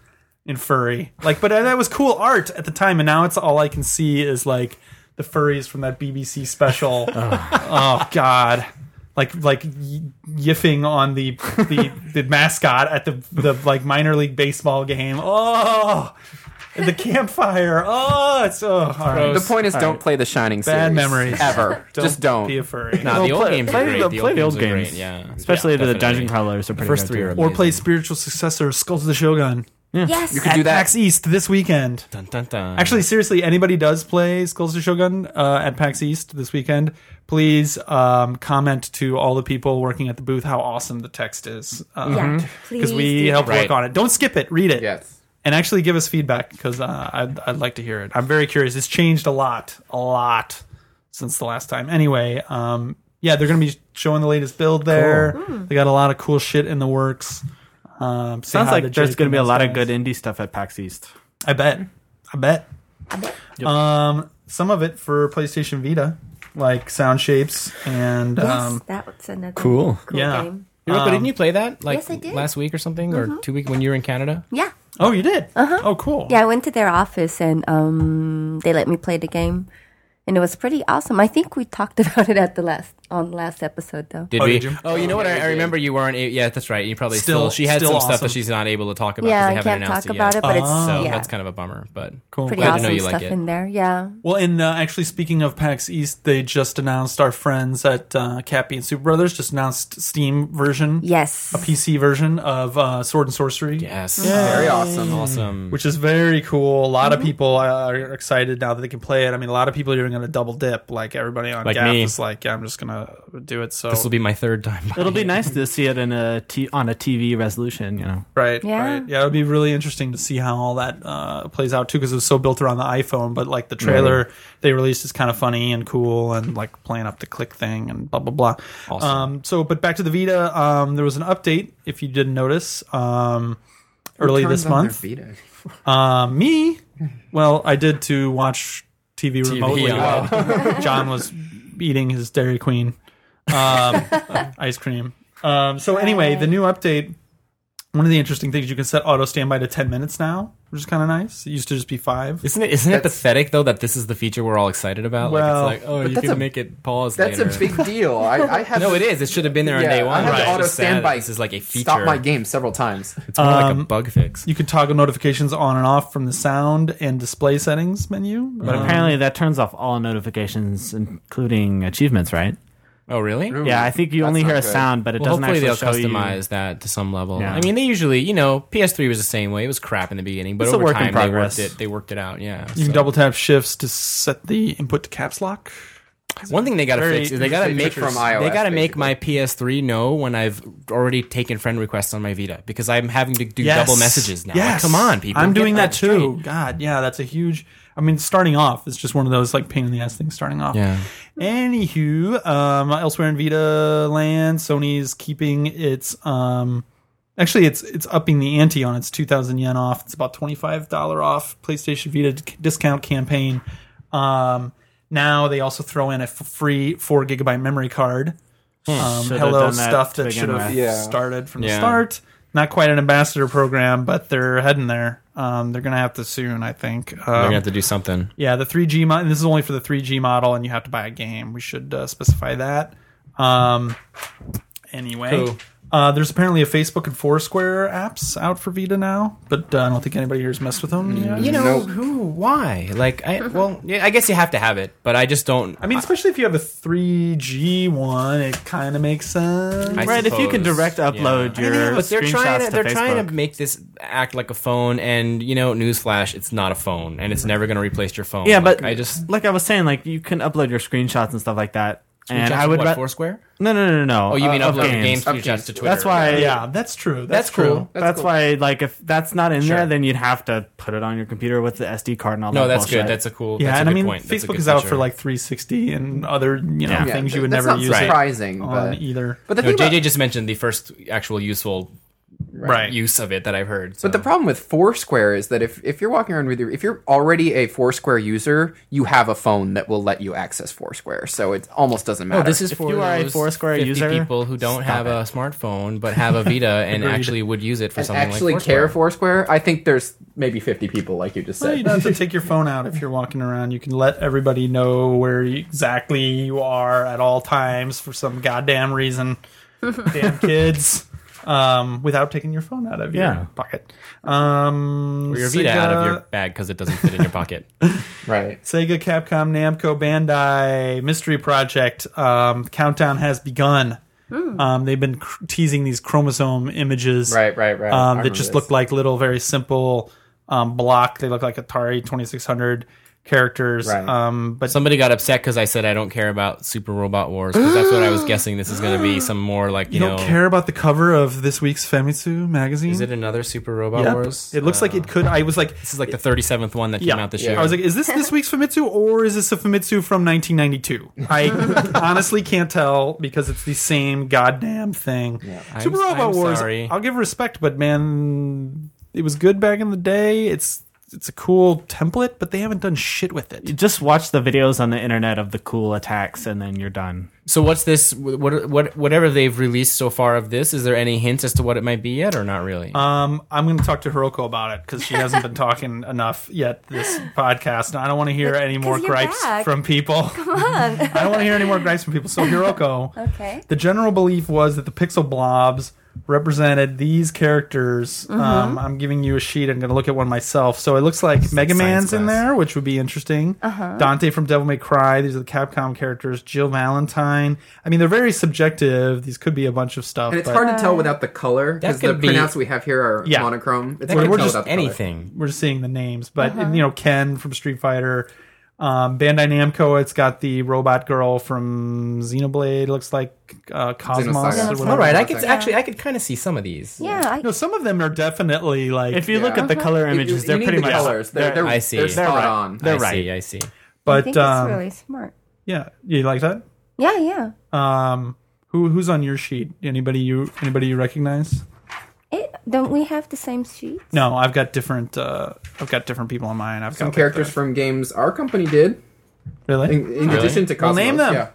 S1: and furry. Like, but uh, that was cool art at the time, and now it's all I can see is like the furries from that BBC special.
S2: [LAUGHS]
S1: oh God. Like like y- yiffing on the, the the mascot at the the like minor league baseball game. Oh, and the campfire. Oh, it's oh. All right.
S3: The point is, don't play the Shining
S1: Bad
S3: series.
S1: memories.
S2: [LAUGHS]
S3: Ever. Just don't.
S1: be a furry.
S2: Nah, the
S4: Well,
S2: old
S4: play-
S2: games
S4: play
S2: are great.
S4: the-
S2: The
S4: play the
S2: old games
S4: old
S2: are
S4: games.
S2: great. Yeah,
S4: Especially
S2: Yeah,
S4: the
S2: definitely.
S4: dungeon crawlers are pretty
S2: first
S4: good
S2: three
S4: too.
S2: are
S1: [LAUGHS] Or play
S2: amazing.
S1: spiritual successor Skulls of the Shogun
S5: Yes.
S3: You could do
S1: at
S3: that.
S1: PAX East this weekend.
S2: Dun, dun, dun.
S1: Actually, seriously, anybody does play Skulls of Shogun uh, at PAX East this weekend, please um, comment to all the people working at the booth how awesome the text is. Uh,
S5: Yeah,
S1: Because
S5: please
S1: Mm-hmm. we
S5: do
S1: help
S5: that.
S1: work on it. Don't skip it. Read it.
S3: Yes.
S1: And actually give us feedback because uh, I'd, I'd like to hear it. I'm very curious. It's changed a lot, a lot since the last time. Anyway, um, yeah, they're going to be showing the latest build there. They got a lot of cool shit in the works. Um, say
S4: Sounds
S1: hi
S4: like
S1: to
S4: there's
S1: Jake
S4: going to
S1: and
S4: be a
S1: those
S4: lot of
S1: guys.
S4: good indie stuff at PAX East.
S1: I bet. I bet. Um, some of it for PlayStation Vita, like sound shapes and
S5: Yes,
S1: um,
S5: that was another
S2: cool.
S5: cool
S1: Yeah.
S5: game.
S2: Europa, didn't you play that like
S5: yes, I did. Mm-hmm.
S2: last week or something, or two week when you were in Canada?
S5: Yeah,
S1: oh, you did. Uh-huh. Oh, cool.
S5: yeah. I went to their office and um, they let me play the game, and it was pretty awesome. I think we talked [LAUGHS] about it at the last on the last episode though.
S2: Did
S1: Oh,
S2: we?
S1: did you?
S2: Oh, you know what? I, I remember you weren't. a- Yeah, that's right. You probably
S1: Still-
S2: still. she had
S1: still
S2: some stuff
S1: awesome.
S2: that she's not able to talk about. 'cause
S5: yeah,
S2: they
S5: I
S2: haven't
S5: can't
S2: announced
S5: talk about
S2: yet.
S5: it, but it's
S2: So
S5: yeah,
S2: that's kind of a bummer. But
S1: Cool.
S5: pretty
S2: glad to know
S5: awesome
S2: you like
S5: stuff
S2: it.
S5: in there. Yeah.
S1: Well, and uh, actually, speaking of PAX East, they just announced our friends at uh, Cappy and Super Brothers just announced Steam version,
S5: Yes.
S1: a PC version of uh, Sword and Sorcery.
S2: yes,
S3: Very
S2: Mm.
S3: awesome.
S2: awesome.
S1: Which is very cool. A lot
S2: Mm-hmm.
S1: of people are excited now that they can play it. I mean, a lot of people are even going to double dip. Like everybody on
S2: Like
S1: Gaff
S2: me.
S1: is like, yeah, I'm just going to do it. So
S2: This will be my third time.
S4: It'll [LAUGHS] be nice to see it in a t- on a TV resolution. You know,
S1: Right.
S5: Yeah.
S1: Right. Yeah. It'd be really interesting to see how all that uh, plays out too, because it was so built around the iPhone. But like the trailer they released is kind of funny and cool, and like playing up the click thing and blah blah blah.
S2: Awesome.
S1: Um, so, but back to the Vita. Um, there was an update, if you didn't notice, um, early this month. Um, me, well, I did to watch TV remotely.
S2: yeah.
S1: while John was eating his Dairy Queen um, ice cream. Um, so anyway, the new update. One of the interesting things you can set auto standby to ten minutes now, which is kind of nice. It used to just be five.
S2: Isn't it? Isn't it pathetic though that this is the feature we're all excited about?
S1: Well,
S2: like, it's like oh, you
S3: that's
S2: can
S3: a-
S2: make it pause.
S3: That's
S2: later.
S3: a big deal. I,
S2: [LAUGHS]
S3: I have
S2: No, it is. It should have been there on
S3: Yeah,
S2: day one.
S3: I had
S2: It's
S3: to auto
S2: just sad that
S3: standby.
S2: This is like a feature.
S3: Stop my game several
S2: [LAUGHS]
S3: times.
S2: It's more like a bug fix.
S1: You could toggle notifications on and off from the sound and display settings menu.
S4: but
S1: Um,
S4: apparently that turns off all notifications, including achievements. Right?
S2: Oh, really?
S4: Yeah, I think you
S3: That's
S4: only
S3: not
S4: hear a
S3: good.
S4: sound, but it
S2: Well,
S4: doesn't
S2: hopefully
S4: actually
S2: they'll
S4: show
S2: customize
S4: you.
S2: that to some level.
S4: Yeah.
S2: I mean, they usually, you know, PS3 was the same way. It was crap in the beginning, but
S4: It's a
S2: over
S4: work in
S2: time they worked
S4: progress.
S2: it. They worked it out. Yeah.
S1: You
S2: So-
S1: can double tap shifts to set the input to caps lock.
S2: One thing they got to
S1: Very
S2: fix is they got to
S3: interesting
S2: make
S3: features. From
S2: They
S3: iOS,
S2: got to make
S3: basically.
S2: my PS3 know when I've already taken friend requests on my Vita because I'm having to do double messages now.
S1: Yes.
S2: Come on, people.
S1: I'm
S2: Get
S1: doing that
S2: straight.
S1: too. God, yeah, that's a huge. I mean, starting off is just one of those like pain in the ass things starting off.
S2: Yeah.
S1: Anywho, um, elsewhere in Vita land, Sony's keeping its um, actually it's it's upping the ante on its 2,000 yen off. It's about 25 dollar off PlayStation Vita d- discount campaign. Um, now they also throw in a f- free four gigabyte memory card. Um,
S4: Should've
S1: hello
S4: done that
S1: stuff
S4: to
S1: that
S4: begin
S1: should have
S4: with.
S3: Yeah.
S1: started from the
S2: Yeah.
S1: start. Not quite an ambassador program, but they're heading there. Um, they're gonna have to soon, I think.
S2: They're
S1: Um,
S2: gonna have to do something.
S1: yeah, the 3G model. This is only for the 3G model, and you have to buy a game. We should uh, specify that. Um, anyway,
S2: Cool.
S1: uh, there's apparently a Facebook and Foursquare apps out for Vita now, but uh, I don't think anybody here's messed with them. yet.
S2: You know who? Why? Like, I well, yeah, I guess you have to have it, but I just don't.
S1: I mean, especially if you have a 3G one, it kind of makes sense.
S2: I
S4: Right, if you can
S2: suppose.
S4: direct upload
S2: I mean,
S4: your
S2: but they're trying
S4: screenshots
S2: to,
S4: to
S2: they're trying
S4: Facebook.
S2: to make this act like a phone, and you know, newsflash, it's not a phone, and it's never going to replace your phone.
S4: Yeah,
S2: Like,
S4: but
S2: I just
S4: like I was saying, like you can upload your screenshots and stuff like that. And
S2: Screenshots
S4: I
S2: of
S4: would
S2: what,
S4: ra-
S2: Foursquare.
S4: no no no no no.
S2: Oh, you mean
S4: uh, of
S2: upload
S4: games.
S2: games,
S3: Of
S2: screenshots
S3: games.
S2: to Twitter?
S4: That's why.
S1: yeah, that's true. That's,
S2: That's
S1: true.
S2: cool.
S3: That's
S4: That's,
S3: cool.
S4: why, like, if that's not in
S2: Sure.
S4: there, then you'd have to put it on your computer with the SD card and all that.
S2: No, that's
S4: bullshit.
S2: good. That's a cool.
S1: Yeah,
S2: that's a
S1: and I
S2: good
S1: mean,
S2: point. That's a
S1: Facebook
S2: good
S1: is out
S2: feature.
S1: for like 360 and other you know
S4: Yeah,
S1: things
S3: Yeah,
S1: you would
S3: that's
S1: never
S3: not
S1: use it
S3: surprising,
S1: on
S3: but
S1: either.
S3: but the
S2: Oh, No,
S3: thing about-
S2: JJ just mentioned the first actual useful
S6: Right.
S2: use of it that I've heard.
S3: But the problem with Foursquare is that if, if you're walking around with your if you're already a Foursquare user, you have a phone that will let you access Foursquare, so it almost doesn't matter.
S2: Oh, this is
S4: If
S2: for
S4: you are a
S2: those
S4: Foursquare
S2: 50
S4: user,
S2: people who don't have a smartphone but have a Vita and actually would use it for
S3: and
S2: something
S3: actually
S2: like
S3: care
S2: Foursquare.
S3: Foursquare. I think there's maybe 50 people, like you just
S1: Well,
S3: said.
S1: you
S3: [LAUGHS]
S1: don't have to take your phone out if you're walking around. You can let everybody know where you- exactly you are at all times for some goddamn
S3: [LAUGHS]
S1: reason. Damn kids. Um, without taking your phone out of
S4: Yeah.
S1: your pocket. Um,
S2: Or your Vita
S1: Sega-
S2: out of your bag because it doesn't fit in your pocket.
S3: right.
S1: Sega, Capcom, Namco, Bandai, Mystery Project, um, Countdown has begun. Um, they've been cr- teasing these chromosome images,
S3: Hmm. Right, right, right. I
S1: Um, that
S3: remember
S1: just
S3: this.
S1: look like little, very simple um, block. They look like Atari twenty six hundred characters.
S3: Right.
S1: Um, but
S2: Somebody got upset because I said I don't care about Super Robot Wars because that's what I was guessing this is going to be. Some more like
S1: you
S2: you,
S1: don't
S2: know,
S1: care about the cover of this week's Famitsu magazine.
S2: is it another Super Robot
S1: Yep.
S2: Wars? Uh,
S1: It looks like it could. I was like,
S2: This is like the 37th one that came out this year.
S1: I was like, is this this week's Famitsu or is this a Famitsu from 1992? I honestly can't tell because it's the same goddamn thing.
S2: I'm-
S1: Super Robot
S2: I'm
S1: Wars.
S2: sorry.
S1: I'll give respect, but man, it was good back in the day. It's it's a cool template, but they haven't done shit with
S2: Mm.
S1: it.
S4: Just watch the videos on the internet of the cool attacks, and then you're done.
S2: so what's this? What what whatever they've released so far of this? Is there any hints as to what it might be yet or not really?
S1: Um, I'm going to talk to Hiroko about it because she hasn't been
S2: [LAUGHS]
S1: talking enough yet this podcast, and I don't want to hear any more
S5: 'cause you're
S1: gripes
S5: back.
S1: from people. Come on, [LAUGHS] I don't want to hear any more gripes from people. So
S2: [LAUGHS]
S1: Hiroko,
S5: Okay.
S1: the general belief was that the pixel blobs represented these characters.
S2: Mm-hmm.
S1: Um, I'm giving you a sheet. I'm going to look at one myself. So it looks like Mega Man's in
S2: class. Uh-huh.
S1: there, which would be interesting. Dante from Devil May Cry. These are the Capcom characters. Jill Valentine. I mean, they're very subjective. These could be a bunch of stuff.
S3: And it's
S1: but
S3: hard to tell without the color
S2: That
S3: because the
S2: could be-
S3: printouts we have here are
S1: Yeah.
S3: monochrome. It's
S2: that
S3: hard to
S2: could be
S3: tell
S2: just
S3: without the color.
S2: anything.
S1: we're just seeing the names, but
S2: Uh-huh.
S1: you know Ken from Street Fighter, um, Bandai Namco. It's got the robot girl from Xenoblade. Looks like uh, Cosmos.
S3: Xenosaga.
S1: or whatever.
S2: All right, I
S3: could-
S2: could actually I could kind of see some of these.
S5: Yeah, I,
S1: No, some of them are definitely like.
S4: If you look
S3: Yeah.
S4: at the color
S3: You- you-
S4: images,
S3: you
S4: they're
S3: need
S4: pretty
S3: the
S4: much
S3: colors. They're, they're,
S2: I see.
S3: They're
S2: They're
S3: spot
S4: right.
S3: on.
S4: They're
S2: I
S4: right.
S2: see. I see.
S5: I
S1: but
S5: think
S1: um,
S5: it's really smart.
S1: yeah, you like that?
S5: Yeah, yeah.
S1: Um, who who's on your sheet? Anybody you anybody you recognize?
S5: It, don't we have the same sheet?
S1: No, I've got different. Uh, I've got different people on mine. I've got
S3: Some
S1: like
S3: characters
S1: the-
S3: from games our company did.
S1: really.
S3: In, in addition to
S1: Well,
S3: Cosmos.
S1: name them.
S3: Yeah.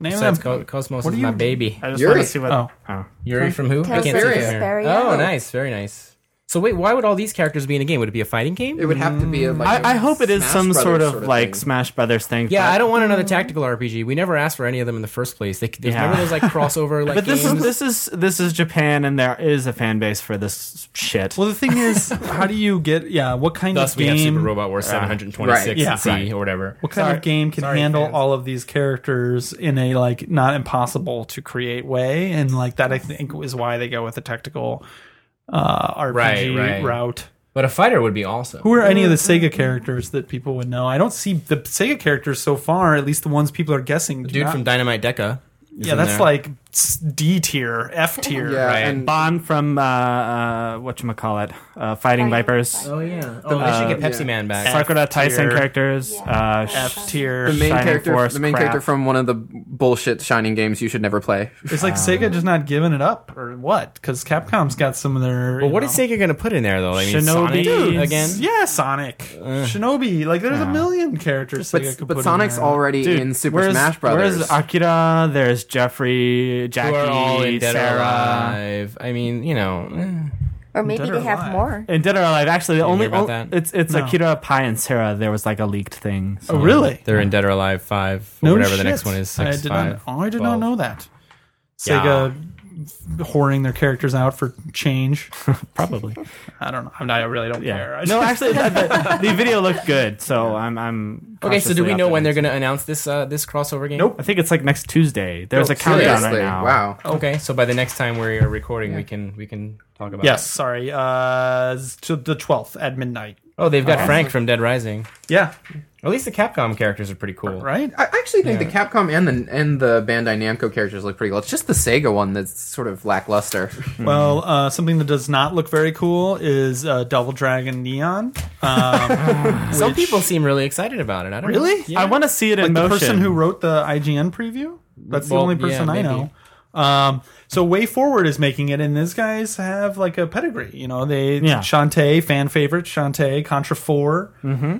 S1: Name them.
S2: Besides Co- Cosmos
S1: What
S2: is
S1: do
S2: my
S1: you-
S2: baby.
S4: I just
S3: Yuri.
S4: want to see what.
S1: Oh.
S4: oh.
S2: Yuri from who? I can't see
S3: Tesseria.
S2: from here.
S5: Tesseria.
S2: Oh, nice, very nice. So wait, why would all these characters be in a game? Would it be a fighting game?
S3: It would have to be a, like.
S4: I, I
S3: a
S4: hope it is
S3: Smash
S4: some
S3: Brothers
S4: sort of, like
S3: thing.
S4: Smash Brothers thing.
S2: yeah,
S4: but-
S2: I don't want
S1: Mm.
S2: another tactical RPG. We never asked for any of them in the first place. They, they
S4: Yeah.
S2: remember
S1: [LAUGHS]
S2: those like crossover like
S4: But this
S2: games?
S4: is this is this is Japan, and there is a fan base for this shit.
S1: Well, the thing is, [LAUGHS] how do you get? Yeah, what kind
S2: Thus,
S1: of
S2: we
S1: game?
S2: have Super Robot Wars 726
S3: Right.
S1: Yeah.
S2: C or whatever.
S1: What kind of game can handle all of these characters in a like not impossible to create way? And like that, I think is why they go with the tactical uh, RPG
S2: Right, right.
S1: route.
S2: But a fighter would be awesome.
S1: Who are any of the Sega
S3: Mm-hmm.
S1: characters that people would know? I don't see the Sega characters so far. At least the ones people are guessing. do
S2: Dude
S1: not-
S2: from Dynamite Deca. is
S1: yeah,
S2: in
S1: that's
S2: there.
S1: like s- D tier, F tier.
S3: Yeah,
S2: Right.
S3: and
S4: Bond from uh, uh, what you call it, uh, Fighting Vipers.
S2: Oh yeah. Oh, they
S1: uh,
S2: should get Pepsi Man back.
S4: Sakura Tyson characters. Uh,
S1: F tier.
S3: the main
S4: Shining
S3: character,
S4: Force
S3: the main
S4: crap.
S3: character from one of the bullshit Shining games you should never play.
S1: It's like Sega
S2: Um,
S1: just not giving it up, or what? Because Capcom's got some of their.
S2: But what is Sega going to put in there though? I mean,
S4: Shinobi.
S2: Sonic
S4: Dude,
S2: again.
S1: Yeah, Sonic,
S2: Uh.
S1: Shinobi. Like, there's a million characters. Sega
S3: But,
S1: could
S3: but
S1: put
S3: Sonic's
S1: in there.
S3: already
S4: Dude,
S3: in Super
S4: where's-
S3: Smash Brothers.
S4: Where's Akira? There's Jeffrey,
S2: Who are all
S4: Jackie,
S2: in Dead or
S4: Sarah.
S2: Alive. I mean, you know. eh.
S5: Or maybe
S1: Dead or
S5: they have
S1: Alive.
S5: more.
S4: In Dead or Alive, actually, the only
S2: hear about
S4: o-
S2: that?
S4: it's it's
S1: No.
S4: Akira, Pi, and Sarah. There was like a leaked thing. so-
S1: Oh, really?
S2: They're in Dead or Alive five, or whatever the
S1: shit.
S2: next one is. Six,
S1: I did
S2: five,
S1: not. Oh, I did
S2: twelve.
S1: not know that. Sega whoring their characters out for
S2: [LAUGHS]
S1: change.
S4: Probably.
S1: I don't know. I'm not, I really don't care. I
S4: no, actually, the, the, the video looked good, so I'm I'm.
S2: Okay, so do we know when they're
S4: cautiously
S2: going to announce this uh, this crossover game?
S4: optimistic. I think it's like next Tuesday. There's a countdown
S3: Seriously,
S4: right now.
S3: wow.
S2: Okay, so by the next time we are recording, we can we can talk about.
S1: yes,
S2: It.
S1: sorry. Uh, s- to the 12th at midnight.
S2: Oh, they've got Frank from Dead Rising.
S1: Yeah,
S2: At least the Capcom characters are pretty cool.
S1: right.
S3: I actually think the Capcom and the and the Bandai Namco characters look pretty cool. It's just the Sega one that's sort of lackluster.
S2: Hmm.
S1: Well, uh, something that does not look very cool is uh, Double Dragon Neon. Um,
S2: Some
S1: which-
S2: people seem really excited about it. I don't know.
S1: really.
S4: I want to see it in
S1: the
S4: motion.
S1: person who wrote the IGN preview. That's
S2: Well,
S1: the only
S2: yeah,
S1: person I
S2: maybe.
S1: know. Um, so Way Forward is making it, and these guys have like a pedigree. You know, they
S4: Yeah.
S1: Shantae fan favorite Shantae Contra 4 Mm-hmm.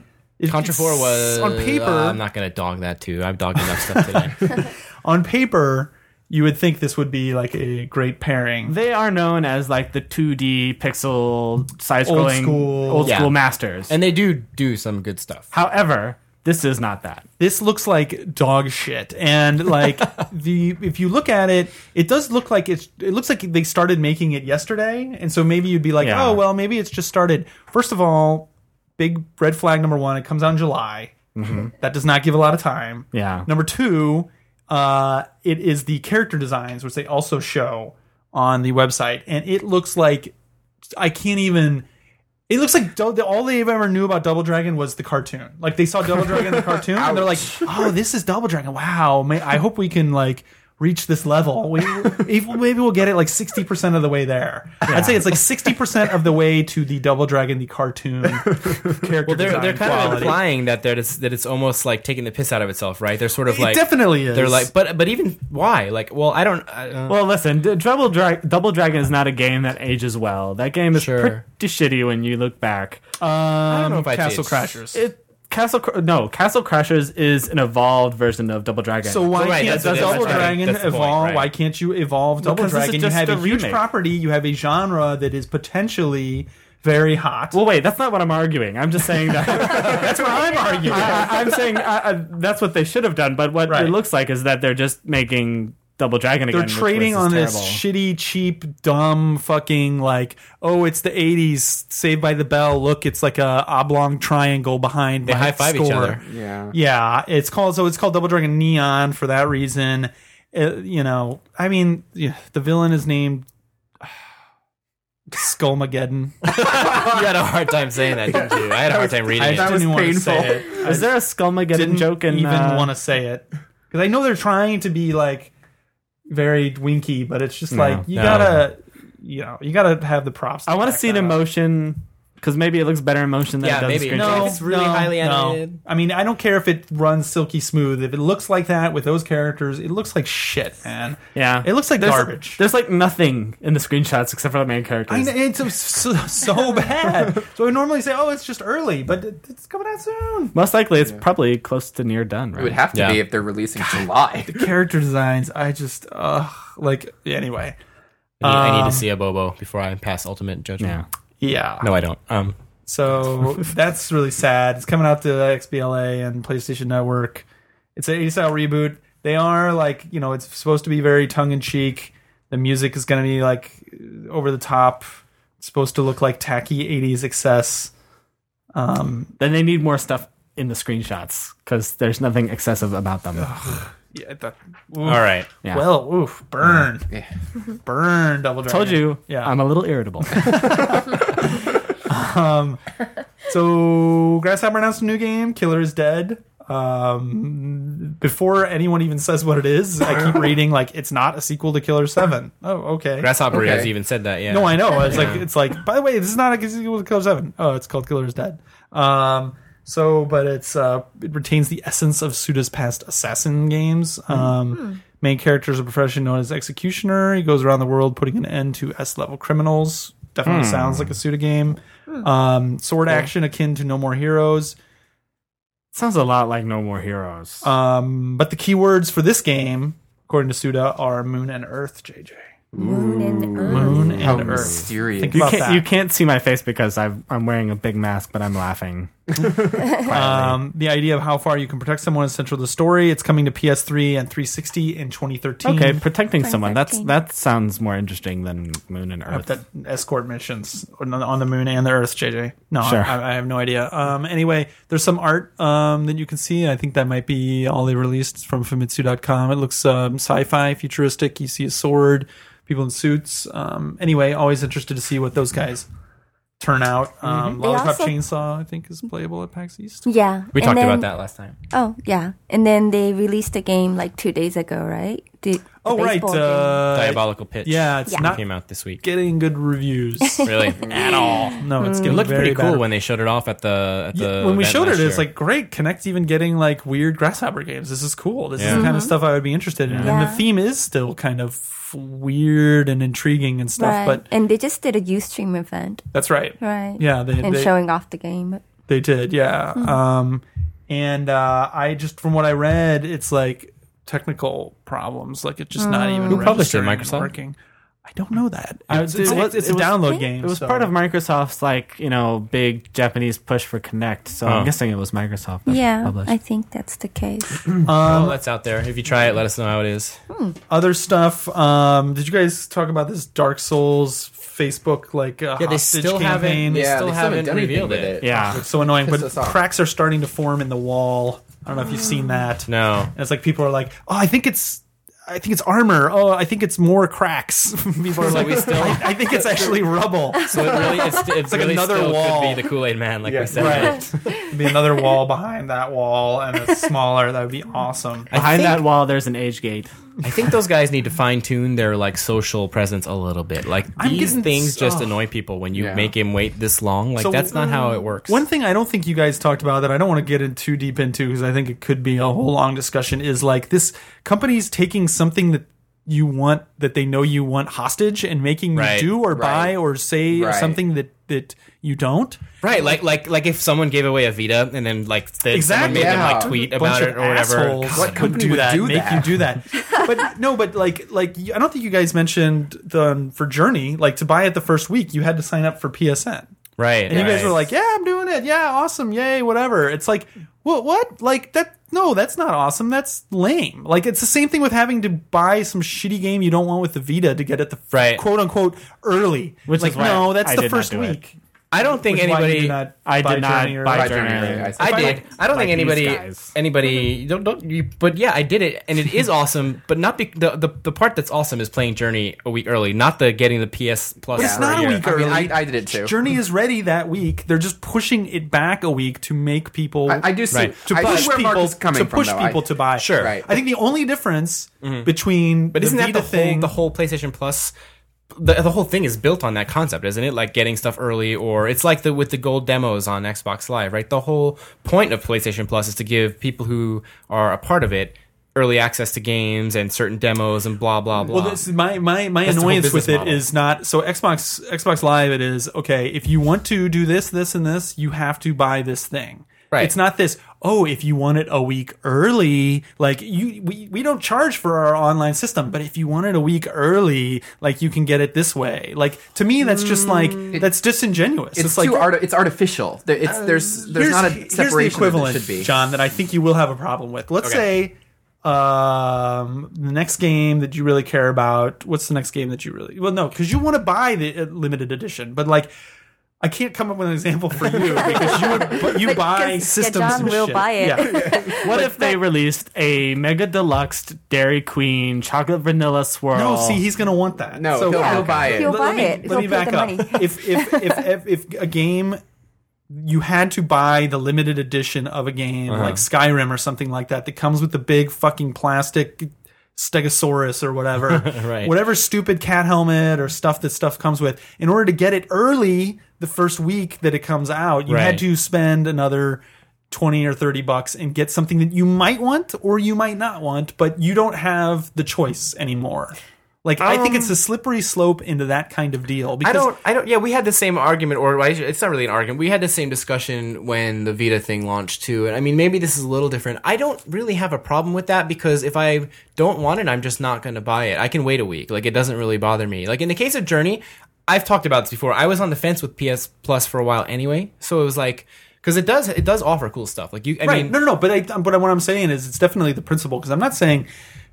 S2: Contra 4 was.
S1: on paper.
S2: uh, I'm not going to dog that too. I've dogged enough stuff today.
S1: on paper, you would think this would be like a great pairing.
S4: They are known as like the 2D pixel side scrolling old
S1: school.
S4: school,
S2: Yeah.
S4: masters.
S2: and they do do some good stuff.
S4: However, this is not that.
S1: This looks like dog shit, and
S4: [LAUGHS]
S1: like the if you look at it, it does look like it's. It looks like they started making it yesterday, and so maybe you'd be like,
S4: Yeah.
S1: oh well, maybe it's just started. First of all, big red flag number one. It comes out in July. That does not give a lot of time.
S4: Mm-hmm. Yeah.
S1: Number two, uh, it is the character designs, which they also show on the website, and it looks like I can't even. It looks like do- all they ever knew about Double Dragon was the cartoon. Like they saw Double Dragon in the cartoon, and they're like, "Oh, this is Double Dragon! Wow, may- I hope we can like." Reach this level, we, if- maybe we'll get it like sixty percent of the way there. I'd say it's like sixty percent of the way to the Double Dragon, the cartoon character.
S2: Well, they're,
S1: design
S2: they're kind of
S1: quality.
S2: implying that that it's, that it's almost like taking the piss out of itself, right? They're sort of
S1: it
S2: like.
S1: definitely is.
S2: They're like, but but even why? Like, well, I don't. I- Uh,
S4: Well, listen, D- Double, Dra- Double Dragon is not a game that ages well. That game is
S2: Sure.
S4: pretty shitty when you look back.
S2: I don't know if I
S1: Um, Castle
S2: did.
S1: Crashers.
S4: It Castle Cr- no Castle Crashers is an evolved version of Double Dragon.
S1: So why
S2: Well, right,
S1: can't
S2: that's what it is,
S1: Double
S2: that's right.
S1: Dragon
S2: That's the point,
S1: evolve?
S2: right.
S1: Why can't you evolve Double
S4: Because this is
S1: Dragon? You
S4: just
S1: have a
S4: a
S1: huge
S4: remake.
S1: property. You have a genre that is potentially very hot.
S4: Well, wait, that's not what I'm arguing. I'm just saying
S1: [LAUGHS]
S4: that. that's what I'm arguing. I, am saying I, I, that's what they should have done, but what
S1: Right.
S4: it looks like is that they're just making Double Dragon again.
S1: they're
S4: which
S1: trading
S4: was
S1: on
S4: terrible.
S1: this shitty, cheap, dumb, fucking like, oh, it's the '80s, Saved by the Bell. Look, it's like a oblong triangle behind. They
S2: high-five each other.
S3: Yeah.
S1: Yeah, it's called so it's called Double Dragon Neon for that reason. Uh, you know, I mean, yeah, the villain is named [SIGHS] Skullmageddon.
S2: [LAUGHS] you had a hard time saying that, didn't you? I had a hard time reading
S1: I
S2: it.
S3: was
S1: didn't want to say
S3: painful.
S1: it.
S4: Is there a Skullmageddon
S1: didn't
S4: joke in
S1: even
S4: uh,
S1: want to say it because I know they're trying to be like very winky, but it's just like you
S2: no.
S1: gotta, you know, you gotta have the props.
S4: I want to
S1: back
S4: see it
S1: that
S4: in
S1: up.
S4: motion because maybe it looks better in motion than
S2: Yeah,
S4: it does
S2: maybe.
S4: in screen.
S2: No.
S4: shot.
S2: If it's really highly animated.
S1: I mean, I don't care if it runs silky smooth. If it looks like that with those characters, it looks like shit, man.
S4: Yeah,
S1: It looks like
S4: there's,
S1: garbage.
S4: There's like nothing in the screenshots except for the main characters.
S1: I know, it's so, so [LAUGHS] bad. So we normally say, "Oh, it's just early," but it- it's coming out soon.
S4: Most likely, it's probably close to near done. Right?
S3: It would have to
S2: Yeah.
S3: be if they're releasing July.
S1: Character designs, I just, uh, like, anyway,
S2: I need, I need to see a Bobo before I pass ultimate judgment.
S4: yeah.
S1: Um, yeah.
S2: No, I don't. Um,
S4: [LAUGHS]
S1: So that's really sad. It's coming out to XBLA and PlayStation Network. It's an 80 style reboot. They are like, you know, it's supposed to be very tongue in cheek. The music is going to be like over the top. It's supposed to look like tacky 80s excess. Um,
S4: Then they need more stuff in the screenshots because there's nothing excessive about them.
S1: yeah, that,
S2: all right.
S4: Yeah.
S1: Well, oof, burn. Burn, Double Dragon.
S4: Told you,
S1: Yeah.
S4: I'm a little irritable. [LAUGHS]
S1: So, Grasshopper announced a new game, Killer is Dead. Um, before anyone even says what it is, I keep reading, like, it's not a sequel to Killer 7. Oh, okay.
S2: Grasshopper
S3: Okay.
S2: has even said that. Yeah.
S1: No, I know. It's like it's like. By the way, this is not a sequel to Killer Seven. Oh, it's called Killer's Dead. Um, so, but it's uh, it retains the essence of Suda's past assassin games. Um, Main character is a profession known as executioner. He goes around the world putting an end to S level criminals. Definitely sounds like a Suda game. Um, sword action akin to No More Heroes.
S4: Sounds a lot like No More Heroes.
S1: Um, but the keywords for this game, according to Suda, are moon and earth. JJ,
S5: Moon and Earth.
S1: moon and
S3: How
S1: earth.
S3: mysterious.
S1: Think
S4: you
S1: about
S4: can't
S1: that.
S4: you can't see my face because I've, I'm wearing a big mask, but I'm laughing. Quietly.
S1: Um, the idea of how far you can protect someone is central to the story. It's coming to PS3 and 360 in 2013.
S4: okay, protecting someone. That's
S5: 2013.
S4: that sounds more interesting than Moon and
S1: Up
S4: Earth.
S1: that escort missions on the- on the moon and the Earth, JJ. No,
S4: Sure.
S1: I, I have no idea. Um, anyway, there's some art um, that you can see. I think that might be all they released from Famitsu.com. It looks um, sci-fi, futuristic. You see a sword, people in suits. Um, anyway, always interested to see what those guys turn out.
S4: Mm-hmm.
S1: Um,
S5: They
S1: Lollipop
S5: also-
S1: Chainsaw, I think, is playable at PAX East.
S5: Yeah.
S2: We
S5: and
S2: talked
S5: then-
S2: about that last time.
S5: Oh, yeah. And then they released the game like two days ago, right? the, the
S1: Oh right,
S5: baseball game.
S1: uh,
S2: Diabolical Pitch.
S1: Yeah, it's
S5: Yeah.
S1: not
S2: came out this week.
S1: getting good
S5: [LAUGHS]
S1: reviews
S2: Really,
S1: [LAUGHS] at all. No,
S5: Hmm.
S1: it's
S2: it
S1: getting
S2: looked
S1: very
S2: pretty cool
S1: bad.
S2: when they showed it off at the at the.
S1: Yeah, when we
S2: event
S1: showed it,
S2: last
S1: it's
S2: year.
S1: like great. Connect's even getting like weird grasshopper games. This is cool. This is the kind of stuff I would be interested in. And
S5: Mm-hmm. Yeah.
S1: the theme is still kind of weird and intriguing and stuff.
S5: right.
S1: But
S5: and they just did a Ustream event,
S1: that's right.
S5: right?
S1: Yeah, they
S5: and
S1: they,
S5: showing off the game.
S1: they did. Yeah.
S5: Hmm.
S1: Um, and uh, I just from what I read, it's like technical problems. Like it's just not even
S2: Who published it,
S1: registering and
S2: Microsoft?
S1: Working. I don't know that.
S4: I-
S1: It's, it's,
S4: it was-
S1: it's a
S4: it was-
S1: download game.
S4: It was
S1: so-
S4: part of Microsoft's like you know big Japanese push for Connect, so
S2: Oh.
S4: I'm guessing it was Microsoft. That
S5: Yeah,
S4: published.
S5: I think that's the case.
S1: um,
S2: well, that's out there. If you try it, let us know how it is.
S1: other stuff. Um, did you guys talk about this Dark Souls Facebook like uh,
S2: Yeah, they
S1: hostage
S2: still
S1: campaign?
S2: haven't- They
S3: yeah,
S2: still
S3: they
S2: haven't
S3: done anything
S2: revealed
S3: with
S2: it.
S4: yeah,
S1: [LAUGHS] It's so annoying. But
S3: Pissed us off. Ah.
S1: cracks are starting to form in the wall. I don't know if you've seen that.
S2: No,
S1: And it's like people are like, oh, I think it's. I think it's armor. Oh, I think it's more cracks. [LAUGHS] People are
S2: So
S1: like,
S2: we still-
S1: [LAUGHS] I, I think it's actually
S3: [LAUGHS]
S1: rubble.
S2: so it
S1: [LAUGHS]
S2: really it's, it's,
S1: like
S2: really
S1: another
S2: still
S1: wall.
S2: could be the Kool Aid Man, like we said.
S1: Right. It'd be another wall behind that wall, and it's smaller. That would be awesome.
S4: behind
S2: think-
S4: that wall there's an age gate.
S2: I think those guys need to fine tune their like social presence a little bit. Like
S1: I'm
S2: these
S1: getting
S2: things just
S1: so-
S2: annoy people when you
S3: Yeah.
S2: make him wait this long. Like
S1: So-
S2: that's not how it works.
S1: One thing I don't think you guys talked about that I don't want to get in too deep into because I think it could be a whole long discussion is like this company's taking something that you want that they know you want hostage and making
S2: Right.
S1: you do or buy
S3: Right.
S1: or say or
S3: Right.
S1: something that that you don't.
S2: Right, like like like if someone gave away a Vita and then like the, someone
S1: Exactly.
S2: made them
S3: Yeah.
S2: like tweet
S1: Bunch
S2: about
S1: of
S2: it or whatever.
S1: assholes
S3: What
S1: would
S3: company
S1: do
S3: would
S1: that?
S3: do
S1: make
S3: that?
S1: you do
S3: [LAUGHS]
S1: that? but no, but like like you- I don't think you guys mentioned the um, for Journey like to buy it the first week you had to sign up for PSN.
S2: Right,
S1: And you guys
S2: right.
S1: were like, "Yeah, I'm doing it. Yeah, awesome. Yay, whatever." It's like, "What? What? Like that? No, that's not awesome. That's lame." Like it's the same thing with having to buy some shitty game you don't want with the Vita to get it the
S2: Right.
S1: quote unquote early.
S4: Which
S1: like,
S4: is why
S1: no, that's
S4: I
S1: the
S4: did not
S1: first
S4: do it.
S1: week.
S2: I don't think
S1: Which is why you
S2: anybody.
S1: did not
S4: I did
S1: buy
S4: not
S1: Journey or-
S4: buy
S3: Buy
S4: Journey.
S3: Journey early, I
S4: early.
S3: see.
S2: I
S4: Like-
S2: did. I don't
S4: like
S2: think anybody.
S4: these guys.
S2: Anybody. Don't don't you. But yeah, I did it, and it is [LAUGHS] awesome. But not be, the, the the part that's awesome is playing Journey a week early, not the getting the PS Plus.
S1: But it's
S2: for
S1: not a
S2: year.
S1: week
S3: I
S1: early.
S3: mean, I, I did it too.
S1: Journey is ready that week. They're just pushing it back a week to make people.
S3: I, I do see.
S2: Right.
S1: to
S3: I
S1: push
S3: see where Mark
S1: people
S3: is coming
S1: to
S3: from,
S1: push
S3: though. I-
S1: people to buy.
S2: Sure.
S3: Right. Mm-hmm.
S1: I think the only difference between
S2: But isn't
S1: the
S2: that
S1: Vita
S2: the
S1: thing,
S2: whole the whole PlayStation Plus? The, the whole thing is built on that concept, isn't it? Like getting stuff early, or it's like the with the gold demos on Xbox Live, right? The whole point of PlayStation Plus is to give people who are a part of it early access to games and certain demos and blah blah blah.
S1: Well, this is my my my
S2: That's the whole
S1: annoyance with it
S2: business
S1: is
S2: model.
S1: not so Xbox Xbox Live. It is okay if you want to do this, this, and this, you have to buy this thing.
S2: Right.
S1: It's not this. Oh, if you want it a week early, like you, we, we don't charge for our online system, but if you want it a week early, like you can get it this way. Like to me, that's just like
S2: Mm.
S1: that's disingenuous. It's,
S3: It's,
S1: like
S3: too arti- it's artificial. There- It's, there's there's
S1: here's,
S3: not a
S1: here's
S3: separation
S1: the
S3: that
S1: equivalent,
S3: there should be.
S1: John, that I think you will have a problem with. Let's
S2: Okay.
S1: say um, the next game that you really care about. What's the next game that you really? Well, no, because you want to buy the uh, limited edition, but like. I can't come up with an example for
S3: [LAUGHS]
S1: you because you would, you buy
S5: 'cause, yeah,
S1: systems.
S5: John
S1: and
S5: will
S1: shit.
S5: buy it.
S1: Yeah.
S4: What if they released a mega deluxe Dairy Queen chocolate vanilla swirl?
S1: No, see, he's gonna want that.
S3: No, he'll-
S1: yeah.
S3: he'll buy it.
S5: He'll
S1: Let-
S5: buy
S1: let me-
S5: it.
S1: Let
S5: He'll
S1: me
S5: pay
S1: back
S5: the
S1: up.
S5: money.
S1: [LAUGHS] if, if if if if a game you had to buy the limited edition of a game
S2: Uh-huh.
S1: like Skyrim or something like that that comes with the big fucking plastic stegosaurus or whatever,
S2: [LAUGHS] Right.
S1: whatever stupid cat helmet or stuff that stuff comes with, in order to get it early the first week that it comes out, you
S2: Right.
S1: had to spend another. 20 or 30 bucks and get something that you might want or you might not want, but you don't have the choice anymore. Like I think it's a slippery slope into that kind of deal because
S2: Um, I don't. I don't. Yeah, we had the same argument, or I should- it's not really an argument. We had the same discussion when the Vita thing launched too. And I mean, maybe this is a little different. I don't really have a problem with that because if I don't want it, I'm just not going to buy it. I can wait a week. Like it doesn't really bother me. Like in the case of Journey, I've talked about this before. I was on the fence with PS Plus for a while anyway, so it was like because it does it does offer cool stuff. Like you, I
S1: right.
S2: mean,
S1: no, no, no. But I, um, but what I'm saying is it's definitely the principle because I'm not saying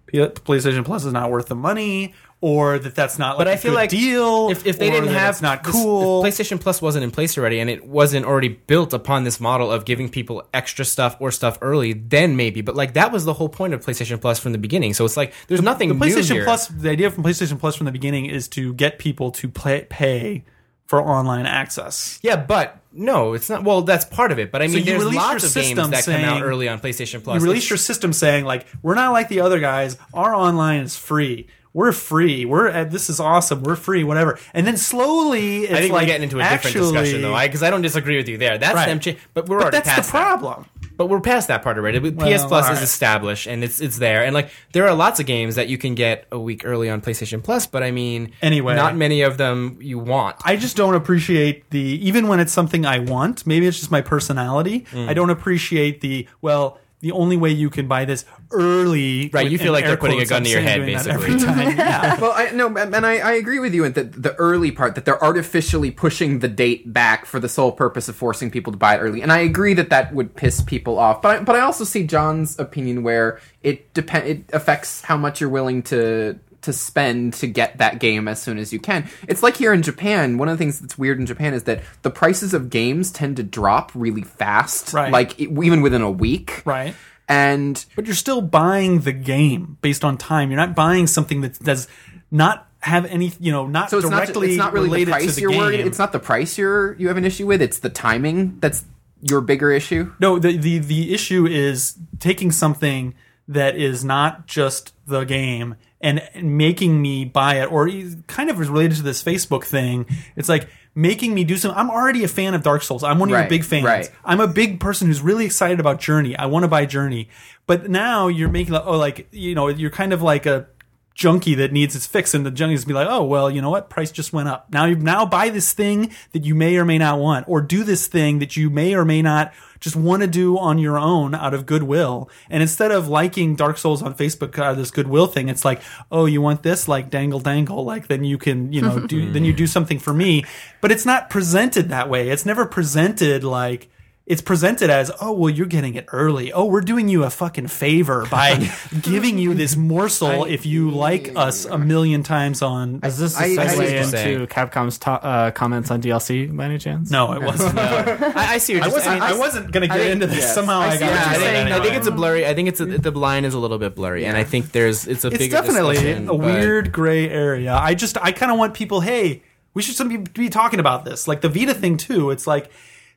S1: P- PlayStation Plus is not worth the money or that that's not. Like
S2: But I
S1: a
S2: feel
S1: good
S2: like
S1: deal.
S2: if, if they
S1: or
S2: didn't
S1: that
S2: have
S1: it's not
S2: this-
S1: cool.
S2: if PlayStation Plus wasn't in place already, and it wasn't already built upon this model of giving people extra stuff or stuff early. Then maybe, but like that was the whole point of PlayStation Plus from the beginning. So it's like there's nothing
S1: the
S2: new
S1: PlayStation
S2: here.
S1: Plus, the idea from PlayStation Plus from the beginning is to get people to play, pay for online access.
S2: Yeah, but no, it's not. Well, that's part of it. But I mean,
S1: you
S2: there's
S1: release
S2: lots
S1: your
S2: of games
S1: system
S2: that come out
S1: saying-
S2: early on PlayStation Plus.
S1: You
S2: It's-
S1: release your system saying like, we're not like the other guys. Our online is free. We're free. We're at, this is awesome. We're free. Whatever. And then slowly, it's
S2: I think
S1: like,
S2: we're getting into a different
S1: actually-
S2: discussion though, because I, don't disagree with you there. That's
S1: Right.
S2: them, cha- but we're
S1: but
S2: already
S1: that's
S2: past
S1: the
S2: that.
S1: problem.
S2: But we're past that part already. But PS Plus
S1: all
S2: is
S1: right.
S2: established and it's it's there, and like there are lots of games that you can get a week early on PlayStation Plus. But I mean,
S1: Anyway.
S2: not many of them you want.
S1: I just don't appreciate the even when it's something I want. Maybe it's just my personality.
S2: Mm.
S1: I don't appreciate the well. The only way you can buy this early,
S2: Right,
S1: with-
S2: you feel
S1: in
S2: like they're
S1: air
S2: putting a
S1: quotes,
S2: gun
S1: I'm
S2: to your
S1: saying
S2: head,
S1: doing that
S2: basically.
S1: every
S2: [LAUGHS]
S1: time. yeah,
S3: well, I, no, and I, I agree with you in that the early part that they're artificially pushing the date back for the sole purpose of forcing people to buy it early, and I agree that that would piss people off. But I, but I also see John's opinion where it depend it affects how much you're willing to to spend to get that game as soon as you can. It's like here in Japan, one of the things that's weird in Japan is that the prices of games tend to drop really fast,
S1: Right.
S3: like e- even within a week,
S1: Right.
S3: And
S1: but you're still buying the game based on time. You're not buying something that does not have any, you know, not
S3: So it's not,
S1: directly
S3: it's not really
S1: related
S3: the price
S1: to the
S3: you're
S1: game.
S3: worried. It's not the price you're you have an issue with. It's the timing that's your bigger issue.
S1: No, the, the the issue is taking something that is not just the game and making me buy it, or e- kind of is related to this Facebook thing. It's like making me do some. I'm already a fan of Dark Souls. I'm one of
S3: Right,
S1: your big fans.
S3: right.
S1: I'm a big person who's really excited about Journey. I want to buy Journey, but now you're making the- oh like you know you're kind of like a junkie that needs its fix and the junkies be like oh well you know what price just went up now you now buy this thing that you may or may not want or do this thing that you may or may not just want to do on your own out of goodwill and instead of liking dark souls on facebook uh, this goodwill thing it's like oh you want this like dangle dangle like then you can you know do then you do something for me but it's not presented that way it's never presented like it's presented as, oh, well, you're getting it early. Oh, we're doing you a fucking favor by giving you this morsel if you like us a million times on.
S4: Is this a
S3: I- I see what
S4: segue
S3: you're
S2: saying.
S4: into Capcom's to- uh, comments on DLC by any chance?
S1: No, it wasn't.
S2: I, I see. What you're
S1: I,
S2: saying.
S1: I wasn't going to get
S2: think-
S1: into this.
S3: yes.
S1: Somehow
S3: I
S1: I,
S3: see
S1: got
S3: what
S2: Yeah,
S1: into
S2: I
S1: it
S2: think, I
S1: anyway.
S2: think it's a blurry. I think it's a, the line is a little bit blurry, and I think there's it's a
S1: It's
S2: bigger
S1: definitely
S2: discussion,
S1: a
S2: but-
S1: weird gray area. I just, I kind of want people, hey, we should some be, be talking about this. Like the Vita thing, too. It's like,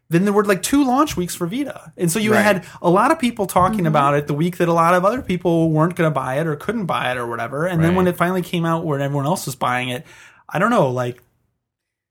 S1: then there were like two launch weeks for Vita. And so you
S3: Right.
S1: had a lot of people talking about it the week that a lot of other people weren't going to buy it or couldn't buy it or whatever. And then when
S2: Right.
S1: it finally came out where everyone else was buying it, I don't know, like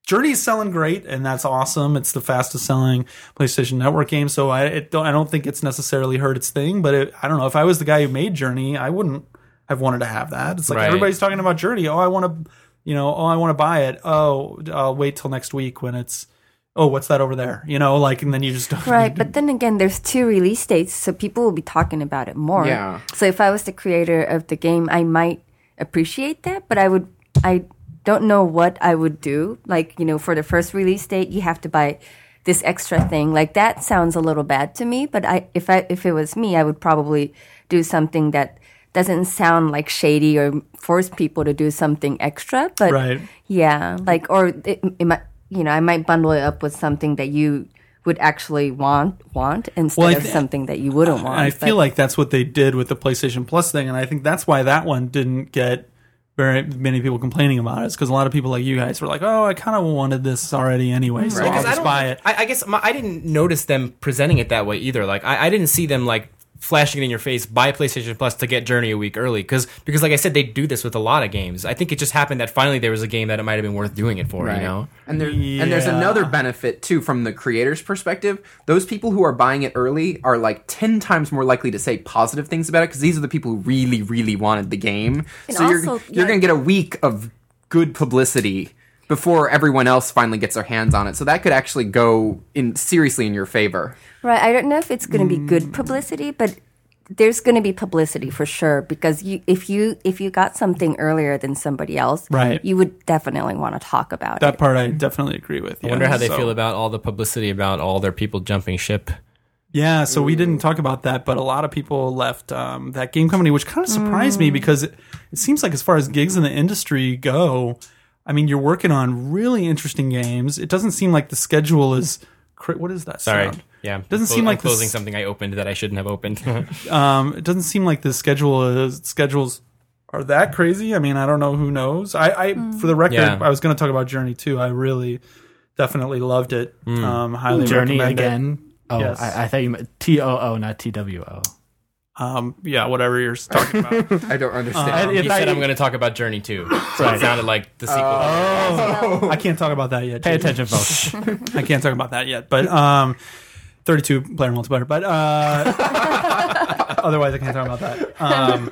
S1: Journey's selling great, and that's awesome. It's the fastest selling PlayStation Network game, so I it don't I don't think it's necessarily hurt its thing. But it, I don't know if I was the guy who made Journey, I wouldn't have wanted to have that. It's like
S2: Right.
S1: everybody's talking about Journey. Oh, I want to, you know, oh, I want to buy it. Oh, I'll wait till next week when it's. Oh, what's that over there? You know, like, and then you just don't.
S5: [LAUGHS] Right, but then again, there's two release dates, so people will be talking about it more.
S3: Yeah.
S5: So if I was the creator of the game, I might appreciate that, but I would, I don't know what I would do. Like you know, for the first release date, you have to buy this extra thing. Like that sounds a little bad to me, but I, if I, if it was me, I would probably do something that doesn't sound like shady or force people to do something extra. [LAUGHS] But
S1: Right.
S5: yeah, like or it, it might, you know, I might bundle it up with something that you would actually want want instead
S1: Well, I
S5: of
S1: thi-
S5: something that you wouldn't want.
S1: And I
S5: But
S1: feel like that's what they did with the PlayStation Plus thing, and I think that's why that one didn't get very many people complaining about it. Is because a lot of people like you guys were like, "Oh, I kind of wanted this already anyway, so I'll
S2: Because I
S1: just
S2: don't-
S1: buy it."
S2: I, I guess my, I didn't notice them presenting it that way either. Like I, I didn't see them like flashing it in your face buy PlayStation Plus to get Journey a week early because because like I said they do this with a lot of games. I think it just happened that finally there was a game that it might have been worth doing it for. You know.
S3: And there and there's
S1: Yeah.
S3: another benefit too from the creator's perspective. Those people who are buying it early are like ten times more likely to say positive things about it because these are the people who really, really wanted the game.
S5: And
S3: so you're
S5: also,
S3: you're
S5: yeah.
S3: gonna get a week of good publicity before everyone else finally gets their hands on it. So that could actually go in seriously in your favor.
S5: right, I don't know if it's going to be
S1: Mm.
S5: good publicity, but there's going to be publicity for sure because you if you if you got something earlier than somebody else,
S1: Right.
S5: you would definitely want to talk about
S1: that
S5: it.
S1: part I definitely agree with.
S2: I wonder how they feel about all the publicity about all their people jumping ship.
S1: Yeah, so we didn't talk about that, but a lot of people left um, that game company, which kind of surprised
S2: Mm.
S1: me because it, it seems like as far as gigs in the industry go, I mean, you're working on really interesting games. It doesn't seem like the schedule is. cra- What is that?
S2: Sorry.
S1: sound?
S2: Yeah.
S1: Doesn't seem
S2: I'm
S1: like the
S2: closing
S1: s-
S2: something I opened that I shouldn't
S1: [LAUGHS]
S2: have opened.
S1: Um, it doesn't seem like the schedule is, schedules are that crazy. I mean, I don't know who knows. I, I for the record,
S2: Yeah.
S1: I was going to talk about Journey too. I really definitely loved it. Um, highly
S7: Journey
S1: recommend it.
S7: again. Oh,
S1: Yes.
S7: I, I thought you meant T O O, not T W O.
S1: Um, yeah, whatever you're talking about.
S3: I don't understand.
S7: [LAUGHS]
S2: You said I'm going to talk about Journey 2. So it sounded like the sequel.
S1: [LAUGHS] I can't talk about that yet.
S7: Pay
S1: Jason.
S7: attention,
S1: [LAUGHS]
S7: folks.
S1: I can't talk about that yet, but um, 32 player multiplayer. But uh, otherwise, I can't talk about that. Um,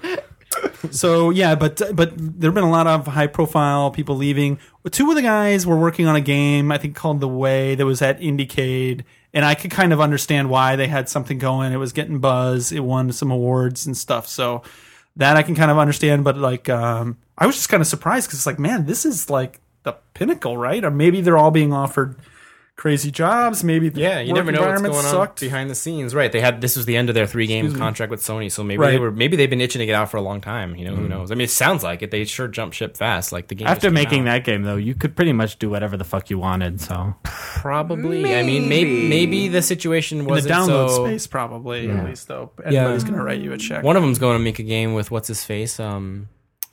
S1: so yeah, but but there've been a lot of high profile people leaving. Two of the guys were working on a game I think called The Way that was at Indiecade, and I could kind of understand why they had something going. It was getting buzz. It won some awards and stuff. So that I can kind of understand. But like, um, I was just kind of surprised because it's like, man, this is like the pinnacle, right? Or maybe they're all being offered crazy jobs. Maybe the
S2: Yeah, you
S1: work
S2: never know what's
S1: environment
S2: going on
S1: sucked.
S2: behind the scenes, right? They had this was the end of their three game contract with Sony, so maybe they
S1: Right. Mm-hmm.
S2: were maybe they've been itching to get out for a long time. You know, who knows? I mean, it sounds like it. They sure jumped ship fast. Like the game
S7: After making that game, though, you could pretty much do whatever the fuck you wanted. So
S2: probably. I mean, maybe maybe the situation
S1: In the
S2: was
S1: download
S2: so,
S1: space, probably at least though. Anybody's gonna write you a check.
S2: One of them's going to make a game with what's his face, um,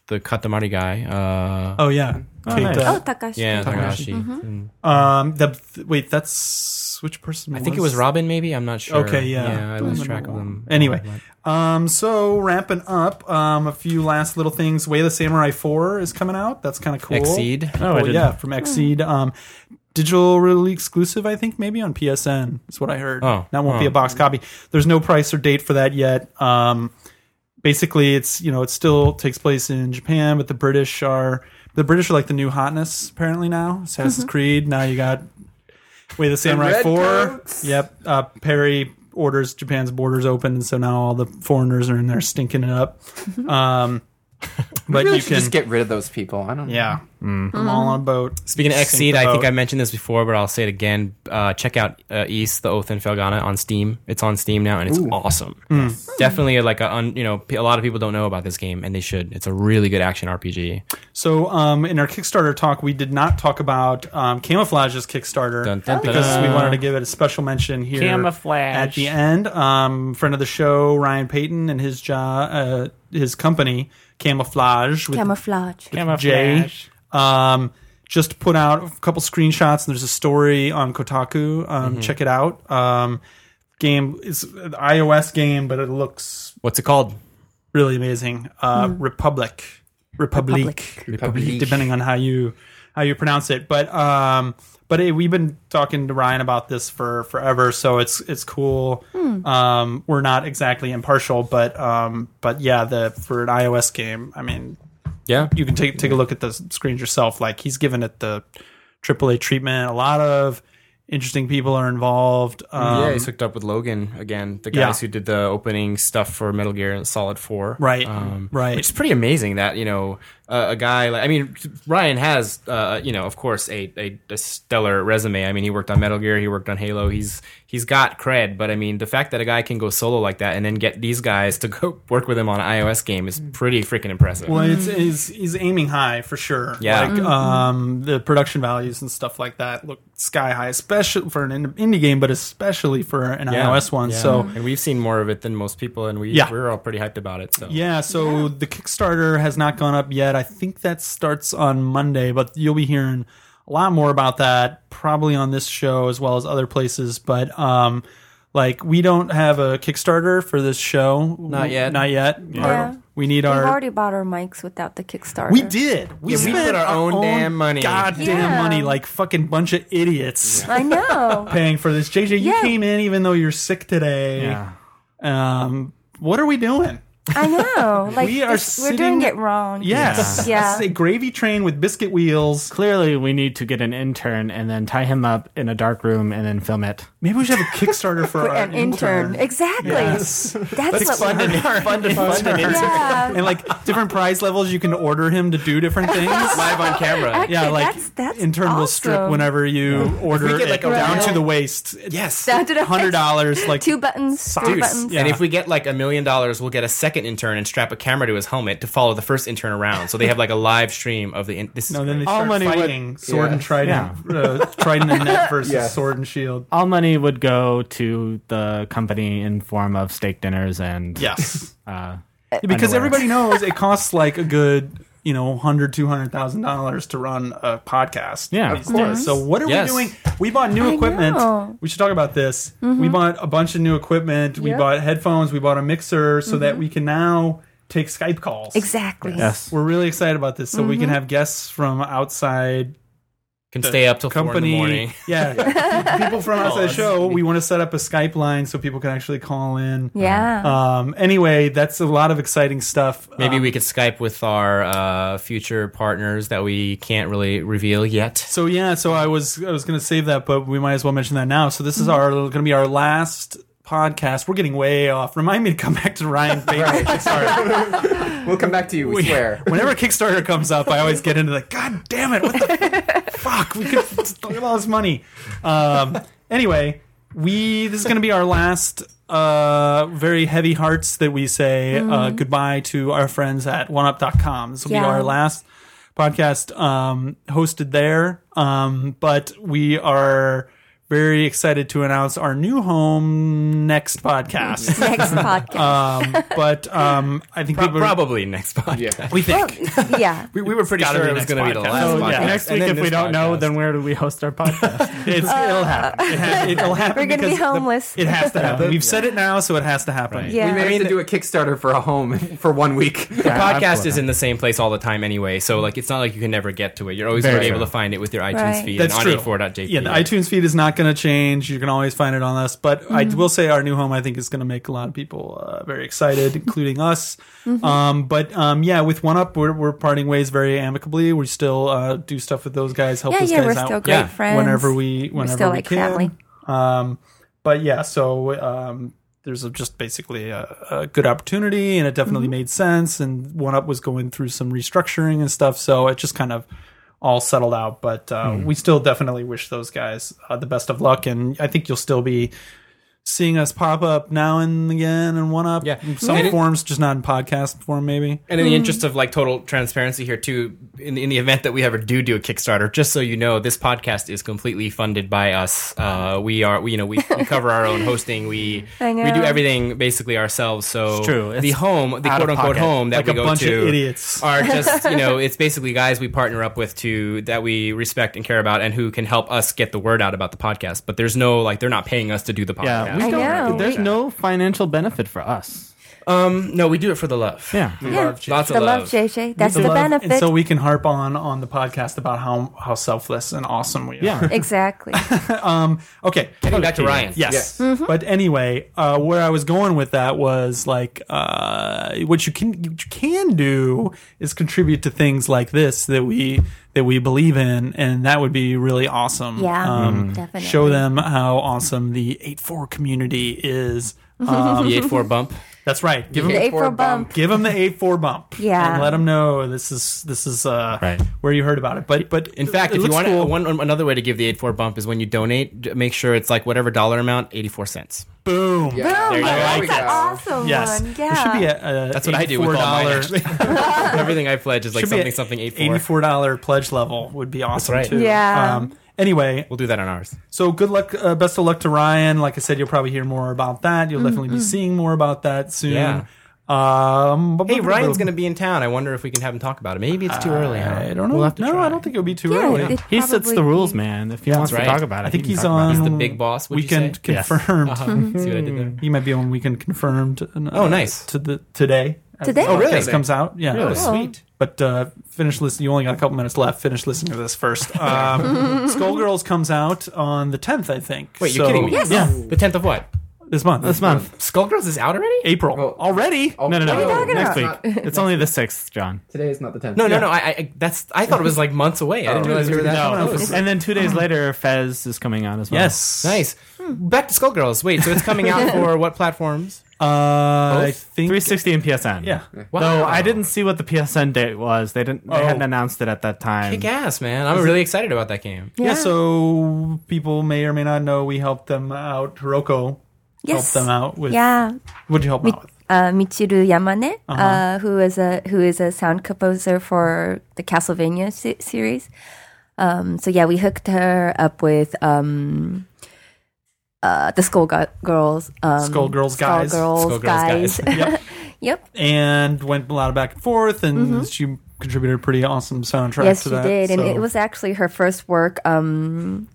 S2: the Katamari guy. Uh,
S1: Oh yeah, Kate,
S7: nice.
S1: uh,
S5: Oh, Takashi.
S2: yeah,
S1: Takahashi.
S2: Takahashi. Mm.
S1: Um, the, wait, that's which person?
S2: I think it was Robin. Maybe I'm not sure.
S1: Okay, yeah.
S2: I lose track of them.
S1: Anyway, um, so wrapping up, um, a few last little things. Way of the Samurai Four is coming out. That's kind of cool.
S2: Exceed.
S7: Oh, I
S1: Well,
S7: didn't-
S1: yeah, from Exceed. Um, digital release exclusive, I think, maybe on PSN is what I heard.
S2: Oh,
S1: that won't be
S2: oh.
S1: a box copy. There's no price or date for that yet. Um, basically, it's you know it still takes place in Japan, but the British are the British are like the new hotness apparently now. Assassin's Creed. Now you got Way of the Samurai
S3: Mm-hmm. red
S1: Four.
S3: coats.
S1: Yep. Uh, Perry orders Japan's borders open, and so now all the foreigners are in there stinking it
S3: [LAUGHS]
S1: up. Um, but
S3: Really
S1: you
S3: should
S1: can
S3: just get rid of those people. I don't know.
S1: yeah, I'm all on a boat.
S2: Mm. Speaking of
S1: Sink
S2: Xseed,
S1: the
S2: I think
S1: boat.
S2: I mentioned this before, but I'll say it again. Uh, check out uh, East, the Oath and Felgana on Steam. It's on Steam now, and it's awesome. Definitely, like a un, you know, p- a lot of people don't know about this game, and they should. It's a really good action RPG.
S1: So, um, in our Kickstarter talk, we did not talk about um, Camouflage's Kickstarter
S2: Dun, dun, dun.
S1: because we wanted to give it a special mention here
S7: Camouflage.
S1: at the end. Um, friend of the show, Ryan Payton, and his job, uh, his company, Camouflage, with
S5: Camouflage.
S1: Jay, um, just put out a couple screenshots, and there's a story on Kotaku. Um,
S2: Mm-hmm.
S1: Check it out. Um, game is an iOS game, but it looks
S2: What's it called?
S1: really amazing. Uh, Republic, Republic, depending on how you how you pronounce it. But um, but eh, we've been talking to Ryan about this for forever, so it's it's cool. Um, we're not exactly impartial, but um, but yeah, the for an iOS game, I mean,
S2: Yeah,
S1: you can take take a look at the screens yourself. Like he's given it the AAA treatment. A lot of interesting people are involved. Um,
S2: yeah. He's hooked up with Logan again, the
S1: Yeah.
S2: guys who did the opening stuff for Metal Gear Solid Four. Um,
S1: Right, right.
S2: Which is pretty amazing that you know uh, a guy like I mean Ryan has uh, you know of course a, a, a stellar resume. I mean he worked on Metal Gear, he worked on Halo. He's he's got cred, but I mean the fact that a guy can go solo like that and then get these guys to [LAUGHS] go work with him on an iOS game is pretty freaking impressive.
S1: Well, it's,
S5: Mm.
S1: it's he's aiming high for sure.
S2: Yeah.
S1: like
S5: Mm-hmm.
S1: um, the production values and stuff like that look sky high, especially for an ind- indie game, but especially for an
S2: Yeah.
S1: iOS one.
S2: Yeah.
S5: Mm-hmm.
S1: So
S2: and we've seen more of it than most people, and we
S1: Yeah.
S2: we're all pretty hyped about it. So
S1: yeah, so the Kickstarter has not gone up yet. I think that starts on Monday, but you'll be hearing a lot more about that probably on this show as well as other places. But um, like we don't have a Kickstarter for this show, not
S2: yet.
S1: not yet.
S5: Yeah.
S1: We need
S5: We've
S1: our
S5: already bought our mics without the Kickstarter.
S1: We did. We
S2: Yeah, we
S1: spent
S2: put our own damn money.
S1: Goddamn
S5: Yeah.
S1: money, like fucking bunch of idiots
S5: I know.
S1: paying for this. JJ, you
S5: Yeah.
S1: came in even though you're sick today.
S7: Yeah.
S1: Um, what are we doing?
S5: I know.
S1: [LAUGHS]
S5: Like
S1: We are
S5: this- we're doing
S1: sitting-
S5: it
S1: [LAUGHS]
S5: wrong.
S1: Yes.
S5: Yeah.
S1: It's a gravy train with biscuit wheels.
S7: Clearly, we need to get an intern and then tie him up in a dark room and then film it.
S1: Maybe we should have a Kickstarter
S5: [LAUGHS]
S1: for, our
S5: An intern. Exactly. That's what we
S1: fun to fund an intern.
S5: Yeah.
S1: And like different prize levels, you can order him to do different
S5: [LAUGHS]
S1: things.
S2: live on camera.
S1: Yeah,
S5: Actually,
S1: like
S5: that's- that's
S1: intern will strip
S5: awesome.
S1: whenever you order
S2: get,
S1: it
S2: like, a
S1: down
S2: real-
S1: to the waist.
S2: yes.
S5: Down to the waist.
S1: hundred
S5: [LAUGHS]
S1: dollars, like
S5: Two buttons. Three
S2: Dude,
S5: buttons.
S2: and if we get like a million dollars, we'll get a second intern and strap a camera to his helmet to follow the first intern around. So they have like a live stream of the. In- this is
S1: No, then they
S7: All
S1: start
S7: money would-
S1: fighting sword and
S3: Yeah.
S1: trident, uh, trident and [LAUGHS] net versus
S3: Yes.
S1: sword and shield.
S7: All money would go to the company in form of steak dinners and
S1: Yes, [LAUGHS]
S7: uh,
S1: because
S7: underwear.
S1: everybody knows it costs like a good you know, 100 200000 dollars to run a podcast.
S7: Yeah,
S1: these days. So what are
S2: Yes.
S1: we doing? We bought new
S5: I
S1: equipment.
S5: know. Mm-hmm.
S1: We should talk about this. We bought a bunch of new equipment. We
S5: Yep. Mm-hmm.
S1: bought headphones. We bought a mixer so that we can now take Skype calls.
S5: Exactly.
S7: Yes.
S1: We're really excited about this, so we
S5: Mm-hmm.
S1: can have guests from outside
S2: Can stay up till four in the
S1: company.
S2: morning.
S1: [LAUGHS] Yeah, people from outside
S2: us.
S1: the show. We want to set up a Skype line so people can actually call in.
S5: Yeah.
S1: Um, anyway, that's a lot of exciting stuff.
S2: Maybe
S1: Um,
S2: we could Skype with our uh, future partners that we can't really reveal yet.
S1: So yeah, so I was I was going to save that, but we might as well mention that now. So this is our going to be our last podcast. We're getting way off. Remind me to come back to Ryan
S2: [LAUGHS]
S1: Bailey. Sorry.
S3: [LAUGHS] We'll come back to you. We swear.
S1: [LAUGHS] Whenever Kickstarter comes up, I always get into the God damn it! What the fuck? We could look at all this money. Um, anyway, we this is going to be our last uh very heavy hearts that we say uh goodbye to our friends at oneup.com this will be
S5: Yeah.
S1: our last podcast um hosted there um but we are very excited to announce our new home next
S5: [LAUGHS]
S1: podcast
S5: [LAUGHS] Next podcast.
S1: um but um i think people [LAUGHS] are-
S2: Probably next podcast.
S1: we think [LAUGHS]
S5: yeah.
S2: We, we were pretty
S1: gotta
S2: sure
S1: be
S2: it was
S1: next
S2: going to be the
S1: podcast.
S2: last
S1: So,
S2: podcast. Oh,
S1: yeah.
S7: Next week, if we don't know, then where do we host our podcast?
S1: [LAUGHS] It's, it'll happen. It
S5: [LAUGHS]
S1: ha- it'll happen.
S5: Uh, We're gonna be
S1: because the-
S5: homeless.
S1: [LAUGHS] it has to happen. We've said it now, so it has to happen.
S3: We
S5: Yeah.
S3: may have to do a Kickstarter for a home [LAUGHS] for one week. [LAUGHS]
S2: the podcast is in the same place all the time anyway, so like it's not like you can never get to it. You're always going to be able to find it with your iTunes
S5: Right.
S2: feed
S1: That's
S2: and
S1: true.
S2: audio4.jp.
S1: Yeah, the iTunes feed is not going to change. You can always find it on us. But I
S5: Mm-hmm.
S1: will say our new home, I think, is going to make a lot of people uh, very excited,
S5: [LAUGHS]
S1: including us.
S5: Mm-hmm.
S1: Um, but um, yeah, with One Up, we're, we're parting ways very amicably. We still uh, do stuff with those guys, help
S5: Yeah,
S1: those
S5: yeah,
S1: guys
S5: we're
S1: out
S5: still great
S2: Yeah.
S5: friends.
S1: whenever we whenever
S5: still
S1: we
S5: like
S1: can.
S5: family.
S1: Um, but yeah, so um, there's a, just basically a, a good opportunity, and it
S5: Mm-hmm.
S1: definitely made sense. And One Up was going through some restructuring and stuff, so it just kind of all settled out. But uh,
S5: Hmm.
S1: we still definitely wish those guys uh, the best of luck, and I think you'll still be. Seeing us pop up now and again and one up,
S2: Yeah.
S1: in some
S2: And it-
S1: forms, just not in podcast form, maybe.
S2: And
S5: Hmm.
S2: in the interest of like total transparency here too, in the, in the event that we ever do do a Kickstarter, just so you know, this podcast is completely funded by us. Uh, we are, we, you know, we, we cover our own hosting. We
S5: [LAUGHS] I
S2: we do
S5: know.
S2: everything basically ourselves. So
S7: It's true. It's
S2: the home, the
S7: out of
S2: quote unquote
S7: pocket.
S2: home that
S1: Like
S2: we
S1: a
S2: go
S1: bunch
S2: to,
S1: of idiots.
S5: [LAUGHS]
S2: are just you know, it's basically guys we partner up with to that we respect and care about, and who can help us get the word out about the podcast. But there's no like they're not paying us to do the
S7: yeah,
S2: podcast.
S7: we
S5: I
S7: don't.
S5: know.
S7: There's no financial benefit for us.
S2: um, no, we do it for the love.
S7: Yeah.
S5: yeah.
S2: Lots
S5: the
S2: of
S5: love,
S2: love.
S5: JJ. That's the,
S1: Love-
S5: benefit.
S1: And so we can harp on on the podcast about how how selfless and awesome we Oh, are. [LAUGHS]
S7: Yeah.
S5: exactly.
S1: Okay.
S2: Getting back to Ryan.
S5: [LAUGHS]
S1: Yes.
S5: Mm-hmm.
S1: But anyway, uh, where I was going with that was like uh, what you can you can do is contribute to things like this that we that we believe in, and that would be really awesome.
S5: Yeah,
S1: Um,
S2: Mm-hmm.
S5: Mm. definitely.
S1: Show them how awesome the eight four community is.
S5: Mm-hmm.
S1: Um,
S2: the eight four bump.
S1: that's right. Give
S5: the
S1: them
S5: April bump.
S1: give them the eight four bump.
S5: [LAUGHS] Yeah.
S1: And let them know this is this is uh,
S7: Right.
S1: where you heard about it. But but
S2: In fact,
S1: it
S2: if you
S1: looks
S2: want
S1: cool.
S2: to, one um, another way to give the eight four bump is when you donate, d- make sure it's like whatever dollar amount, eighty four cents.
S1: boom.
S5: Boom.
S3: There you
S5: That's
S3: go.
S5: an
S3: There we go.
S5: awesome
S1: Yes,
S5: one.
S1: there should
S5: Yeah.
S1: be a, a
S2: That's what I do with all mine.
S1: $84
S2: actually. [LAUGHS] Everything I pledge is like
S1: should be
S2: something
S1: a
S2: something eight four.
S1: eighty-four dollar pledge level would be awesome
S2: right.
S1: too.
S5: Yeah.
S1: Um, anyway,
S2: We'll do that on ours.
S1: so good luck, uh, best of luck to Ryan. Like I said, you'll probably hear more about that. You'll definitely
S5: Mm-hmm.
S1: be seeing more about that soon.
S2: Yeah.
S1: Um,
S2: Hey, Ryan's gonna be in town. I wonder if we can have him talk about it. Maybe it's too early. Huh?
S1: I don't know. no, I don't think it'll be too
S5: Yeah,
S1: early.
S5: it
S7: He sets the
S5: probably-
S7: rules, man. If he wants
S2: right.
S7: to talk about it,
S1: I think
S7: he can
S1: he's
S7: talk about
S1: on.
S7: it.
S2: He's the big boss, would you
S1: Weekend
S2: say?
S1: confirmed.
S2: Uh-huh. [LAUGHS] See what I did there?
S1: He might be on Weekend Confirmed. and, uh,
S2: Oh, nice.
S1: To the today. as
S5: Today?
S1: the
S5: Oh,
S2: really?
S1: podcast comes out. Yeah.
S2: Oh, sweet.
S1: But uh, finish listening. You only got a couple minutes left. Finish listening to this first. Um, Skullgirls comes out on the tenth, I think.
S2: Wait, you're
S1: So-
S2: kidding me?
S5: Yes.
S1: Yeah,
S2: The tenth of what?
S1: this month.
S7: This month.
S2: Skullgirls is out already?
S1: April already.
S7: No, no,
S3: Oh,
S7: no.
S5: talking
S7: Next
S5: about?
S7: week. It's only the sixth, John.
S3: Today is not the tenth.
S2: No, no, no. I, I that's I thought it was like months away. I didn't realize we were that
S7: No.
S2: close.
S7: And then two days later, Fez is coming out as well.
S1: Yes.
S2: Nice. Back to Skullgirls. Wait, so it's coming out for what platforms?
S1: Uh, I think.
S7: 360 and PSN.
S1: Yeah.
S2: Wow.
S7: Though I didn't see what the PSN date was. They didn't. They hadn't announced it at that time.
S2: Kick ass, man. I'm really excited about that game.
S1: Yeah. So people may or may not know we helped them out. Hiroko
S5: Yes.
S1: helped them out with.
S5: Yeah.
S1: What'd you help them out with?
S5: Uh, Michiru Yamane, uh
S1: Uh-huh.
S5: who is a who is a sound composer for the Castlevania se- series. Um, so yeah, we hooked her up with um, uh, the Skull Girls, um,
S1: Skullgirls guys.
S5: Skullgirls
S1: [LAUGHS]
S2: Skullgirls
S5: guys.
S2: guys.
S5: yep.
S1: and went a lot of back and forth and she contributed a pretty awesome soundtrack
S5: yes,
S1: to
S5: she
S1: that.
S5: did, and
S1: so-
S5: it was actually her first work. Um,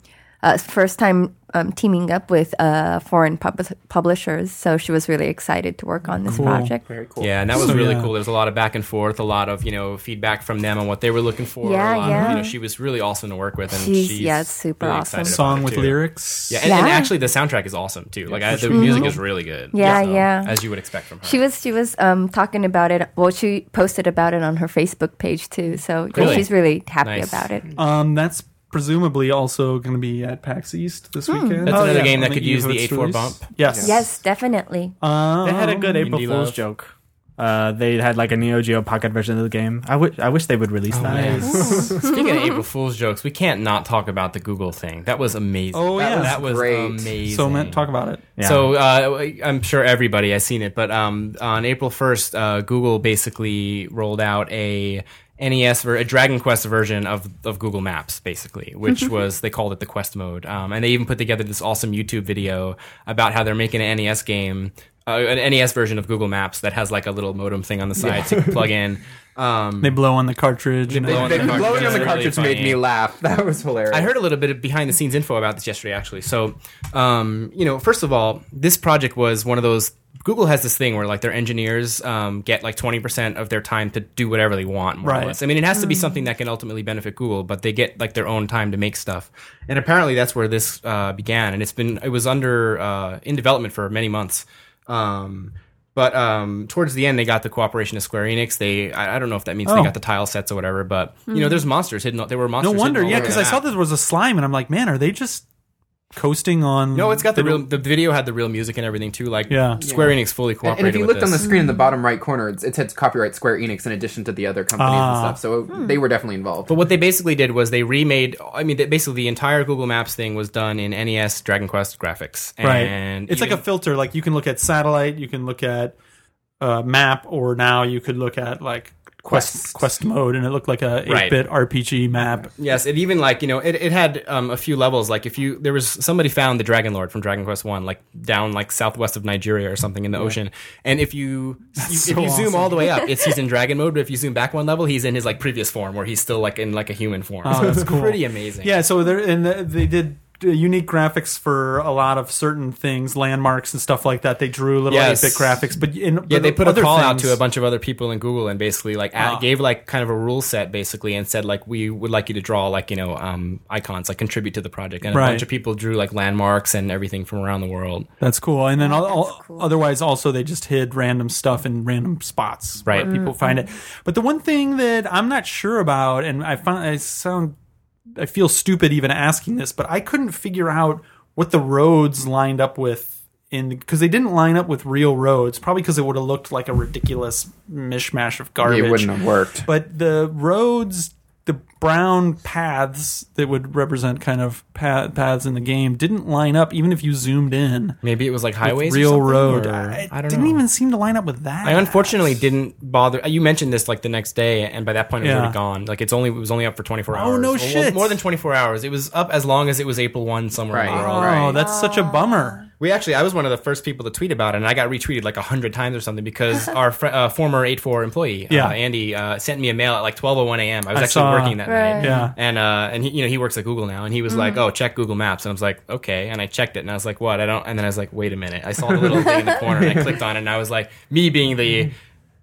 S5: uh, first time um, teaming up with uh, foreign pub- publishers, so she was really excited to work on this project.
S2: Yeah, and that was really
S1: yeah.
S2: cool. There was a lot of back and forth, a lot of you know feedback from them on what they were looking for. a
S5: Yeah,
S2: lot Of,
S5: yeah.
S2: you know, she was really awesome to work with, and
S5: She's-
S2: she's,
S5: yeah, it's super
S2: really
S5: awesome.
S2: excited about
S1: song
S2: it,
S1: with
S2: too.
S1: lyrics.
S2: Yeah, and, and
S5: Yeah. Mm-hmm.
S2: actually the soundtrack is awesome too. Like I, the music is really good.
S5: Yeah, yeah.
S2: As you would expect from her.
S5: She was she was um, talking about it. Well, she posted about it on her Facebook page too. So yeah,
S2: Really?
S5: she's really happy
S2: Nice.
S5: about it.
S1: Um, that's presumably also going to be at PAX East
S7: Hmm.
S1: this weekend. Oh,
S2: That's another
S1: yeah.
S2: game that
S1: On
S2: could use
S1: eve of
S2: the
S1: its
S2: 8.4
S1: release.
S2: bump.
S1: Yes.
S5: Yes, definitely.
S1: Um,
S7: They had a good April
S2: Indie
S7: Fool's
S2: Love.
S7: joke. Uh, they had like a Neo Geo Pocket version of the game. I wish I wish they would release that.
S2: Speaking of April Fool's jokes, we can't not talk about the Google thing. That was amazing.
S1: Oh,
S2: that
S1: yeah.
S2: was, that was
S3: Great.
S2: amazing.
S1: So, man, talk about it.
S7: Yeah.
S2: So uh, I'm sure everybody has seen it, but um, on April 1st, uh, Google basically rolled out a NES ver- a Dragon Quest version of of Google Maps, basically, which was they called it the Quest mode, um, and they even put together this awesome YouTube video about how they're making an NES game. Uh, an NES version of Google Maps that has like a little modem thing on the side to plug in. Um,
S1: They blow on the cartridge. and
S2: blow
S1: all
S2: on
S1: that.
S2: the
S3: Blowing
S2: cartridge
S3: on
S2: is
S3: the
S2: really
S3: cartridge made
S2: funny.
S3: me laugh. [LAUGHS] That was hilarious.
S2: I heard a little bit of behind the scenes info about this yesterday, actually. So, um, you know, first of all, this project was one of those. Google has this thing where like their engineers um, get like twenty percent of their time to do whatever they want. More
S1: Right.
S2: Or less. I mean, it has to be something that can ultimately benefit Google, but they get like their own time to make stuff. And apparently, that's where this uh, began. And it's been it was under uh, in development for many months. Um, but um, towards the end, they got the cooperation of Square Enix. They I, I don't know if that means they got the tile sets or whatever, but you know, there's monsters hidden. There
S1: Oh.
S2: were
S1: No
S2: monsters.
S1: wonder.
S2: hidden all
S1: Yeah,
S2: over
S1: because
S2: the
S1: I saw
S2: map.
S1: there was a slime, and I'm like, man, are they just coasting on?
S2: No, it's got the real. The video had the real music and everything too. Like
S1: Yeah.
S2: Square Enix fully
S3: And-
S2: cooperated.
S3: and if you
S2: with
S3: looked
S2: this.
S3: on the screen in the bottom right corner, it's- it said copyright Square Enix in addition to the other companies and
S2: Ah.
S3: stuff. So uh,
S2: Hmm.
S3: they were definitely involved.
S2: But what they basically did was they remade. I mean, they- basically the entire Google Maps thing was done in NES Dragon Quest graphics.
S1: right.
S2: And
S1: it's like
S2: even-
S1: a filter. Like you can look at satellite, you can look at uh, map, or now you could look at like quest quest mode, and it looked like a
S2: Right.
S1: eight bit RPG map.
S2: Yes, it even like you know it, it had um, a few levels. Like if you there was somebody found the Dragon Lord from Dragon Quest One, like down like southwest of Nigeria or something in the ocean. And if you, you if you zoom all the way up, it's he's in dragon mode. But if you zoom back one level, he's in his like previous form where he's still like in like a human form. Oh,
S1: that's cool.
S2: Pretty amazing.
S1: Yeah, so they're and the- they did uh, unique graphics for a lot of certain things, landmarks and stuff like that. They drew little eight
S2: Yes.
S1: bit graphics, but in
S2: Yeah,
S1: but
S2: they put a
S1: other
S2: call out
S1: things- Ah.
S2: to a bunch of other people in Google and basically like at, gave like kind of a rule set basically and said like we would like you to draw like you know um, icons like contribute to the project and a
S1: Right.
S2: bunch of people drew like landmarks and everything from around the world.
S1: Oh, That's cool. And then all, all- otherwise, also they just hid random stuff in random spots
S2: Right.
S1: where people find it. But the one thing that I'm not sure about, and I find I sound, I feel stupid even asking this, but I couldn't figure out what the roads lined up with. In because they didn't line up with real roads, probably because it would have looked like a ridiculous mishmash of garbage.
S3: it wouldn't have
S2: [LAUGHS]
S3: worked.
S1: But the roads, the brown paths that would represent kind of pa- paths in the game, didn't line up, even if you zoomed in.
S2: Maybe it was like highways, or
S1: real
S2: something,
S1: road.
S2: or-
S1: I,
S2: I don't
S1: didn't
S2: know.
S1: even seem to line up with that.
S2: I unfortunately didn't bother. You mentioned this like the next day, and by that point it was
S1: Yeah. Oh,
S2: already gone. Like it's only it was only up for twenty four hours.
S1: no
S2: Well,
S1: shit.
S2: More than twenty four hours. It was up as long as it was April one somewhere in the
S3: Right.
S2: world.
S1: oh,
S3: Right.
S1: that's such a bummer.
S2: We actually, I was one of the first people to tweet about it, and I got retweeted like hundred times or something because our fr- uh, former 8-4 employee,
S1: Yeah.
S2: uh, Andy, uh, sent me a mail at like twelve oh one a.m. I was
S1: I
S2: actually
S1: saw-
S2: working that night,
S5: Right.
S1: Yeah.
S2: and uh, and he, you know he works at Google now, and he was like, "Oh, check Google Maps," and I was like, "Okay," and I checked it, and I was like, "What?" I don't, and then I was like, "Wait a minute!" I saw the little thing in the corner, [LAUGHS] and I clicked on it, and I was like, "Me being the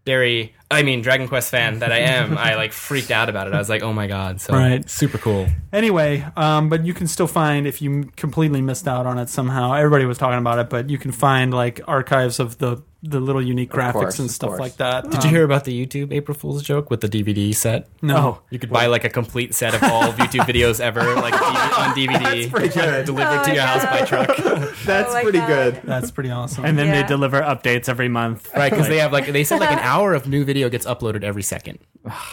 S2: dairy, I mean Dragon Quest fan that I am, I like freaked out about it. I was like, "Oh my god!" So
S1: Right.
S2: super cool.
S1: Anyway, um, but you can still find if you m- completely missed out on it somehow. Everybody was talking about it, but you can find like archives of the the little unique graphics
S3: course,
S1: and
S3: of
S1: stuff
S3: course.
S1: like that. Um,
S2: Did you hear about the YouTube April Fool's joke with the DVD set? [LAUGHS]
S1: No.
S2: You could buy like a complete set of all of YouTube videos ever, [LAUGHS] like D- on DVD, delivered to your house by truck.
S3: That's
S5: Oh my
S3: pretty
S5: God.
S3: good.
S1: That's pretty awesome.
S7: and then
S5: Yeah.
S7: they deliver updates every month.
S2: Right, because they have like they said like
S5: Uh-huh.
S2: an hour of new video gets uploaded every second.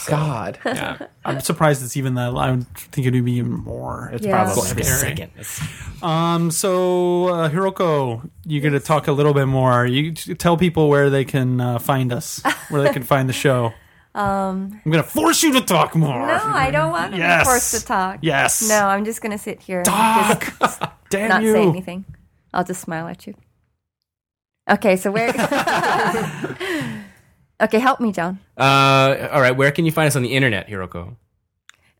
S3: God.
S5: [LAUGHS]
S2: Yeah,
S1: I'm surprised it's even that. I would think it would be even more.
S7: It's
S5: Yeah.
S7: probably
S2: every
S1: Scary.
S2: second. It's-
S1: Um, so uh, Hiroko, you're going to talk a little bit more. You t- tell people where they can uh, find us, where they can find the show.
S5: [LAUGHS]
S1: Um, I'm going to force you to talk more.
S5: No, I don't want to
S1: Yes.
S5: be forced to talk.
S1: Yes.
S5: No, I'm just gonna sit here and
S1: Talk.
S5: just
S1: [LAUGHS]
S5: s-
S1: Damn
S5: not
S1: you.
S5: say anything.
S1: [LAUGHS]
S5: I'll just smile at you. Okay, so where Okay, help me, John.
S2: Uh, all right, where can you find us on the internet, Hiroko?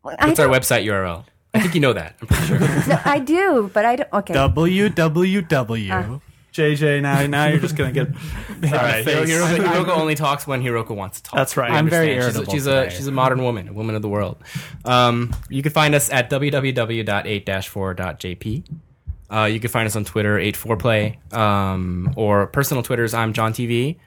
S5: Well, I
S2: What's our
S5: don't-
S2: website URL? I think you know that. I'm pretty sure.
S5: No, [LAUGHS] I do, but I don't. Okay.
S7: www.
S5: Ah.
S1: JJ, now now you're just gonna
S5: [LAUGHS]
S1: get.
S2: All right,
S1: face.
S2: Hiro- Hiroko, only talks when Hiroko wants to talk.
S1: That's right.
S2: I
S7: I'm very
S2: understand. She's a- She's,
S7: irritable
S2: a
S7: today.
S2: she's a modern woman, a woman of the world. Um, you can find us at www.8-4.jp. Uh, you can find us on Twitter, 84play, um, or personal Twitters. I'm John TV,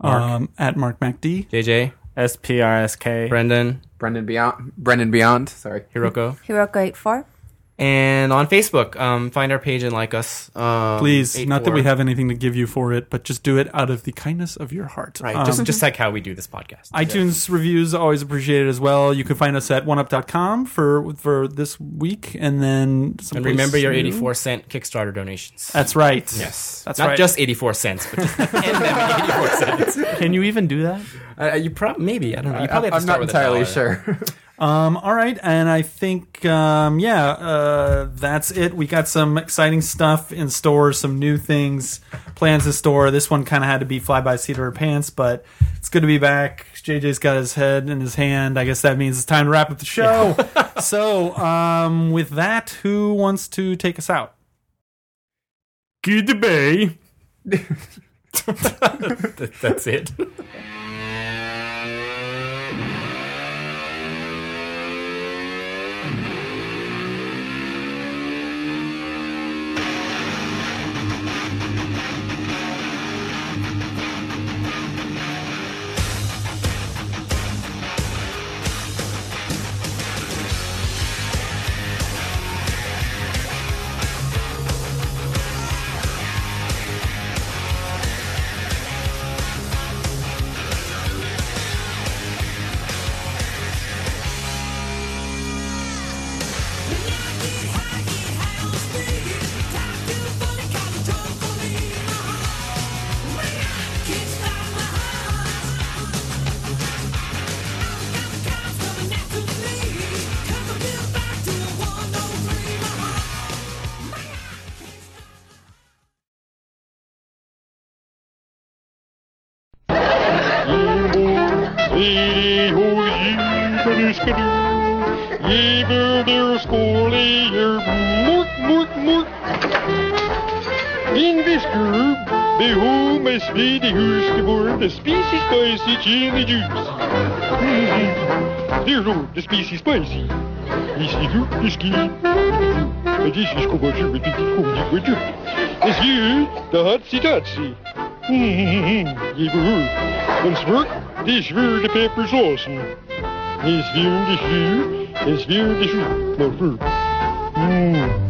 S1: Um, at Mark MacD.
S2: JJ,
S7: S P R S K.
S2: Brendan,
S3: Brendan Beyond. Brendan Beyond. Sorry.
S2: Hiroko.
S5: Hiroko 84.
S2: And on Facebook, um, find our page and like us. Um,
S1: Please, not that we
S2: 84.
S1: have anything to give you for it, but just do it out of the kindness of your heart.
S2: Right,
S1: Um,
S2: just, just like how we do this podcast.
S1: iTunes reviews always appreciated as well. You can find us at oneup.com for for this week, and then
S2: and
S1: someplace
S2: remember your
S1: new.
S2: 84 cent Kickstarter donations.
S1: That's right.
S2: yes.
S1: that's
S2: not
S1: right.
S2: just 84 cents, but just and then 84 cents.
S7: Can you even do that?
S2: Uh, you probably maybe I don't know. You probably have to
S3: I'm
S2: start
S3: not
S2: with a
S3: entirely
S2: dollar.
S3: sure. [LAUGHS]
S1: Um, all right, and I think um, yeah, uh, that's it. We got some exciting stuff in store, some new things, plans in store. This one kind of had to be fly by the seat of her pants, but it's good to be back. JJ's got his head in his hand. I guess that means it's time to wrap up the show. [LAUGHS] so, um, with that, who wants to take us out?
S7: Good debate.
S2: Th- That's it.
S8: Lady, oh, yee, skidoo, yee, bear, dear, scully, yer, mork, mork, mork. In this group, the whole must be the who's the board, the species spicy chili juice. Mhm. Dear Lord, the species spicy. Is the hoop, the ski, but this is kobasher, but this is kobasher, but this is the hotsy totsy. Hmm, Neighborhood. Und zurück, das wäre die Pepper Sauce. Das wäre die Schuhe, das wäre die Schuhe. Mal für. Mm. Hmm.